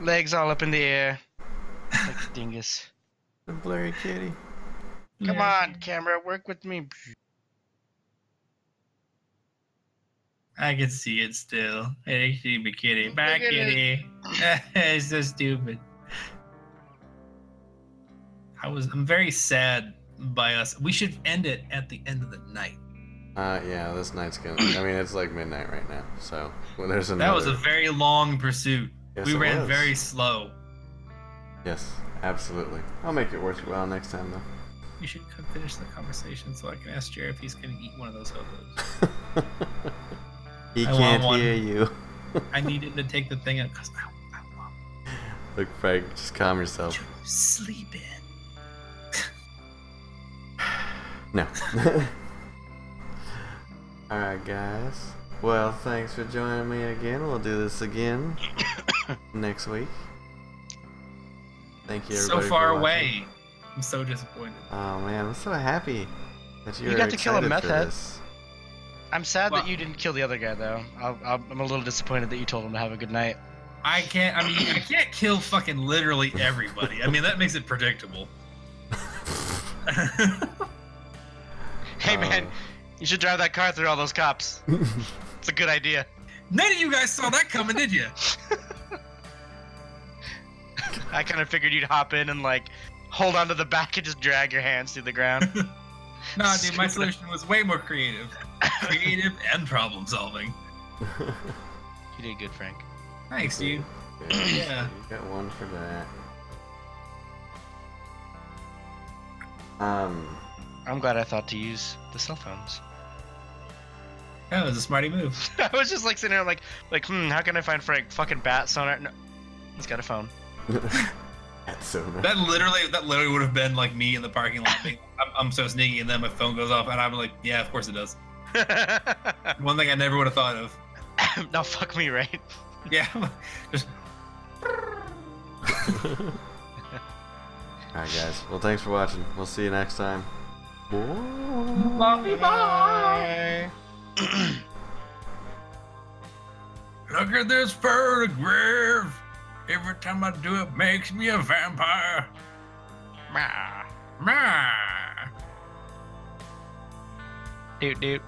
Legs all up in the air. Like a dingus. The blurry kitty. Come on, camera, work with me. I can see it still. It actually be kidding. Back Look at kitty. it's so stupid. I was I'm very sad by us. We should end it at the end of the night. Uh, yeah, this night's gonna. I mean, it's like midnight right now, so well, there's another. That was a very long pursuit. Yes, we it ran was. very slow. Yes, absolutely. I'll make it worthwhile next time, though. We should co- finish the conversation so I can ask Jared if he's gonna eat one of those hobos. he I want can't one. hear you. I need him to take the thing out because I, I want Look, Frank, just calm yourself. to sleep in. No. All right, guys. Well, thanks for joining me again. We'll do this again next week. Thank you. so Everybody for far watching. away. I'm so disappointed. Oh man, I'm so happy that you, You were got to kill a excited meth for head. this. I'm sad Wow. that you didn't kill the other guy, though. I'll, I'll, I'm a little disappointed that you told him to have a good night. I can't. I mean, I can't kill fucking literally everybody. I mean, that makes it predictable. Hey, man, Uh, you should drive that car through all those cops. it's a good idea. None of you guys saw that coming, did you? I kind of figured you'd hop in and, like, hold onto the back and just drag your hands through the ground. Nah, dude. My solution was way more creative, creative and problem solving. Oh. you did good, Frank. Thanks, dude. yeah, Yeah. You got one for that. Um. I'm glad I thought to use the cell phones. That was a smarty move. I was just, like, sitting there, like, like, hmm, how can I find Frank? Fucking bat sonar? No. He's got a phone. That's so nice. That literally, that literally would have been like me in the parking lot. Being, I'm, I'm so sneaky, and then my phone goes off, and I'm like, yeah, of course it does. One thing I never would have thought of. no, fuck me, right? Yeah, just Alright, guys. Well, thanks for watching. We'll see you next time. love you, bye. Look at this photograph. Every time I do it, makes me a vampire. Mah. Meh. Doot doot.